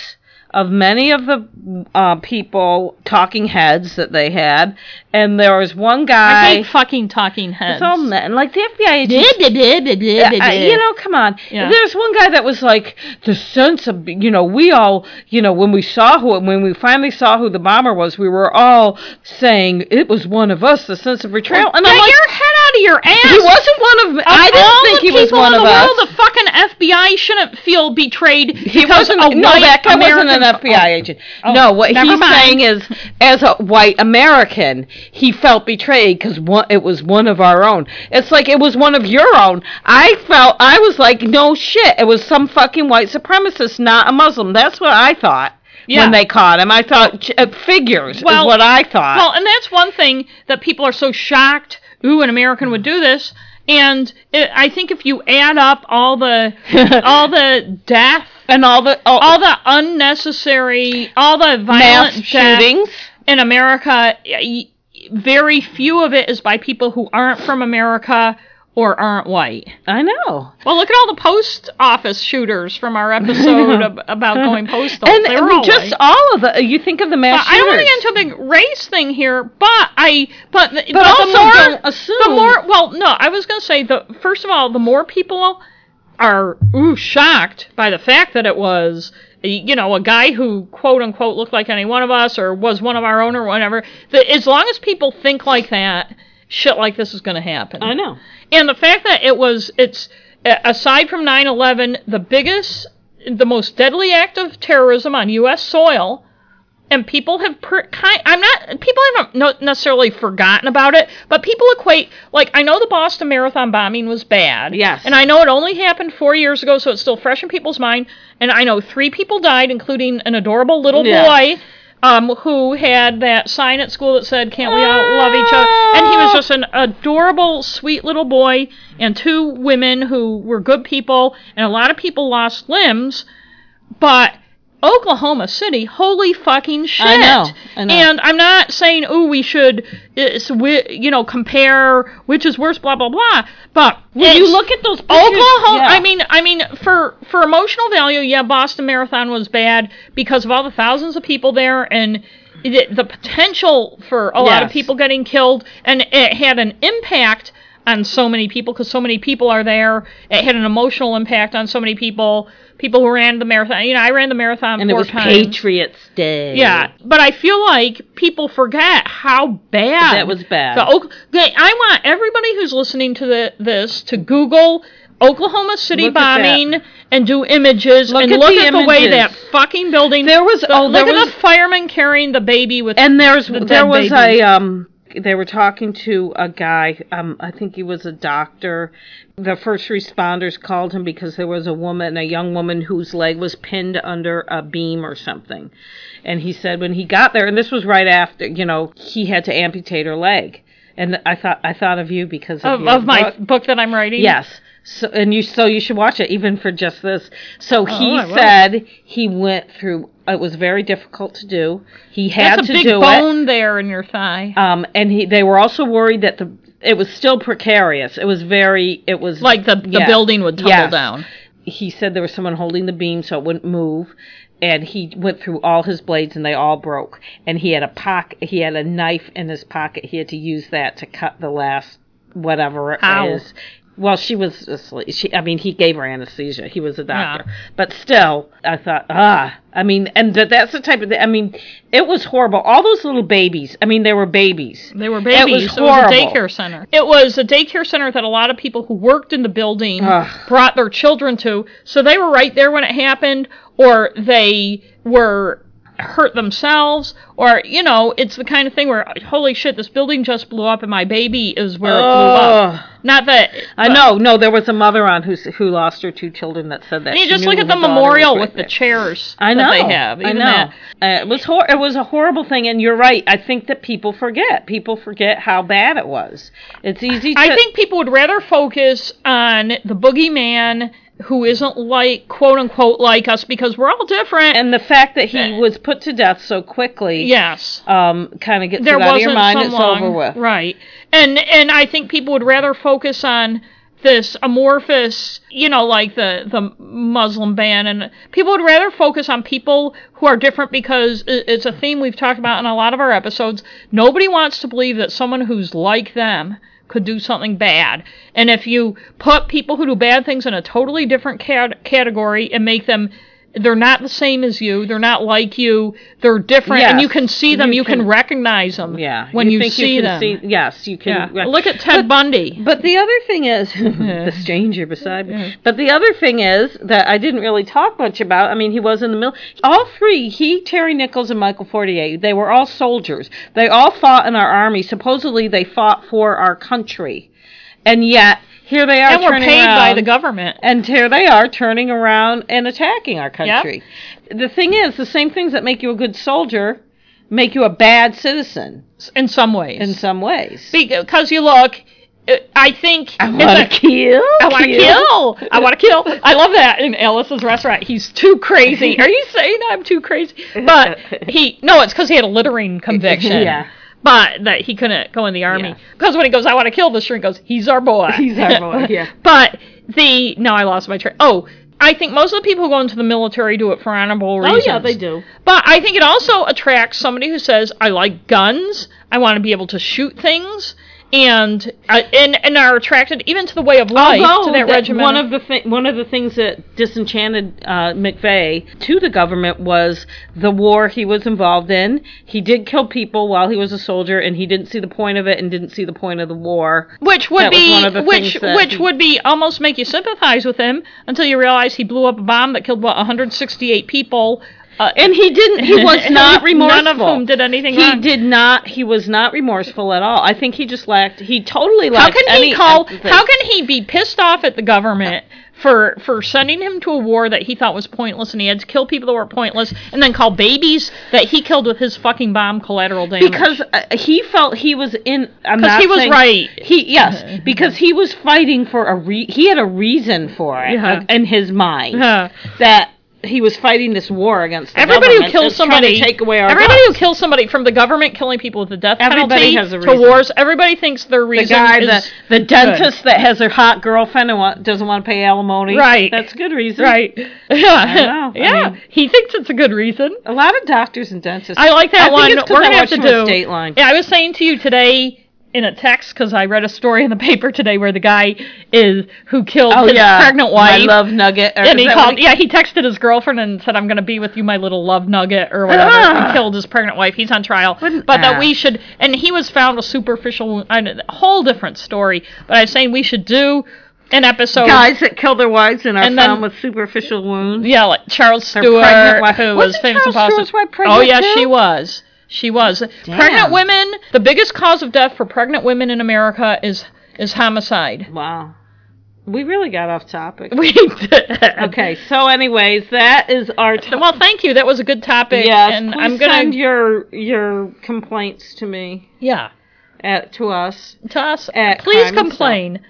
[SPEAKER 2] of many of the uh, people talking heads that they had, and there was one guy.
[SPEAKER 1] I hate fucking talking heads.
[SPEAKER 2] it's all men. Like the FBI agents I- uh, you know, come on.
[SPEAKER 1] Yeah.
[SPEAKER 2] There's one guy that was like the sense of, you know, we all, you know, when we saw who, when we finally saw who the bomber was, we were all saying it was one of us. The sense of betrayal, and
[SPEAKER 1] Get
[SPEAKER 2] I'm like,
[SPEAKER 1] your head out of your ass.
[SPEAKER 2] he wasn't one of.
[SPEAKER 1] Of
[SPEAKER 2] I
[SPEAKER 1] all
[SPEAKER 2] didn't think
[SPEAKER 1] the
[SPEAKER 2] he was
[SPEAKER 1] people
[SPEAKER 2] one
[SPEAKER 1] in
[SPEAKER 2] of
[SPEAKER 1] the
[SPEAKER 2] us.
[SPEAKER 1] world, the fucking FBI shouldn't feel betrayed
[SPEAKER 2] he
[SPEAKER 1] because
[SPEAKER 2] wasn't
[SPEAKER 1] a
[SPEAKER 2] no,
[SPEAKER 1] white
[SPEAKER 2] that guy wasn't an
[SPEAKER 1] American-
[SPEAKER 2] FBI agent.
[SPEAKER 1] Oh,
[SPEAKER 2] no, what
[SPEAKER 1] never
[SPEAKER 2] he's
[SPEAKER 1] mind.
[SPEAKER 2] saying is, as a white American, he felt betrayed because it was one of our own. It's like it was one of your own. I felt I was like, no shit, it was some fucking white supremacist, not a Muslim. That's what I thought
[SPEAKER 1] Yeah.
[SPEAKER 2] when they caught him. I thought ch- uh, figures
[SPEAKER 1] Well-
[SPEAKER 2] is what I thought.
[SPEAKER 1] Well, and that's one thing that people are so shocked. Ooh, an American would do this. And it, I think if you add up all the all the death,
[SPEAKER 2] and all the all,
[SPEAKER 1] all the unnecessary, all the
[SPEAKER 2] mass
[SPEAKER 1] violent death
[SPEAKER 2] shootings.
[SPEAKER 1] in America, y- very few of it is by people who aren't from America or aren't white.
[SPEAKER 2] I know.
[SPEAKER 1] Well, look at all the post office shooters from our episode ab- about going postal.
[SPEAKER 2] And,
[SPEAKER 1] They were
[SPEAKER 2] and
[SPEAKER 1] all
[SPEAKER 2] just
[SPEAKER 1] white.
[SPEAKER 2] all of the you think of the mass
[SPEAKER 1] I don't want to
[SPEAKER 2] shooters.
[SPEAKER 1] get into a big race thing here, but I but the,
[SPEAKER 2] but also
[SPEAKER 1] the more
[SPEAKER 2] don't assume
[SPEAKER 1] the more well no i was going to say the first of all the more people are ooh shocked by the fact that it was you know a guy who quote unquote looked like any one of us or was one of our own or whatever that as long as people think like that shit like this is going to happen
[SPEAKER 2] I know.
[SPEAKER 1] and the fact that it was it's a- aside from 9/11 the biggest the most deadly act of terrorism on US soil and people have per, kind, I'm not people haven't no, necessarily forgotten about it but people equate like I know the Boston Marathon bombing was bad
[SPEAKER 2] Yes.
[SPEAKER 1] and I know it only happened 4 years ago so it's still fresh in people's mind and I know 3 people died including an adorable little
[SPEAKER 2] Yeah.
[SPEAKER 1] boy um, who had that sign at school that said, "Can't we all love each other?" And he was just an adorable, sweet little boy, and two women who were good people, and a lot of people lost limbs. But Oklahoma City, holy fucking shit!
[SPEAKER 2] I know, I know.
[SPEAKER 1] And I'm not saying, "Oh, we should," it's, we, you know, compare which is worse, blah blah blah. But
[SPEAKER 2] When you
[SPEAKER 1] it's-
[SPEAKER 2] look at those pictures,
[SPEAKER 1] Oklahoma.
[SPEAKER 2] yeah.
[SPEAKER 1] I mean, I mean, for for emotional value, yeah, Boston Marathon was bad because of all the thousands of people there and the, the potential for a lot of
[SPEAKER 2] Yes.
[SPEAKER 1] people getting killed, and it had an impact on so many people because so many people are there. It had an emotional impact on so many people. People who ran the marathon. You know, I ran the marathon
[SPEAKER 2] and it
[SPEAKER 1] four
[SPEAKER 2] was
[SPEAKER 1] times.
[SPEAKER 2] Patriots Day.
[SPEAKER 1] Yeah, but I feel like people forget how bad
[SPEAKER 2] That was bad.
[SPEAKER 1] The Oak- Okay, I want everybody who's listening to the, this to Google Oklahoma City
[SPEAKER 2] Look at that.
[SPEAKER 1] bombing and do images and
[SPEAKER 2] at
[SPEAKER 1] look
[SPEAKER 2] the
[SPEAKER 1] at the way
[SPEAKER 2] images.
[SPEAKER 1] that fucking building.
[SPEAKER 2] There was oh there
[SPEAKER 1] look at
[SPEAKER 2] was
[SPEAKER 1] the fireman carrying the baby with.
[SPEAKER 2] and there's
[SPEAKER 1] the
[SPEAKER 2] there
[SPEAKER 1] dead
[SPEAKER 2] was
[SPEAKER 1] baby.
[SPEAKER 2] a um they were talking to a guy um I think he was a doctor. The first responders called him because there was a woman, a young woman whose leg was pinned under a beam or something. And he said when he got there and this was right after, you know, he had to amputate her leg. And I thought I thought of you because of,
[SPEAKER 1] of,
[SPEAKER 2] your
[SPEAKER 1] of my
[SPEAKER 2] book.
[SPEAKER 1] book that I'm writing.
[SPEAKER 2] Yes. So and you so you should watch it even for just this. So he
[SPEAKER 1] Oh, I will.
[SPEAKER 2] said he went through it was very difficult to do. He had
[SPEAKER 1] that's a
[SPEAKER 2] to
[SPEAKER 1] big
[SPEAKER 2] do it.
[SPEAKER 1] bone there in your thigh.
[SPEAKER 2] Um and he they were also worried that the it was still precarious. It was very it was
[SPEAKER 1] like the, the
[SPEAKER 2] yeah.
[SPEAKER 1] building would tumble
[SPEAKER 2] Yes.
[SPEAKER 1] down.
[SPEAKER 2] He said there was someone holding the beam so it wouldn't move and he went through all his blades and they all broke and he had a pocket he had a knife in his pocket. He had to use that to cut the last whatever it is.
[SPEAKER 1] Ow.
[SPEAKER 2] Well, she was asleep. She, I mean, he gave her anesthesia. He was a doctor, but still, I thought, ah, I mean, and that that's the type of. thing. I mean, it was horrible. All those little babies. I mean, they were babies.
[SPEAKER 1] They were babies.
[SPEAKER 2] It was
[SPEAKER 1] a
[SPEAKER 2] horrible.
[SPEAKER 1] daycare center. It was a daycare center that a lot of people who worked in the building
[SPEAKER 2] Ugh.
[SPEAKER 1] brought their children to. So they were right there when it happened, or they were hurt themselves or you know it's the kind of thing where holy shit this building just blew up and my baby is where it blew
[SPEAKER 2] Ugh.
[SPEAKER 1] up not that
[SPEAKER 2] I know. No, there was a mother on who who lost her two children that said that.
[SPEAKER 1] I mean,
[SPEAKER 2] She
[SPEAKER 1] just
[SPEAKER 2] knew
[SPEAKER 1] look
[SPEAKER 2] her
[SPEAKER 1] at the
[SPEAKER 2] daughter was
[SPEAKER 1] memorial
[SPEAKER 2] right
[SPEAKER 1] with
[SPEAKER 2] there.
[SPEAKER 1] the chairs
[SPEAKER 2] I
[SPEAKER 1] that
[SPEAKER 2] know
[SPEAKER 1] they have
[SPEAKER 2] I
[SPEAKER 1] even
[SPEAKER 2] know.
[SPEAKER 1] that.
[SPEAKER 2] Uh, it was hor- it was a horrible thing, and you're right. I think that people forget. People forget how bad it was. It's easy. to...
[SPEAKER 1] I think people would rather focus on the boogeyman who isn't like quote unquote like us because we're all different.
[SPEAKER 2] and the fact that he was put to death so quickly,
[SPEAKER 1] yes,
[SPEAKER 2] um, kind of gets
[SPEAKER 1] there
[SPEAKER 2] it out of
[SPEAKER 1] wasn't
[SPEAKER 2] your mind. It's
[SPEAKER 1] someone
[SPEAKER 2] over with.
[SPEAKER 1] right, and and I think people would rather focus on this amorphous, you know, like the the Muslim ban, and people would rather focus on people who are different because i- it's a theme we've talked about in a lot of our episodes. Nobody wants to believe that someone who's like them could do something bad. And if you put people who do bad things in a totally different cat- category and make them they're not the same as you, they're not like you, they're different and
[SPEAKER 2] Yes.
[SPEAKER 1] you can see them,
[SPEAKER 2] You
[SPEAKER 1] you, can,
[SPEAKER 2] can-
[SPEAKER 1] recognize them
[SPEAKER 2] Yeah.
[SPEAKER 1] when you,
[SPEAKER 2] think
[SPEAKER 1] see
[SPEAKER 2] you
[SPEAKER 1] them.
[SPEAKER 2] can See, yes, you can.
[SPEAKER 1] yeah.
[SPEAKER 2] rec-
[SPEAKER 1] Look at Ted Bundy.
[SPEAKER 2] But the other thing is the stranger beside me. But the other thing is that I didn't really talk much about. I mean, he was in the middle. All three, he, Terry Nichols, and Michael Fortier, they were all soldiers. They all fought in our army. Supposedly, they fought for our country, and yet here they are
[SPEAKER 1] And we're
[SPEAKER 2] turning
[SPEAKER 1] paid by
[SPEAKER 2] around-
[SPEAKER 1] the government.
[SPEAKER 2] and here they are turning around and attacking our country. The thing is, the same things that make you a good soldier make you a bad citizen
[SPEAKER 1] In some ways.
[SPEAKER 2] in some ways.
[SPEAKER 1] because you look, I- I think
[SPEAKER 2] I
[SPEAKER 1] it's a
[SPEAKER 2] want to kill.
[SPEAKER 1] I want to kill. I want to kill. I love that in Alice's restaurant. He's too crazy. Are you saying I'm too crazy? But he no, it's because he had a littering conviction.
[SPEAKER 2] Yeah.
[SPEAKER 1] But that he couldn't go in the army
[SPEAKER 2] Yeah.
[SPEAKER 1] because when he goes, I want to kill this shrink. Goes, he's our boy.
[SPEAKER 2] He's our boy, yeah.
[SPEAKER 1] but the no, I lost my train. Oh, I think most of the people who go into the military do it for honorable
[SPEAKER 3] Oh
[SPEAKER 1] reasons.
[SPEAKER 3] yeah, they do.
[SPEAKER 1] But I think it also attracts somebody who says, "I like guns. I want to be able to shoot things." And uh, and and are attracted even to the way
[SPEAKER 2] Oh,
[SPEAKER 1] of life to that, regiment.
[SPEAKER 2] One of the thi- one of the things that disenchanted uh, McVeigh to the government was the war he was involved in. He did kill people while he was a soldier, and he didn't see the point of it, and didn't see the point of the war.
[SPEAKER 1] which would
[SPEAKER 2] That was
[SPEAKER 1] be
[SPEAKER 2] one of the
[SPEAKER 1] which
[SPEAKER 2] things that
[SPEAKER 1] which
[SPEAKER 2] he-
[SPEAKER 1] would be almost make you sympathize with him until you realize he blew up a bomb that killed what 168 people. Uh,
[SPEAKER 2] And he didn't. He was not remorseful.
[SPEAKER 1] None of whom did anything
[SPEAKER 2] He
[SPEAKER 1] wrong.
[SPEAKER 2] did not. He was not remorseful at all. I think he just lacked. He totally
[SPEAKER 1] how
[SPEAKER 2] lacked.
[SPEAKER 1] can he
[SPEAKER 2] any uh,
[SPEAKER 1] call?
[SPEAKER 2] empathy.
[SPEAKER 1] How can he be pissed off at the government for for sending him to a war that he thought was pointless, and he had to kill people that were pointless, and then call babies that he killed with his fucking bomb collateral damage?
[SPEAKER 2] because uh, he felt he was in. I'm
[SPEAKER 1] 'Cause
[SPEAKER 2] not
[SPEAKER 1] he was
[SPEAKER 2] saying-
[SPEAKER 1] right.
[SPEAKER 2] He yes, because he was fighting for a re- he had a reason for it
[SPEAKER 1] Yeah.
[SPEAKER 2] uh, in his mind
[SPEAKER 1] Yeah.
[SPEAKER 2] that he was fighting this war against the
[SPEAKER 1] Everybody who
[SPEAKER 2] government
[SPEAKER 1] kills
[SPEAKER 2] that's trying
[SPEAKER 1] somebody,
[SPEAKER 2] to take away our
[SPEAKER 1] everybody who
[SPEAKER 2] guns.
[SPEAKER 1] kills somebody from the government killing people with the death
[SPEAKER 2] Everybody
[SPEAKER 1] penalty
[SPEAKER 2] has a
[SPEAKER 1] to
[SPEAKER 2] reason.
[SPEAKER 1] wars, everybody thinks their
[SPEAKER 2] the
[SPEAKER 1] reason
[SPEAKER 2] guy,
[SPEAKER 1] is
[SPEAKER 2] the, the dentist that has her hot girlfriend and want, doesn't want to pay alimony.
[SPEAKER 1] Right.
[SPEAKER 2] That's a good reason.
[SPEAKER 1] right. Yeah,
[SPEAKER 2] know. I
[SPEAKER 1] yeah.
[SPEAKER 2] mean-
[SPEAKER 1] he thinks it's a good reason.
[SPEAKER 2] A lot of doctors and dentists.
[SPEAKER 1] I like that
[SPEAKER 2] I
[SPEAKER 1] one.
[SPEAKER 2] Think it's 'cause
[SPEAKER 1] We're
[SPEAKER 2] I
[SPEAKER 1] gonna have
[SPEAKER 2] watch
[SPEAKER 1] to
[SPEAKER 2] too much
[SPEAKER 1] do.
[SPEAKER 2] Dateline.
[SPEAKER 1] Yeah, I was saying to you today in a text because I read a story in the paper today where the guy is who killed his pregnant wife.
[SPEAKER 2] Oh, My love nugget. or
[SPEAKER 1] and
[SPEAKER 2] is
[SPEAKER 1] he
[SPEAKER 2] that what
[SPEAKER 1] called. Yeah, he texted his girlfriend and said, "I'm going to be with you, my little love nugget, or whatever."
[SPEAKER 2] Ah.
[SPEAKER 1] And killed his pregnant wife. He's on trial,
[SPEAKER 2] Wouldn't-
[SPEAKER 1] but that
[SPEAKER 2] ah.
[SPEAKER 1] we should. And he was found with superficial wound. I know, a whole different story. But I was saying we should do an episode.
[SPEAKER 2] guys that kill their wives and are
[SPEAKER 1] And then-
[SPEAKER 2] found with superficial wounds.
[SPEAKER 1] Yeah, like Charles Stewart,
[SPEAKER 2] pregnant wife-
[SPEAKER 1] who was
[SPEAKER 2] Wasn't
[SPEAKER 1] famous
[SPEAKER 2] Charles
[SPEAKER 1] imposter.
[SPEAKER 2] Stewart's wife
[SPEAKER 1] oh
[SPEAKER 2] pregnant
[SPEAKER 1] yeah,
[SPEAKER 2] too?
[SPEAKER 1] she was. She was. Pregnant women. The biggest cause of death for pregnant women in America is is homicide.
[SPEAKER 2] Wow. We really got off topic.
[SPEAKER 1] We did.
[SPEAKER 2] Okay, so anyways, that is our topic.
[SPEAKER 1] Well, thank you. That was a good topic.
[SPEAKER 2] Yes,
[SPEAKER 1] and
[SPEAKER 2] please
[SPEAKER 1] I'm gonna
[SPEAKER 2] send your your complaints to me
[SPEAKER 1] yeah
[SPEAKER 2] at to us.
[SPEAKER 1] to us.
[SPEAKER 2] At
[SPEAKER 1] please
[SPEAKER 2] crime and
[SPEAKER 1] complain.
[SPEAKER 2] Eh,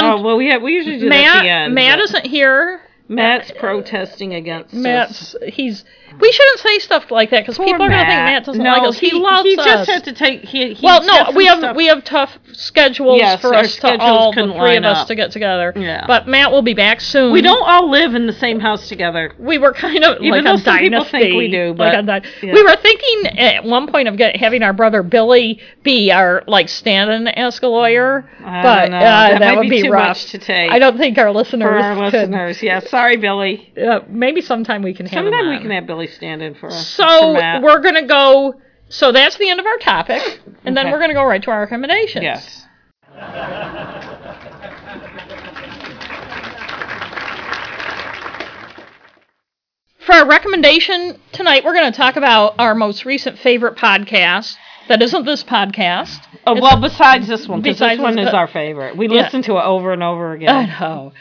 [SPEAKER 2] Oh
[SPEAKER 1] And
[SPEAKER 2] well, we have, we usually do that at
[SPEAKER 1] Matt
[SPEAKER 2] the end.
[SPEAKER 1] Matt
[SPEAKER 2] but
[SPEAKER 1] isn't here.
[SPEAKER 2] Matt's protesting against us.
[SPEAKER 1] Matt's he's. We shouldn't say stuff like that because
[SPEAKER 2] Poor
[SPEAKER 1] people are gonna think Matt doesn't
[SPEAKER 2] no,
[SPEAKER 1] like us. He, loves
[SPEAKER 2] he
[SPEAKER 1] us.
[SPEAKER 2] just had to take. He, he
[SPEAKER 1] Well,
[SPEAKER 2] had
[SPEAKER 1] no,
[SPEAKER 2] some
[SPEAKER 1] we have
[SPEAKER 2] stuff-
[SPEAKER 1] we have tough schedules
[SPEAKER 2] Yes,
[SPEAKER 1] for
[SPEAKER 2] our
[SPEAKER 1] us to
[SPEAKER 2] schedules
[SPEAKER 1] all the
[SPEAKER 2] couldn't
[SPEAKER 1] three of
[SPEAKER 2] line
[SPEAKER 1] us
[SPEAKER 2] up.
[SPEAKER 1] to get together.
[SPEAKER 2] Yeah.
[SPEAKER 1] But Matt will be back soon.
[SPEAKER 2] we don't all live in the same house together.
[SPEAKER 1] We were kind of like
[SPEAKER 2] Even though
[SPEAKER 1] a
[SPEAKER 2] some people
[SPEAKER 1] dynasty.
[SPEAKER 2] think we do,
[SPEAKER 1] like
[SPEAKER 2] but-
[SPEAKER 1] a di-
[SPEAKER 2] yeah.
[SPEAKER 1] we were thinking at one point of get, having our brother Billy be our like stand-in as a lawyer,
[SPEAKER 2] I
[SPEAKER 1] but
[SPEAKER 2] don't know.
[SPEAKER 1] uh,
[SPEAKER 2] That might
[SPEAKER 1] would
[SPEAKER 2] be too
[SPEAKER 1] rough
[SPEAKER 2] much to take
[SPEAKER 1] I don't think our listeners.
[SPEAKER 2] for our
[SPEAKER 1] could-
[SPEAKER 2] listeners. Yeah, sorry, Billy.
[SPEAKER 1] uh, maybe sometime we can have. him
[SPEAKER 2] Sometime we
[SPEAKER 1] on.
[SPEAKER 2] can have Billy stand in for us. for
[SPEAKER 1] So
[SPEAKER 2] Matt.
[SPEAKER 1] we're gonna go. So that's the end of our topic, and then
[SPEAKER 2] Okay.
[SPEAKER 1] we're gonna go right to our recommendations.
[SPEAKER 2] yes.
[SPEAKER 1] For our recommendation tonight, we're going to talk about our most recent favorite podcast that isn't this podcast.
[SPEAKER 2] Oh,
[SPEAKER 1] It's-
[SPEAKER 2] well, besides this one, because this
[SPEAKER 1] Besides
[SPEAKER 2] one
[SPEAKER 1] this-
[SPEAKER 2] is our favorite. We
[SPEAKER 1] Yeah.
[SPEAKER 2] listen to it over and over
[SPEAKER 1] I
[SPEAKER 2] again.
[SPEAKER 1] know.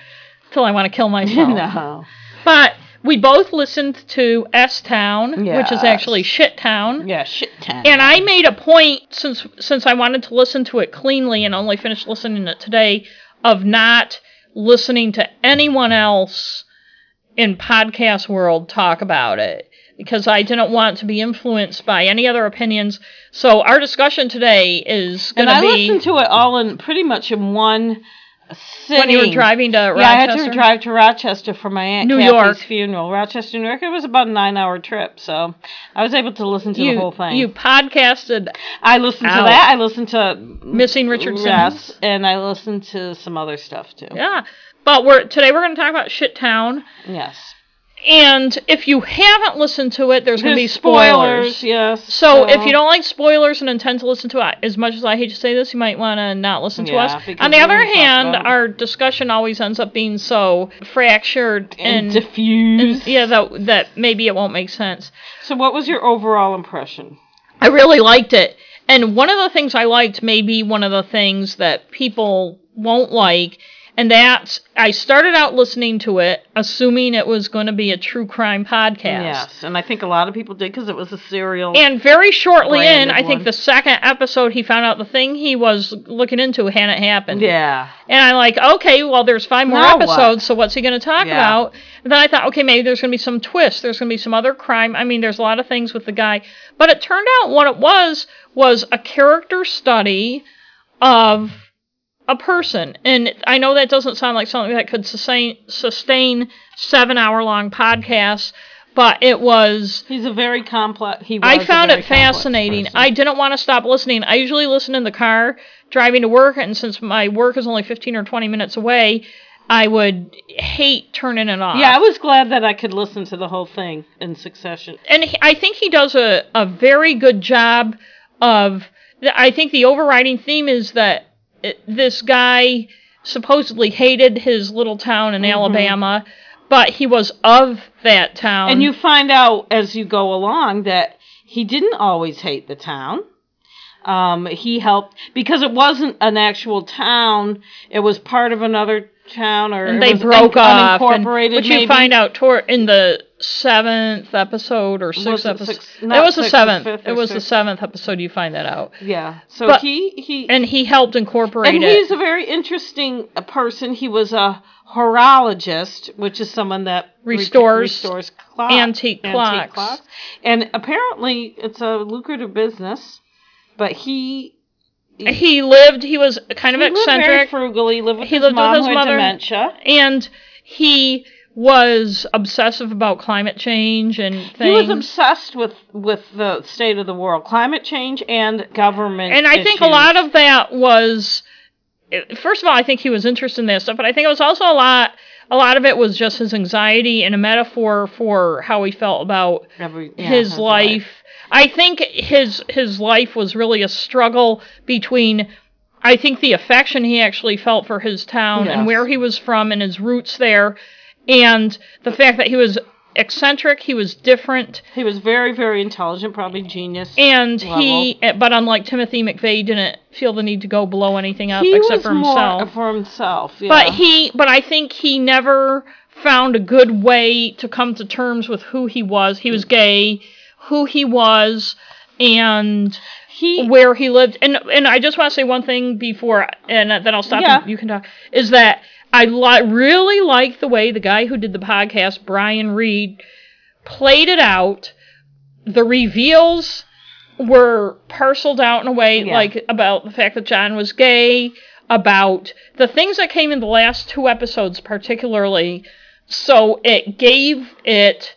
[SPEAKER 1] Till I want to kill myself.
[SPEAKER 2] no.
[SPEAKER 1] But we both listened to S Town, which is
[SPEAKER 2] Yes.
[SPEAKER 1] actually Shit Town.
[SPEAKER 2] Yeah, shit ten.
[SPEAKER 1] And I made a point since since I wanted to listen to it cleanly and only finished listening to it today of not listening to anyone else in podcast world talk about it because I didn't want to be influenced by any other opinions. So our discussion today is going
[SPEAKER 2] And
[SPEAKER 1] to
[SPEAKER 2] I
[SPEAKER 1] be
[SPEAKER 2] listened to it all in pretty much in one sitting.
[SPEAKER 1] when you were driving to Rochester.
[SPEAKER 2] Yeah, I had to drive to Rochester for my aunt
[SPEAKER 1] New
[SPEAKER 2] Kathy's
[SPEAKER 1] York.
[SPEAKER 2] funeral. Rochester, New York. It was about a nine-hour trip, so I was able to listen to
[SPEAKER 1] you,
[SPEAKER 2] the whole thing.
[SPEAKER 1] you podcasted
[SPEAKER 2] I listened to
[SPEAKER 1] Ow.
[SPEAKER 2] that. I listened to
[SPEAKER 1] Missing Richardson.
[SPEAKER 2] Yes, and I listened to some other stuff too.
[SPEAKER 1] Yeah. But we're today we're going to talk about Shit Town.
[SPEAKER 2] Yes,
[SPEAKER 1] And if you haven't listened to it, there's going to be
[SPEAKER 2] There's
[SPEAKER 1] spoilers.
[SPEAKER 2] Yes.
[SPEAKER 1] So if you don't like spoilers and intend to listen to it, as much as I hate to say this, you might want to not listen to
[SPEAKER 2] Yeah,
[SPEAKER 1] us.
[SPEAKER 2] because
[SPEAKER 1] On the
[SPEAKER 2] we
[SPEAKER 1] other
[SPEAKER 2] talked
[SPEAKER 1] hand,
[SPEAKER 2] about it.
[SPEAKER 1] our discussion always ends up being so fractured
[SPEAKER 2] and
[SPEAKER 1] and,
[SPEAKER 2] diffuse.
[SPEAKER 1] yeah, that that maybe it won't make sense.
[SPEAKER 2] So what was your overall impression?
[SPEAKER 1] I really liked it. And one of the things I liked may be one of the things that people won't like. And that's, I started out listening to it assuming it was going to be a true crime podcast.
[SPEAKER 2] Yes, and I think a lot of people did because it was a serial.
[SPEAKER 1] And very shortly in,
[SPEAKER 2] Branded
[SPEAKER 1] I think
[SPEAKER 2] one.
[SPEAKER 1] the second episode, he found out the thing he was looking into hadn't happened.
[SPEAKER 2] yeah,
[SPEAKER 1] And I'm like, okay, well, there's five more
[SPEAKER 2] Now what?
[SPEAKER 1] episodes, so what's he going to talk
[SPEAKER 2] Yeah.
[SPEAKER 1] about? And then I thought, okay, maybe there's going to be some twist. There's going to be some other crime. I mean, there's a lot of things with the guy. But it turned out what it was was a character study of a person. And I know that doesn't sound like something that could sustain, sustain seven hour long podcasts, but it was.
[SPEAKER 2] he's a very complex. He. was
[SPEAKER 1] I
[SPEAKER 2] a
[SPEAKER 1] found
[SPEAKER 2] very
[SPEAKER 1] it
[SPEAKER 2] complex
[SPEAKER 1] fascinating.
[SPEAKER 2] person.
[SPEAKER 1] I didn't want to stop listening. I usually listen in the car driving to work, and since my work is only 15 or 20 minutes away, I would hate turning it off.
[SPEAKER 2] Yeah, I was glad that I could listen to the whole thing in succession.
[SPEAKER 1] and he, I think he does a, a very good job of. th- I think the overriding theme is that uh, this guy supposedly hated his little town
[SPEAKER 2] Mm-hmm.
[SPEAKER 1] in Alabama, but he was of that town.
[SPEAKER 2] And you find out as you go along that he didn't always hate the town. Um, he helped because it wasn't an actual town; it was part of another town, or
[SPEAKER 1] and
[SPEAKER 2] it
[SPEAKER 1] they
[SPEAKER 2] was
[SPEAKER 1] broke
[SPEAKER 2] un-
[SPEAKER 1] off. And,
[SPEAKER 2] unincorporated.
[SPEAKER 1] which
[SPEAKER 2] maybe.
[SPEAKER 1] you find out toward, in the seventh episode or sixth
[SPEAKER 2] Was it
[SPEAKER 1] episode.
[SPEAKER 2] six-
[SPEAKER 1] it
[SPEAKER 2] not
[SPEAKER 1] was the
[SPEAKER 2] sixth, the
[SPEAKER 1] seventh.
[SPEAKER 2] fifth
[SPEAKER 1] It
[SPEAKER 2] or
[SPEAKER 1] was the
[SPEAKER 2] sixth?
[SPEAKER 1] seventh episode. You find that out,
[SPEAKER 2] Yeah. So
[SPEAKER 1] But-
[SPEAKER 2] he he
[SPEAKER 1] and he helped incorporate
[SPEAKER 2] and
[SPEAKER 1] it.
[SPEAKER 2] he's a very interesting uh, person. He was a horologist, which is someone that re-
[SPEAKER 1] Restores
[SPEAKER 2] restores clock,
[SPEAKER 1] antique clocks.
[SPEAKER 2] And apparently, it's a lucrative business. But he
[SPEAKER 1] he lived. He was kind of
[SPEAKER 2] he lived very
[SPEAKER 1] eccentric,
[SPEAKER 2] frugally. Lived with
[SPEAKER 1] He
[SPEAKER 2] his
[SPEAKER 1] lived with
[SPEAKER 2] mom
[SPEAKER 1] his
[SPEAKER 2] who had
[SPEAKER 1] mother.
[SPEAKER 2] dementia.
[SPEAKER 1] and he was obsessive about climate change and things.
[SPEAKER 2] He was obsessed with with the state of the world, climate change, and government.
[SPEAKER 1] and I think a
[SPEAKER 2] issues.
[SPEAKER 1] lot of that was first of all, I think he was interested in that stuff, but I think it was also a lot a lot of it was just his anxiety and a metaphor for how he felt about
[SPEAKER 2] Every- yeah,
[SPEAKER 1] his life. I think his his life was really a struggle between I think the affection he actually felt for his town and
[SPEAKER 2] Yes.
[SPEAKER 1] where he was from and his roots there and the fact that he was eccentric, he was different
[SPEAKER 2] He was very, very intelligent, probably genius.
[SPEAKER 1] and he but unlike Timothy McVeigh didn't feel the need to go blow anything up
[SPEAKER 2] he
[SPEAKER 1] except
[SPEAKER 2] was
[SPEAKER 1] for himself.
[SPEAKER 2] more for himself.
[SPEAKER 1] But
[SPEAKER 2] yeah.
[SPEAKER 1] he, but I think he never found a good way to come to terms with who he was. He was gay, who he was, and
[SPEAKER 2] he
[SPEAKER 1] where he lived. And and I just want to say one thing before, and then I'll stop.
[SPEAKER 2] Yeah.
[SPEAKER 1] And you can talk. Is that I li- really like the way the guy who did the podcast, Brian Reed, played it out. The reveals were parceled out in a way,
[SPEAKER 2] Yeah.
[SPEAKER 1] like about the fact that John was gay, about the things that came in the last two episodes, particularly. So it gave it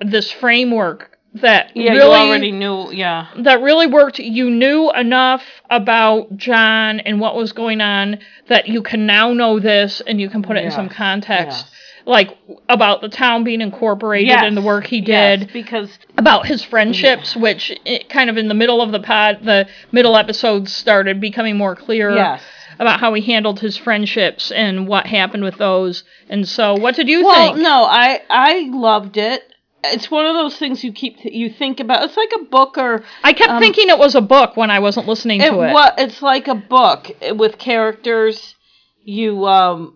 [SPEAKER 1] this framework that
[SPEAKER 2] Yeah,
[SPEAKER 1] really
[SPEAKER 2] you already knew. Yeah,
[SPEAKER 1] that really worked. You knew enough about John and what was going on that you can now know this and you can put it in
[SPEAKER 2] Yes,
[SPEAKER 1] some context. Like about the town being incorporated and the work he did,
[SPEAKER 2] Yes, because
[SPEAKER 1] about his friendships, which it, kind of in the middle of the pod, the middle episodes started becoming more clear
[SPEAKER 2] yes.
[SPEAKER 1] about how he handled his friendships and what happened with those. And so, what did you
[SPEAKER 2] Well,
[SPEAKER 1] think?
[SPEAKER 2] no, I I loved it. it's one of those things you keep you think about. It's like a book or
[SPEAKER 1] I kept
[SPEAKER 2] Um,
[SPEAKER 1] thinking it was a book when I wasn't listening
[SPEAKER 2] it,
[SPEAKER 1] to it.
[SPEAKER 2] wa- it's like a book with characters you um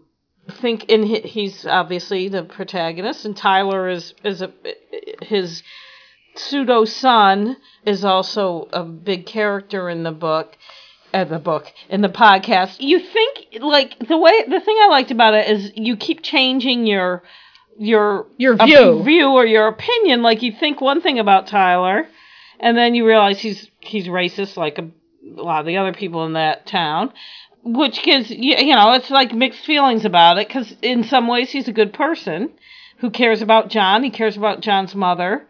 [SPEAKER 2] think in hi- he's obviously the protagonist and Tyler is is a his pseudo son is also a big character in the book uh, the book in the podcast you think like the way the thing i liked about it is you keep changing your your
[SPEAKER 1] Your
[SPEAKER 2] op-
[SPEAKER 1] view.
[SPEAKER 2] view or your opinion like you think one thing about tyler and then you realize he's he's racist like a, a lot of the other people in that town which gives you, you know it's like mixed feelings about it because in some ways he's a good person who cares about john he cares about john's mother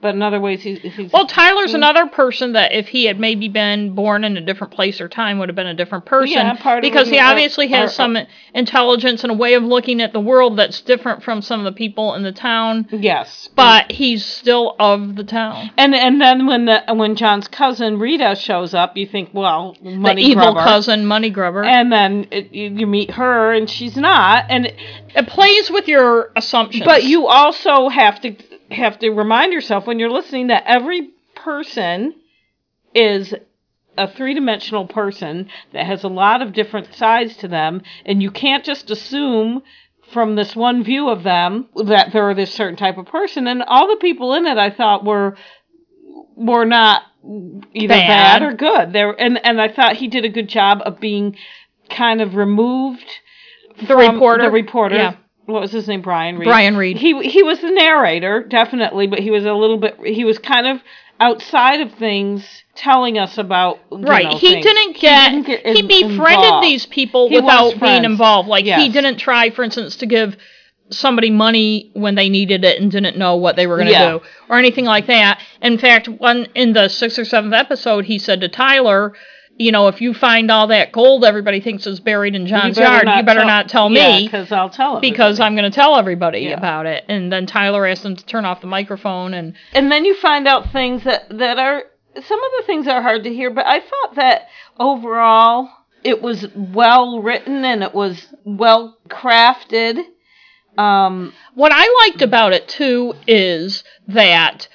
[SPEAKER 2] but in other ways he's, he's
[SPEAKER 1] well, Tyler's another person that if he had maybe been born in a different place or time would have been a different person
[SPEAKER 2] Yeah, part of
[SPEAKER 1] because
[SPEAKER 2] it
[SPEAKER 1] he
[SPEAKER 2] is our-
[SPEAKER 1] obviously
[SPEAKER 2] our-
[SPEAKER 1] has some intelligence and a way of looking at the world that's different from some of the people in the town,
[SPEAKER 2] yes
[SPEAKER 1] but he's still of the town.
[SPEAKER 2] And and then when the when John's cousin Rita shows up, you think, well, money
[SPEAKER 1] the evil
[SPEAKER 2] grubber.
[SPEAKER 1] cousin, money grubber.
[SPEAKER 2] And then it, you, you meet her, and she's not. And it-
[SPEAKER 1] it plays with your assumptions.
[SPEAKER 2] but you also have to have to remind yourself when you're listening that every person is a three-dimensional person that has a lot of different sides to them, and you can't just assume from this one view of them that they're this certain type of person. And all the people in it, I thought were were not either
[SPEAKER 1] Bad.
[SPEAKER 2] bad, or good. There and and I thought he did a good job of being kind of removed
[SPEAKER 1] the
[SPEAKER 2] from
[SPEAKER 1] reporter.
[SPEAKER 2] The reporter.
[SPEAKER 1] Yeah.
[SPEAKER 2] What was his name? Brian Reed.
[SPEAKER 1] Brian Reed.
[SPEAKER 2] He he was the narrator, definitely, but he was a little bit. He was kind of outside of things, telling us about you
[SPEAKER 1] Right.
[SPEAKER 2] know,
[SPEAKER 1] he
[SPEAKER 2] things.
[SPEAKER 1] didn't get. He,
[SPEAKER 2] didn't get in-
[SPEAKER 1] befriended
[SPEAKER 2] involved.
[SPEAKER 1] these people
[SPEAKER 2] He was
[SPEAKER 1] without being
[SPEAKER 2] friends.
[SPEAKER 1] involved. Like he
[SPEAKER 2] Yes.
[SPEAKER 1] didn't try, for instance, to give somebody money when they needed it and didn't know what they were going to
[SPEAKER 2] Yeah.
[SPEAKER 1] do or anything like that. In fact, one in the sixth or seventh episode, he said to Tyler. You know, if you find all that gold everybody thinks is buried in
[SPEAKER 2] You
[SPEAKER 1] John's
[SPEAKER 2] better
[SPEAKER 1] yard, you better
[SPEAKER 2] tell-
[SPEAKER 1] not tell
[SPEAKER 2] Yeah,
[SPEAKER 1] me
[SPEAKER 2] because I'll tell him.
[SPEAKER 1] because I'm going to tell everybody
[SPEAKER 2] Yeah.
[SPEAKER 1] about it. And then Tyler asked him to turn off the microphone, and
[SPEAKER 2] and then you find out things that that are some of the things are hard to hear but i thought that overall it was well written and it was well crafted um
[SPEAKER 1] what I liked about it too is that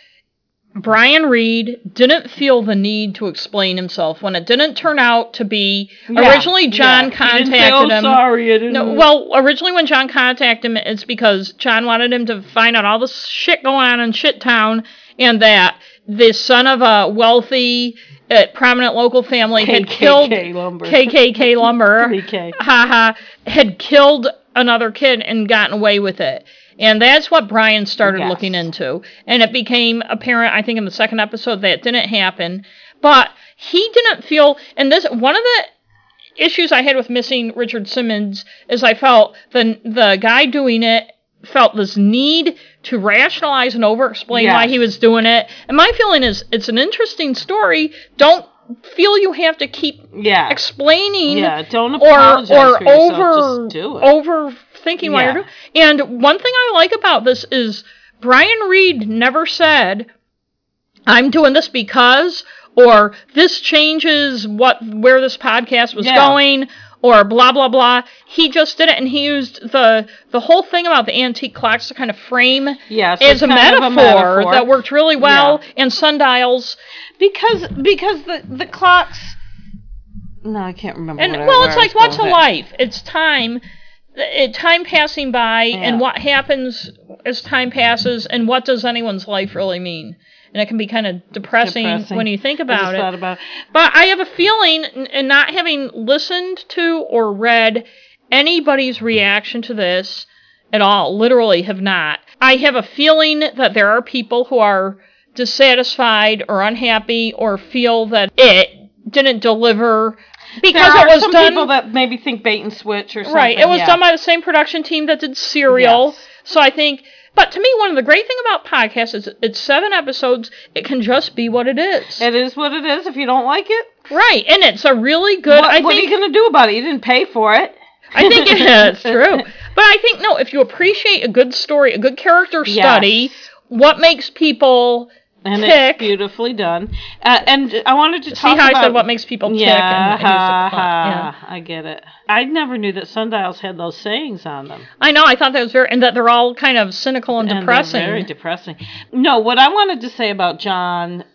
[SPEAKER 1] Brian Reed didn't feel the need to explain himself when it didn't turn out to be. originally, John
[SPEAKER 2] He
[SPEAKER 1] contacted
[SPEAKER 2] didn't say, "Oh,
[SPEAKER 1] him.
[SPEAKER 2] sorry I didn't
[SPEAKER 1] No,
[SPEAKER 2] know."
[SPEAKER 1] well, originally when John contacted him, it's because John wanted him to find out all the shit going on in Shit Town, and that the son of a wealthy, uh, prominent local family had
[SPEAKER 2] KKK
[SPEAKER 1] killed
[SPEAKER 2] lumber.
[SPEAKER 1] KKK lumber.
[SPEAKER 2] 3K.
[SPEAKER 1] haha, had killed another kid and gotten away with it. And that's what Brian started
[SPEAKER 2] Yes.
[SPEAKER 1] looking into. And it became apparent, I think, in the second episode that it didn't happen. But he didn't feel, and this, one of the issues I had with missing Richard Simmons is I felt the, the guy doing it felt this need to rationalize and over explain why
[SPEAKER 2] Yes.
[SPEAKER 1] he was doing it. And my feeling is it's an interesting story. Don't feel you have to keep
[SPEAKER 2] yeah
[SPEAKER 1] explaining
[SPEAKER 2] yeah don't
[SPEAKER 1] or
[SPEAKER 2] apologize for
[SPEAKER 1] or
[SPEAKER 2] yourself,
[SPEAKER 1] over
[SPEAKER 2] just do it
[SPEAKER 1] overthinking why you're
[SPEAKER 2] Yeah.
[SPEAKER 1] doing. And one thing I like about this is Brian Reed never said, "I'm doing this because," or "This changes what where this podcast was
[SPEAKER 2] Yeah.
[SPEAKER 1] going." Or blah blah blah. He just did it, and he used the the whole thing about the antique clocks to kind of frame
[SPEAKER 2] yes
[SPEAKER 1] as a
[SPEAKER 2] kind
[SPEAKER 1] metaphor,
[SPEAKER 2] of a metaphor
[SPEAKER 1] that worked really well. And sundials,
[SPEAKER 2] because because the the clocks no i can't remember
[SPEAKER 1] And
[SPEAKER 2] what I-
[SPEAKER 1] well,
[SPEAKER 2] where
[SPEAKER 1] it's
[SPEAKER 2] I was
[SPEAKER 1] like what's a
[SPEAKER 2] going with that.
[SPEAKER 1] life? It's time, it, time passing by, and
[SPEAKER 2] Yeah.
[SPEAKER 1] what happens as time passes, and what does anyone's life really mean? And it can be kind of depressing,
[SPEAKER 2] Depressing.
[SPEAKER 1] when you think
[SPEAKER 2] I just
[SPEAKER 1] about
[SPEAKER 2] thought
[SPEAKER 1] it.
[SPEAKER 2] about
[SPEAKER 1] But I have a feeling, n- and not having listened to or read anybody's reaction to this at all, literally have not. I have a feeling that there are people who are dissatisfied or unhappy or feel that it didn't deliver because
[SPEAKER 2] there are
[SPEAKER 1] it was
[SPEAKER 2] some
[SPEAKER 1] done
[SPEAKER 2] people that maybe think bait and switch or something.
[SPEAKER 1] Right. It was
[SPEAKER 2] yeah.
[SPEAKER 1] done by the same production team that did Serial.
[SPEAKER 2] Yes.
[SPEAKER 1] So I think, but to me, one of the great thing about podcasts is it's seven episodes. It can just be what it is.
[SPEAKER 2] It is what it is. If you don't like it,
[SPEAKER 1] right. And it's a really good.
[SPEAKER 2] what,
[SPEAKER 1] I
[SPEAKER 2] what are you
[SPEAKER 1] think.
[SPEAKER 2] going to do about it? You didn't pay for it.
[SPEAKER 1] I think it's true. But I think no. If you appreciate a good story, a good character study,
[SPEAKER 2] Yes.
[SPEAKER 1] what makes people
[SPEAKER 2] and
[SPEAKER 1] Tick.
[SPEAKER 2] it's beautifully done. Uh, and I wanted to
[SPEAKER 1] See
[SPEAKER 2] talk
[SPEAKER 1] how I
[SPEAKER 2] about
[SPEAKER 1] said what makes people tick?
[SPEAKER 2] yeah,
[SPEAKER 1] and, and use it for fun. yeah.
[SPEAKER 2] ha, ha. I get it. I never knew that sundials had those sayings on them.
[SPEAKER 1] I know. I thought that was very, and that they're all kind of cynical and,
[SPEAKER 2] And they're
[SPEAKER 1] depressing.
[SPEAKER 2] very depressing. No, what I wanted to say about John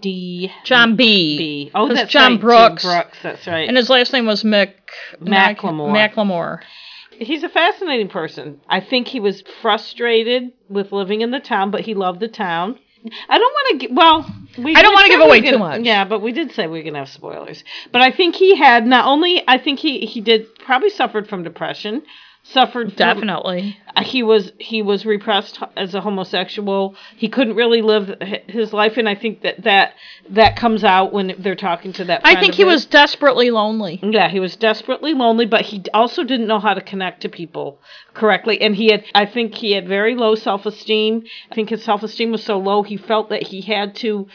[SPEAKER 2] D.
[SPEAKER 1] John B.
[SPEAKER 2] B. Oh,
[SPEAKER 1] 'Cause
[SPEAKER 2] that's
[SPEAKER 1] John
[SPEAKER 2] right,
[SPEAKER 1] Brooks.
[SPEAKER 2] Jim Brooks. That's right.
[SPEAKER 1] And his last name was Mick
[SPEAKER 2] Macklemore.
[SPEAKER 1] Mac- Macklemore.
[SPEAKER 2] He's a fascinating person. I think he was frustrated with living in the town, but he loved the town. I don't want to. Well, we
[SPEAKER 1] I don't
[SPEAKER 2] did
[SPEAKER 1] wanna
[SPEAKER 2] say
[SPEAKER 1] give
[SPEAKER 2] we
[SPEAKER 1] away
[SPEAKER 2] were
[SPEAKER 1] too
[SPEAKER 2] gonna-
[SPEAKER 1] much.
[SPEAKER 2] Yeah, but we did say we are gonna have spoilers. But I think he had not only. I think he he did probably suffered from depression. Suffered from,
[SPEAKER 1] Definitely.
[SPEAKER 2] he was he was repressed as a homosexual. He couldn't really live hi- his life, and I think that that that comes out when they're talking to that.
[SPEAKER 1] I
[SPEAKER 2] friend
[SPEAKER 1] think
[SPEAKER 2] of
[SPEAKER 1] he
[SPEAKER 2] his.
[SPEAKER 1] was desperately lonely.
[SPEAKER 2] Yeah, he was desperately lonely, but he also didn't know how to connect to people correctly. And he had, I think he had very low self esteem. I think his self esteem was so low, he felt that he had to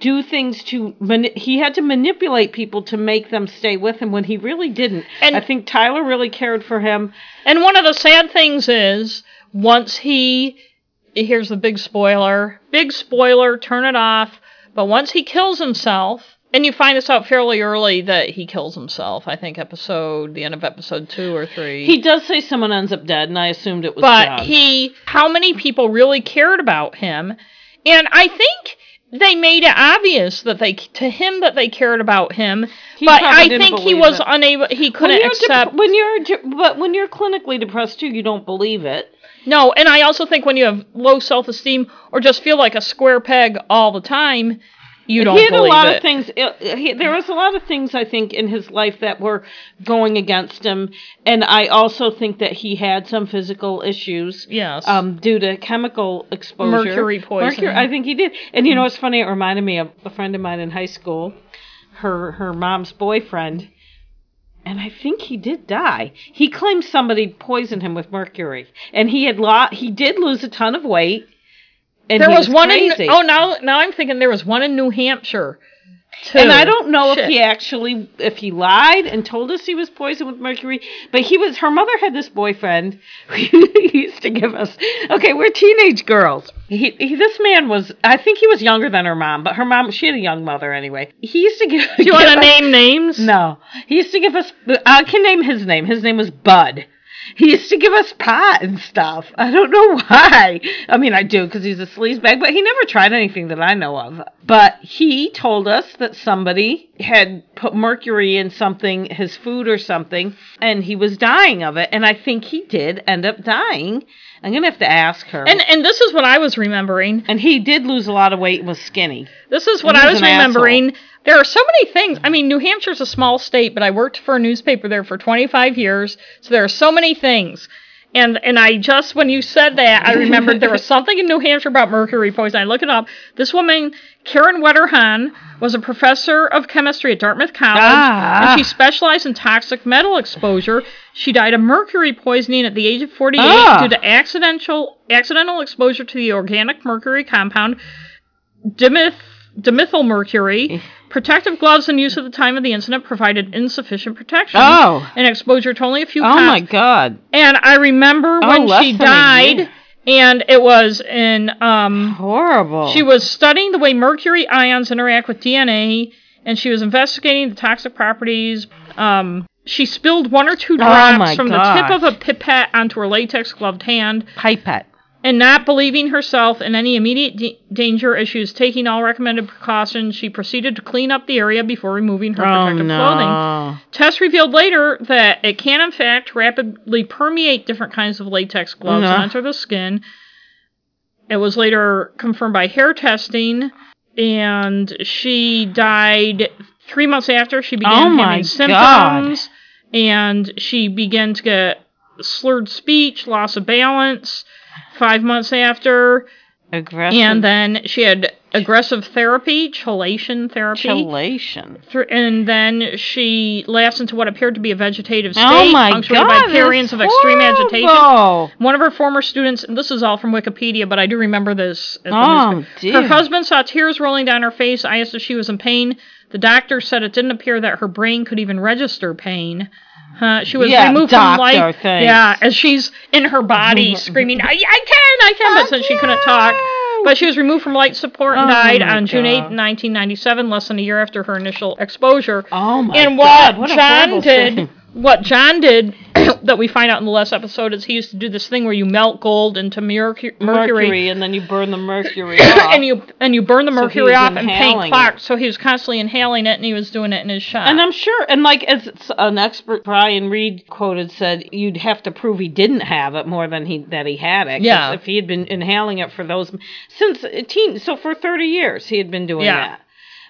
[SPEAKER 2] do things to, mani- he had to manipulate people to make them stay with him when he really didn't.
[SPEAKER 1] And-
[SPEAKER 2] I think Tyler really cared for him.
[SPEAKER 1] And one of the sad things is once he here's the big spoiler. Big spoiler, turn it off. But once he kills himself, and you find this out fairly early that he kills himself, I think episode the end of episode 2 or 3.
[SPEAKER 2] He does say someone ends up dead, and I assumed it was
[SPEAKER 1] but
[SPEAKER 2] John.
[SPEAKER 1] he how many people really cared about him and i think they made it obvious that they to him that they cared about him
[SPEAKER 2] He
[SPEAKER 1] but
[SPEAKER 2] probably
[SPEAKER 1] i
[SPEAKER 2] didn't
[SPEAKER 1] think he
[SPEAKER 2] believe
[SPEAKER 1] was
[SPEAKER 2] it.
[SPEAKER 1] unable he
[SPEAKER 2] when
[SPEAKER 1] couldn't
[SPEAKER 2] you're, dep-
[SPEAKER 1] accept
[SPEAKER 2] when you're de- but when you're clinically depressed too, you don't believe it.
[SPEAKER 1] no and i also think when you have low self-esteem or just feel like a square peg all the time you don't
[SPEAKER 2] he had a
[SPEAKER 1] believe
[SPEAKER 2] lot
[SPEAKER 1] it.
[SPEAKER 2] of things. uh, He, there was a lot of things I think in his life that were going against him, and I also think that he had some physical issues.
[SPEAKER 1] Yes.
[SPEAKER 2] Um, due to chemical exposure,
[SPEAKER 1] Mercury poisoning.
[SPEAKER 2] Mercury, I think he did. And you know, it's funny. It reminded me of a friend of mine in high school, her her mom's boyfriend, and I think he did die. He claimed somebody poisoned him with mercury, and he had lo- he did lose a ton of weight. And
[SPEAKER 1] there
[SPEAKER 2] he
[SPEAKER 1] was, one
[SPEAKER 2] crazy.
[SPEAKER 1] in oh now now i'm thinking there was one in new hampshire too.
[SPEAKER 2] And I don't know if
[SPEAKER 1] Shit.
[SPEAKER 2] he actually if he lied and told us he was poisoned with mercury, but he was her mother had this boyfriend who used to give us okay, we're teenage girls. He, he this man was I think he was younger than her mom, but her mom she had a young mother anyway. He used to give
[SPEAKER 1] do you want to name names
[SPEAKER 2] No. He used to give us I can name his name. His name was Bud. He used to give us pot and stuff. I don't know why. I mean, I do because he's a sleazebag, but he never tried anything that I know of. But he told us that somebody had put mercury in something, his food or something, and he was dying of it. And I think he did end up dying. I'm going to have to ask her.
[SPEAKER 1] and and this is what i was remembering
[SPEAKER 2] and he did lose a lot of weight and was skinny.
[SPEAKER 1] This is what
[SPEAKER 2] And
[SPEAKER 1] I
[SPEAKER 2] he's
[SPEAKER 1] was
[SPEAKER 2] an
[SPEAKER 1] remembering. There are so many things. I mean, New Hampshire's a small state, but I worked for a newspaper there for 25 years, so there are so many things. And and I just when you said that, I remembered there was something in New Hampshire about mercury poison. I looked it up. This woman, Karen Wetterhahn, was a professor of chemistry at Dartmouth College,
[SPEAKER 2] Ah.
[SPEAKER 1] and she specialized in toxic metal exposure. She died of mercury poisoning at the age of 48
[SPEAKER 2] Ah.
[SPEAKER 1] due to accidental accidental exposure to the organic mercury compound dimeth dimethyl
[SPEAKER 2] Eh.
[SPEAKER 1] mercury. Protective gloves in use at the time of the incident provided insufficient protection
[SPEAKER 2] Oh.
[SPEAKER 1] and exposure to only a few.
[SPEAKER 2] Oh my
[SPEAKER 1] pounds.
[SPEAKER 2] God.
[SPEAKER 1] And I remember
[SPEAKER 2] Oh,
[SPEAKER 1] when
[SPEAKER 2] less
[SPEAKER 1] she
[SPEAKER 2] than a
[SPEAKER 1] died,
[SPEAKER 2] year.
[SPEAKER 1] and it was in. Um,
[SPEAKER 2] Horrible.
[SPEAKER 1] she was studying the way mercury ions interact with DNA, and she was investigating the toxic properties. Um, she spilled one or two drops
[SPEAKER 2] Oh my
[SPEAKER 1] from the
[SPEAKER 2] gosh.
[SPEAKER 1] tip of a pipette onto her latex gloved hand,
[SPEAKER 2] pipette.
[SPEAKER 1] and not believing herself in any immediate d- danger as she was taking all recommended precautions, she proceeded to clean up the area before removing her
[SPEAKER 2] Oh,
[SPEAKER 1] protective clothing. Tests revealed later that it can, in fact, rapidly permeate different kinds of latex gloves
[SPEAKER 2] Nah.
[SPEAKER 1] and enter the skin. It was later confirmed by hair testing, and she died three months after she began
[SPEAKER 2] Oh
[SPEAKER 1] having
[SPEAKER 2] my
[SPEAKER 1] symptoms, and she began to get slurred speech, loss of balance. Five months after,
[SPEAKER 2] Aggressive.
[SPEAKER 1] and then she had aggressive therapy, chelation therapy.
[SPEAKER 2] Chelation.
[SPEAKER 1] Thr- and then she lapsed into what appeared to be a vegetative state,
[SPEAKER 2] Oh my
[SPEAKER 1] punctuated
[SPEAKER 2] god!
[SPEAKER 1] by periods of
[SPEAKER 2] that's
[SPEAKER 1] extreme agitation.
[SPEAKER 2] horrible.
[SPEAKER 1] One of her former students, and this is all from Wikipedia, but I do remember this. At the
[SPEAKER 2] Oh,
[SPEAKER 1] newspaper.
[SPEAKER 2] dear.
[SPEAKER 1] Her husband saw tears rolling down her face. I asked if she was in pain. The doctor said it didn't appear that her brain could even register pain. Huh? she was
[SPEAKER 2] Yeah,
[SPEAKER 1] removed
[SPEAKER 2] doctor,
[SPEAKER 1] from life.
[SPEAKER 2] thanks.
[SPEAKER 1] Yeah, as she's in her body screaming, I, I can, I can, but since she couldn't talk. But she was removed from life support and
[SPEAKER 2] Oh,
[SPEAKER 1] died
[SPEAKER 2] my
[SPEAKER 1] on June 8,
[SPEAKER 2] God.
[SPEAKER 1] 1997, less than a year after her initial exposure.
[SPEAKER 2] Oh my
[SPEAKER 1] and
[SPEAKER 2] God,
[SPEAKER 1] what,
[SPEAKER 2] what a horrible
[SPEAKER 1] John
[SPEAKER 2] thing.
[SPEAKER 1] did, what John did that we find out in the last episode is he used to do this thing where you melt gold into mercu- mercury,
[SPEAKER 2] and then you burn the mercury off.
[SPEAKER 1] and you and you burn the
[SPEAKER 2] he
[SPEAKER 1] mercury
[SPEAKER 2] was
[SPEAKER 1] off and paint
[SPEAKER 2] inhaling it.
[SPEAKER 1] clocks. So he was constantly inhaling it, and he was doing it in his shop.
[SPEAKER 2] And I'm sure, and like as s- an expert, Brian Reed quoted said, you'd have to prove he didn't have it more than he that he had it. 'Cause
[SPEAKER 1] Yeah.
[SPEAKER 2] If he had been inhaling it for those since teen, so for 30 years he had been doing
[SPEAKER 1] Yeah.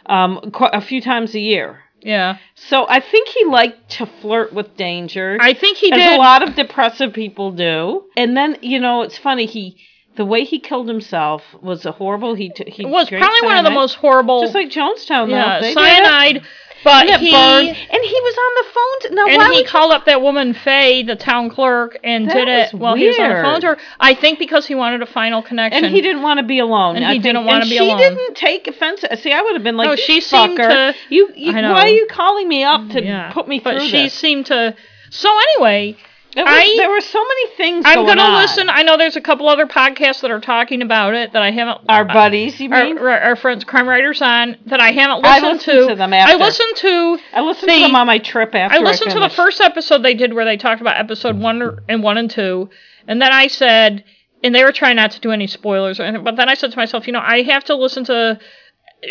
[SPEAKER 2] that, um, qu- a few times a year.
[SPEAKER 1] yeah,
[SPEAKER 2] So I think he liked to flirt with danger,
[SPEAKER 1] I think he
[SPEAKER 2] as
[SPEAKER 1] did.
[SPEAKER 2] a lot of depressive people do. And then you know, it's funny he. The way he killed himself was a horrible. He t- he
[SPEAKER 1] it was
[SPEAKER 2] drank
[SPEAKER 1] probably one of the
[SPEAKER 2] cyanide.
[SPEAKER 1] most horrible.
[SPEAKER 2] just like Jonestown. though.
[SPEAKER 1] yeah,
[SPEAKER 2] They did it.
[SPEAKER 1] cyanide. But
[SPEAKER 2] Yeah,
[SPEAKER 1] he
[SPEAKER 2] burned. And he was on the phone. To, now, why
[SPEAKER 1] and he
[SPEAKER 2] would
[SPEAKER 1] called up that woman Faye, the town clerk, and
[SPEAKER 2] That
[SPEAKER 1] did it
[SPEAKER 2] was
[SPEAKER 1] while he was on the phone
[SPEAKER 2] weird.
[SPEAKER 1] to her. I think because he wanted a final connection.
[SPEAKER 2] and he didn't want to be alone.
[SPEAKER 1] And
[SPEAKER 2] I
[SPEAKER 1] he
[SPEAKER 2] think-
[SPEAKER 1] didn't wanna
[SPEAKER 2] and
[SPEAKER 1] be
[SPEAKER 2] she
[SPEAKER 1] alone.
[SPEAKER 2] didn't take offense. uh, See, I would have been like,
[SPEAKER 1] No,
[SPEAKER 2] "You
[SPEAKER 1] she seemed
[SPEAKER 2] fucker.
[SPEAKER 1] to-
[SPEAKER 2] you, you
[SPEAKER 1] I know.
[SPEAKER 2] why are you calling me up to
[SPEAKER 1] yeah.
[SPEAKER 2] put me
[SPEAKER 1] but
[SPEAKER 2] through
[SPEAKER 1] she
[SPEAKER 2] this?"
[SPEAKER 1] seemed to. So anyway,
[SPEAKER 2] It was-
[SPEAKER 1] I-
[SPEAKER 2] there were so many things.
[SPEAKER 1] I'm
[SPEAKER 2] going
[SPEAKER 1] gonna
[SPEAKER 2] on.
[SPEAKER 1] listen. I know there's a couple other podcasts that are talking about it that I haven't. uh,
[SPEAKER 2] Our buddies, you
[SPEAKER 1] our,
[SPEAKER 2] mean?
[SPEAKER 1] our, our friends, crime writers, on that I haven't
[SPEAKER 2] I
[SPEAKER 1] listened
[SPEAKER 2] listened to them after.
[SPEAKER 1] I listened to.
[SPEAKER 2] I listened to
[SPEAKER 1] the-
[SPEAKER 2] them on my trip after.
[SPEAKER 1] I listened to the
[SPEAKER 2] finished.
[SPEAKER 1] first episode they did where they talked about episode one or- and one and two, and then I said, and they were trying not to do any spoilers or anything, but then I said to myself, you know, I have to listen to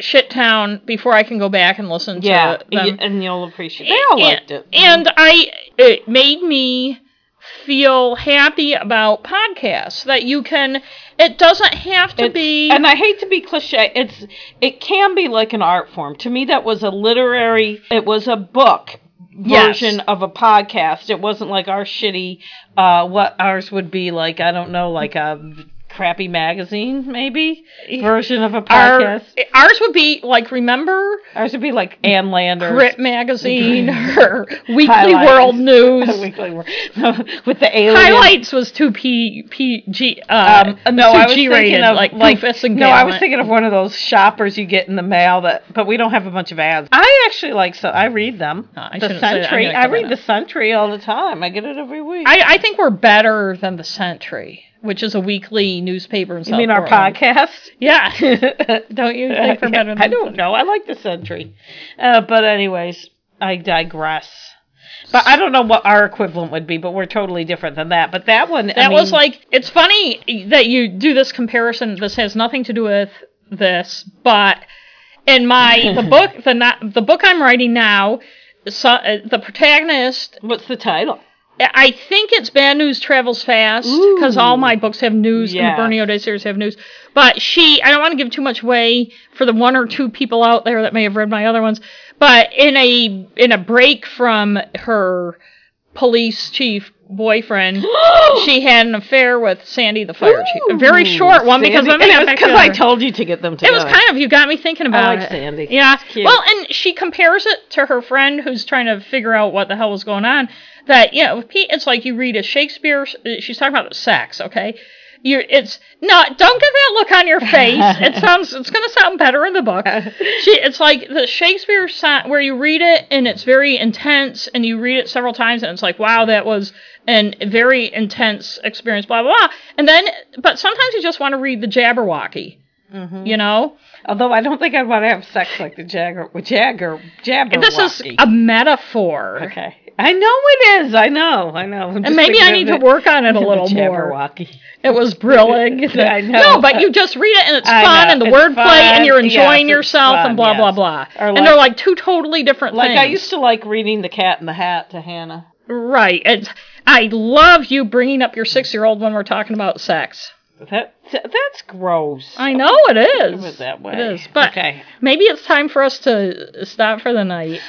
[SPEAKER 1] Shit Town before I can go back and listen
[SPEAKER 2] Yeah,
[SPEAKER 1] to
[SPEAKER 2] y-
[SPEAKER 1] them.
[SPEAKER 2] and you'll appreciate. They all liked it.
[SPEAKER 1] And I, it made me feel happy about podcasts that you can. It doesn't have to
[SPEAKER 2] It's-
[SPEAKER 1] be.
[SPEAKER 2] and I hate to be cliche. It's it can be like an art form. To me, that was a literary. It was a book
[SPEAKER 1] Yes.
[SPEAKER 2] version of a podcast. It wasn't like our shitty. Uh, what ours would be like? I don't know, like a crappy magazine maybe version of a
[SPEAKER 1] our-
[SPEAKER 2] podcast.
[SPEAKER 1] ours would be like remember
[SPEAKER 2] ours would be like Ann Landers.
[SPEAKER 1] Grit magazine or Weekly
[SPEAKER 2] Mm-hmm. Highlights.
[SPEAKER 1] World News.
[SPEAKER 2] Weekly World. with the alien.
[SPEAKER 1] Highlights was two P P G. Uh,
[SPEAKER 2] Um, no,
[SPEAKER 1] two
[SPEAKER 2] I was
[SPEAKER 1] G
[SPEAKER 2] thinking
[SPEAKER 1] rated,
[SPEAKER 2] of
[SPEAKER 1] like,
[SPEAKER 2] like
[SPEAKER 1] Rufus and
[SPEAKER 2] no, I was
[SPEAKER 1] Gallant.
[SPEAKER 2] thinking of one of those shoppers you get in the mail that, but we don't have a bunch of ads. I actually like so I read them.
[SPEAKER 1] Uh, I
[SPEAKER 2] the
[SPEAKER 1] shouldn't say that. I'm
[SPEAKER 2] Sentry,
[SPEAKER 1] gonna
[SPEAKER 2] I
[SPEAKER 1] cut that
[SPEAKER 2] read
[SPEAKER 1] out.
[SPEAKER 2] the Sentry all the time. I get it every week.
[SPEAKER 1] I, I think we're better than the Sentry, which is a weekly newspaper in
[SPEAKER 2] I
[SPEAKER 1] South
[SPEAKER 2] mean, our
[SPEAKER 1] Portland.
[SPEAKER 2] podcast. Uh,
[SPEAKER 1] Yeah, don't you think we're better? Than
[SPEAKER 2] I don't know. I like the Sentry, uh, but anyways, I digress. But I don't know what our equivalent would be, but we're totally different than that. But that one,
[SPEAKER 1] That was like it's funny that you do this comparison. This has nothing to do with this, but in my the book the not, the book I'm writing now, so, uh, the protagonist
[SPEAKER 2] what's the title?
[SPEAKER 1] I think it's Bad News Travels Fast because all my books have news and
[SPEAKER 2] Yes.
[SPEAKER 1] the Bernie O'Day series have news. But she, I don't want to give too much away for the one or two people out there that may have read my other ones. But in a in a break from her police chief boyfriend, she had an affair with Sandy the fire chief. A very short one because
[SPEAKER 2] Sandy-
[SPEAKER 1] then they
[SPEAKER 2] and
[SPEAKER 1] got
[SPEAKER 2] it was
[SPEAKER 1] back
[SPEAKER 2] because I
[SPEAKER 1] together.
[SPEAKER 2] told you to get them
[SPEAKER 1] It
[SPEAKER 2] together.
[SPEAKER 1] was kind of you got me thinking about
[SPEAKER 2] like
[SPEAKER 1] it.
[SPEAKER 2] Sandy.
[SPEAKER 1] Yeah.
[SPEAKER 2] It's cute.
[SPEAKER 1] Well, and she compares it to her friend who's trying to figure out what the hell was going on. That you know, with Pete, it's like you read a Shakespeare. uh, She's talking about sex, okay? You, it's no, don't get that look on your face. It sounds, it's going to sound better in the book. She, it's like the Shakespeare si- where you read it and it's very intense, and you read it several times, and it's like, wow, that was an very intense experience, blah blah blah. And then, but sometimes you just want to read the Jabberwocky. You know,
[SPEAKER 2] Although I don't think I'd want to have sex like the Jagger, Jagger, Jabberwocky.
[SPEAKER 1] this is a metaphor.
[SPEAKER 2] okay. I know it is. I know. I know.
[SPEAKER 1] And maybe I need to work on it a little more.
[SPEAKER 2] Jabberwocky.
[SPEAKER 1] It was brillig.
[SPEAKER 2] I know.
[SPEAKER 1] No, but you just read it and it's
[SPEAKER 2] I
[SPEAKER 1] fun
[SPEAKER 2] know.
[SPEAKER 1] and the
[SPEAKER 2] It's
[SPEAKER 1] wordplay
[SPEAKER 2] fun.
[SPEAKER 1] and you're
[SPEAKER 2] Yes,
[SPEAKER 1] enjoying
[SPEAKER 2] it's
[SPEAKER 1] yourself
[SPEAKER 2] fun,
[SPEAKER 1] and blah
[SPEAKER 2] yes.
[SPEAKER 1] blah blah.
[SPEAKER 2] Or
[SPEAKER 1] and they're
[SPEAKER 2] like-
[SPEAKER 1] like two totally different
[SPEAKER 2] Like
[SPEAKER 1] things.
[SPEAKER 2] I used to like reading The Cat in the Hat to Hannah.
[SPEAKER 1] Right. It's, I love you bringing up your six year old when we're talking about sex.
[SPEAKER 2] That that's gross.
[SPEAKER 1] I know it is.
[SPEAKER 2] Oh, it that way.
[SPEAKER 1] It is. But
[SPEAKER 2] Okay.
[SPEAKER 1] maybe it's time for us to stop for the night.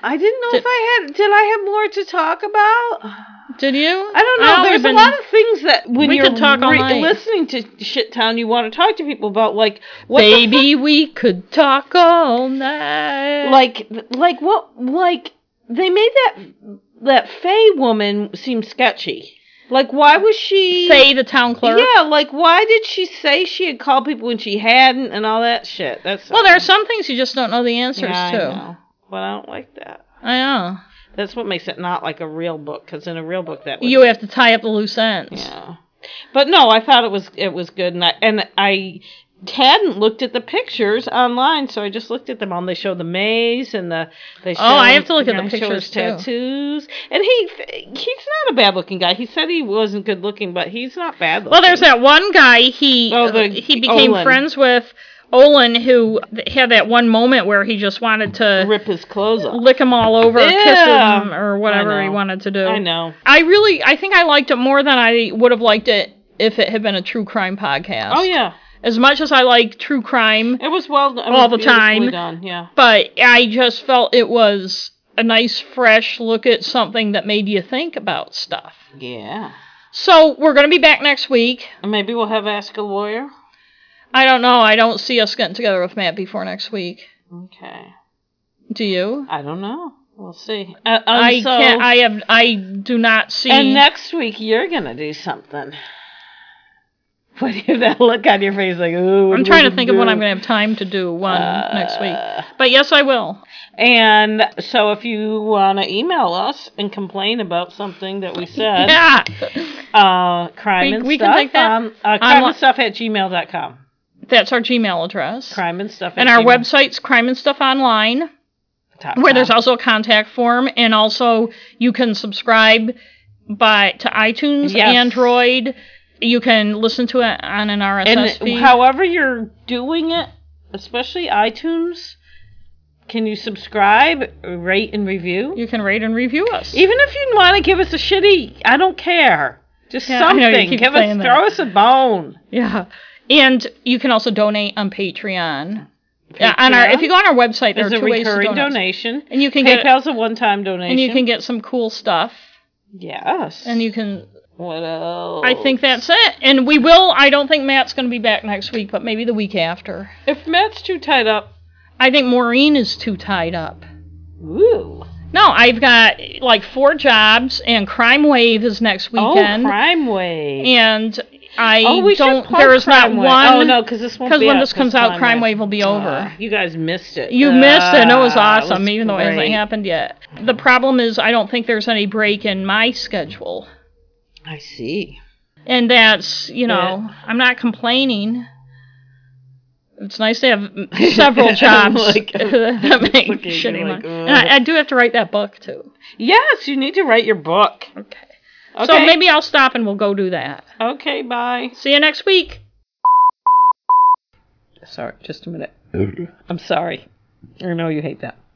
[SPEAKER 2] I didn't know
[SPEAKER 1] Did-
[SPEAKER 2] if I had. Did I have more to talk about?
[SPEAKER 1] Did you?
[SPEAKER 2] I don't know.
[SPEAKER 1] Oh,
[SPEAKER 2] There's
[SPEAKER 1] we've
[SPEAKER 2] a lot of things that when
[SPEAKER 1] We
[SPEAKER 2] you're
[SPEAKER 1] could talk all night.
[SPEAKER 2] listening to Shit Town, you want to talk to people about, like what the
[SPEAKER 1] Baby, we could talk all night.
[SPEAKER 2] like like what like they made that that Fey woman seem sketchy. Like why was she
[SPEAKER 1] say the town clerk.
[SPEAKER 2] Yeah, like why did she say she had called people when she hadn't and all that shit? That's
[SPEAKER 1] Well, there are some things you just don't know the answers
[SPEAKER 2] Yeah, I
[SPEAKER 1] to.
[SPEAKER 2] know. But I don't like that.
[SPEAKER 1] I know.
[SPEAKER 2] That's what makes it not like a real book, because in a real book that would
[SPEAKER 1] You have to tie up the loose ends.
[SPEAKER 2] yeah. But no, I thought it was it was good, and I and I hadn't looked at the pictures online, so I just looked at them on. They show the maze and the they show
[SPEAKER 1] Oh, I have to look at the
[SPEAKER 2] guy show his
[SPEAKER 1] pictures, too.
[SPEAKER 2] tattoos. And he he's not a bad looking guy. He said he wasn't good looking, but he's not bad looking.
[SPEAKER 1] Well, there's that one guy he uh,
[SPEAKER 2] Oh, the-
[SPEAKER 1] he became
[SPEAKER 2] Olin.
[SPEAKER 1] friends with Olin, who th- had that one moment where he just wanted to
[SPEAKER 2] rip his clothes off.
[SPEAKER 1] lick him all over,
[SPEAKER 2] Yeah.
[SPEAKER 1] kiss him, or whatever he
[SPEAKER 2] know.
[SPEAKER 1] wanted to do.
[SPEAKER 2] I know.
[SPEAKER 1] I really, I think I liked it more than I would have liked it if it had been a true crime podcast.
[SPEAKER 2] Oh yeah,
[SPEAKER 1] As much as I like true crime,
[SPEAKER 2] it was well done.
[SPEAKER 1] All the time.
[SPEAKER 2] done. Yeah.
[SPEAKER 1] but I just felt it was a nice, fresh look at something that made you think about stuff.
[SPEAKER 2] Yeah.
[SPEAKER 1] So we're going to be back next week.
[SPEAKER 2] And maybe we'll have ask a lawyer.
[SPEAKER 1] I don't know. I don't see us getting together with Matt before next week.
[SPEAKER 2] Okay.
[SPEAKER 1] Do you?
[SPEAKER 2] I don't know. We'll see. Uh, um,
[SPEAKER 1] I
[SPEAKER 2] so-
[SPEAKER 1] can't. I have. I do not see.
[SPEAKER 2] And next week you're gonna do something. What do you that look on your face like? Ooh.
[SPEAKER 1] I'm trying to think of when I'm going to have time to do one
[SPEAKER 2] Uh,
[SPEAKER 1] next week. But yes, I will.
[SPEAKER 2] And so if you wanna email us and complain about something that we said,
[SPEAKER 1] Yeah.
[SPEAKER 2] uh, crime
[SPEAKER 1] We-
[SPEAKER 2] and
[SPEAKER 1] we can
[SPEAKER 2] stuff,
[SPEAKER 1] take that.
[SPEAKER 2] um, uh, crime
[SPEAKER 1] Online-
[SPEAKER 2] and stuff at gmail.com.
[SPEAKER 1] That's our Gmail address.
[SPEAKER 2] Crime and stuff.
[SPEAKER 1] And
[SPEAKER 2] at
[SPEAKER 1] our
[SPEAKER 2] gmail
[SPEAKER 1] website's Crime and Stuff Online,
[SPEAKER 2] dot
[SPEAKER 1] where there's
[SPEAKER 2] com.
[SPEAKER 1] also a contact form, and also you can subscribe by to iTunes,
[SPEAKER 2] Yes.
[SPEAKER 1] Android. You can listen to it on an RSS feed.
[SPEAKER 2] and however you're doing it, especially iTunes, can you subscribe, rate, and review?
[SPEAKER 1] you can rate and review us.
[SPEAKER 2] Even if you want to give us a shitty, I don't care. Just
[SPEAKER 1] Yeah, I know, you
[SPEAKER 2] something.
[SPEAKER 1] keep
[SPEAKER 2] Give us,
[SPEAKER 1] saying that.
[SPEAKER 2] throw us a bone.
[SPEAKER 1] Yeah. And you can also donate on Patreon. Yeah, on our if you go on our website, there
[SPEAKER 2] there's
[SPEAKER 1] are
[SPEAKER 2] a
[SPEAKER 1] two ways to
[SPEAKER 2] recurring
[SPEAKER 1] donate.
[SPEAKER 2] donation.
[SPEAKER 1] And you can get
[SPEAKER 2] PayPal's a one-time donation.
[SPEAKER 1] and you can get some cool stuff.
[SPEAKER 2] yes.
[SPEAKER 1] And you can
[SPEAKER 2] what else?
[SPEAKER 1] I think that's it. And we will I don't think Matt's gonna be back next week, but maybe the week after.
[SPEAKER 2] if Matt's too tied up,
[SPEAKER 1] I think Maureen is too tied up.
[SPEAKER 2] ooh.
[SPEAKER 1] No, I've got like four jobs and Crime Wave is next weekend.
[SPEAKER 2] Oh, crime wave.
[SPEAKER 1] And I
[SPEAKER 2] oh, we
[SPEAKER 1] don't
[SPEAKER 2] should plug
[SPEAKER 1] there is not
[SPEAKER 2] Crime Wave.
[SPEAKER 1] one
[SPEAKER 2] Oh no, because this won't
[SPEAKER 1] because
[SPEAKER 2] be
[SPEAKER 1] when
[SPEAKER 2] up
[SPEAKER 1] this comes
[SPEAKER 2] 'cause
[SPEAKER 1] out, Crime Wave will be over.
[SPEAKER 2] Ah, you guys missed it.
[SPEAKER 1] You missed it. and It was
[SPEAKER 2] Ah,
[SPEAKER 1] awesome,
[SPEAKER 2] was
[SPEAKER 1] even though it hasn't
[SPEAKER 2] great.
[SPEAKER 1] happened yet. The problem is, I don't think there's any break in my schedule.
[SPEAKER 2] I see.
[SPEAKER 1] And that's, you know, I'm not complaining. It's nice to have several jobs
[SPEAKER 2] Like,
[SPEAKER 1] that make
[SPEAKER 2] looking at you
[SPEAKER 1] shitty
[SPEAKER 2] like,
[SPEAKER 1] money.
[SPEAKER 2] ugh.
[SPEAKER 1] And I, I do have to write that book, too.
[SPEAKER 2] Yes, you need to write your book.
[SPEAKER 1] Okay.
[SPEAKER 2] Okay.
[SPEAKER 1] So maybe I'll stop and we'll go do that.
[SPEAKER 2] Okay. Bye.
[SPEAKER 1] See you next week.
[SPEAKER 2] Sorry, just a minute. I'm sorry. I know you hate that.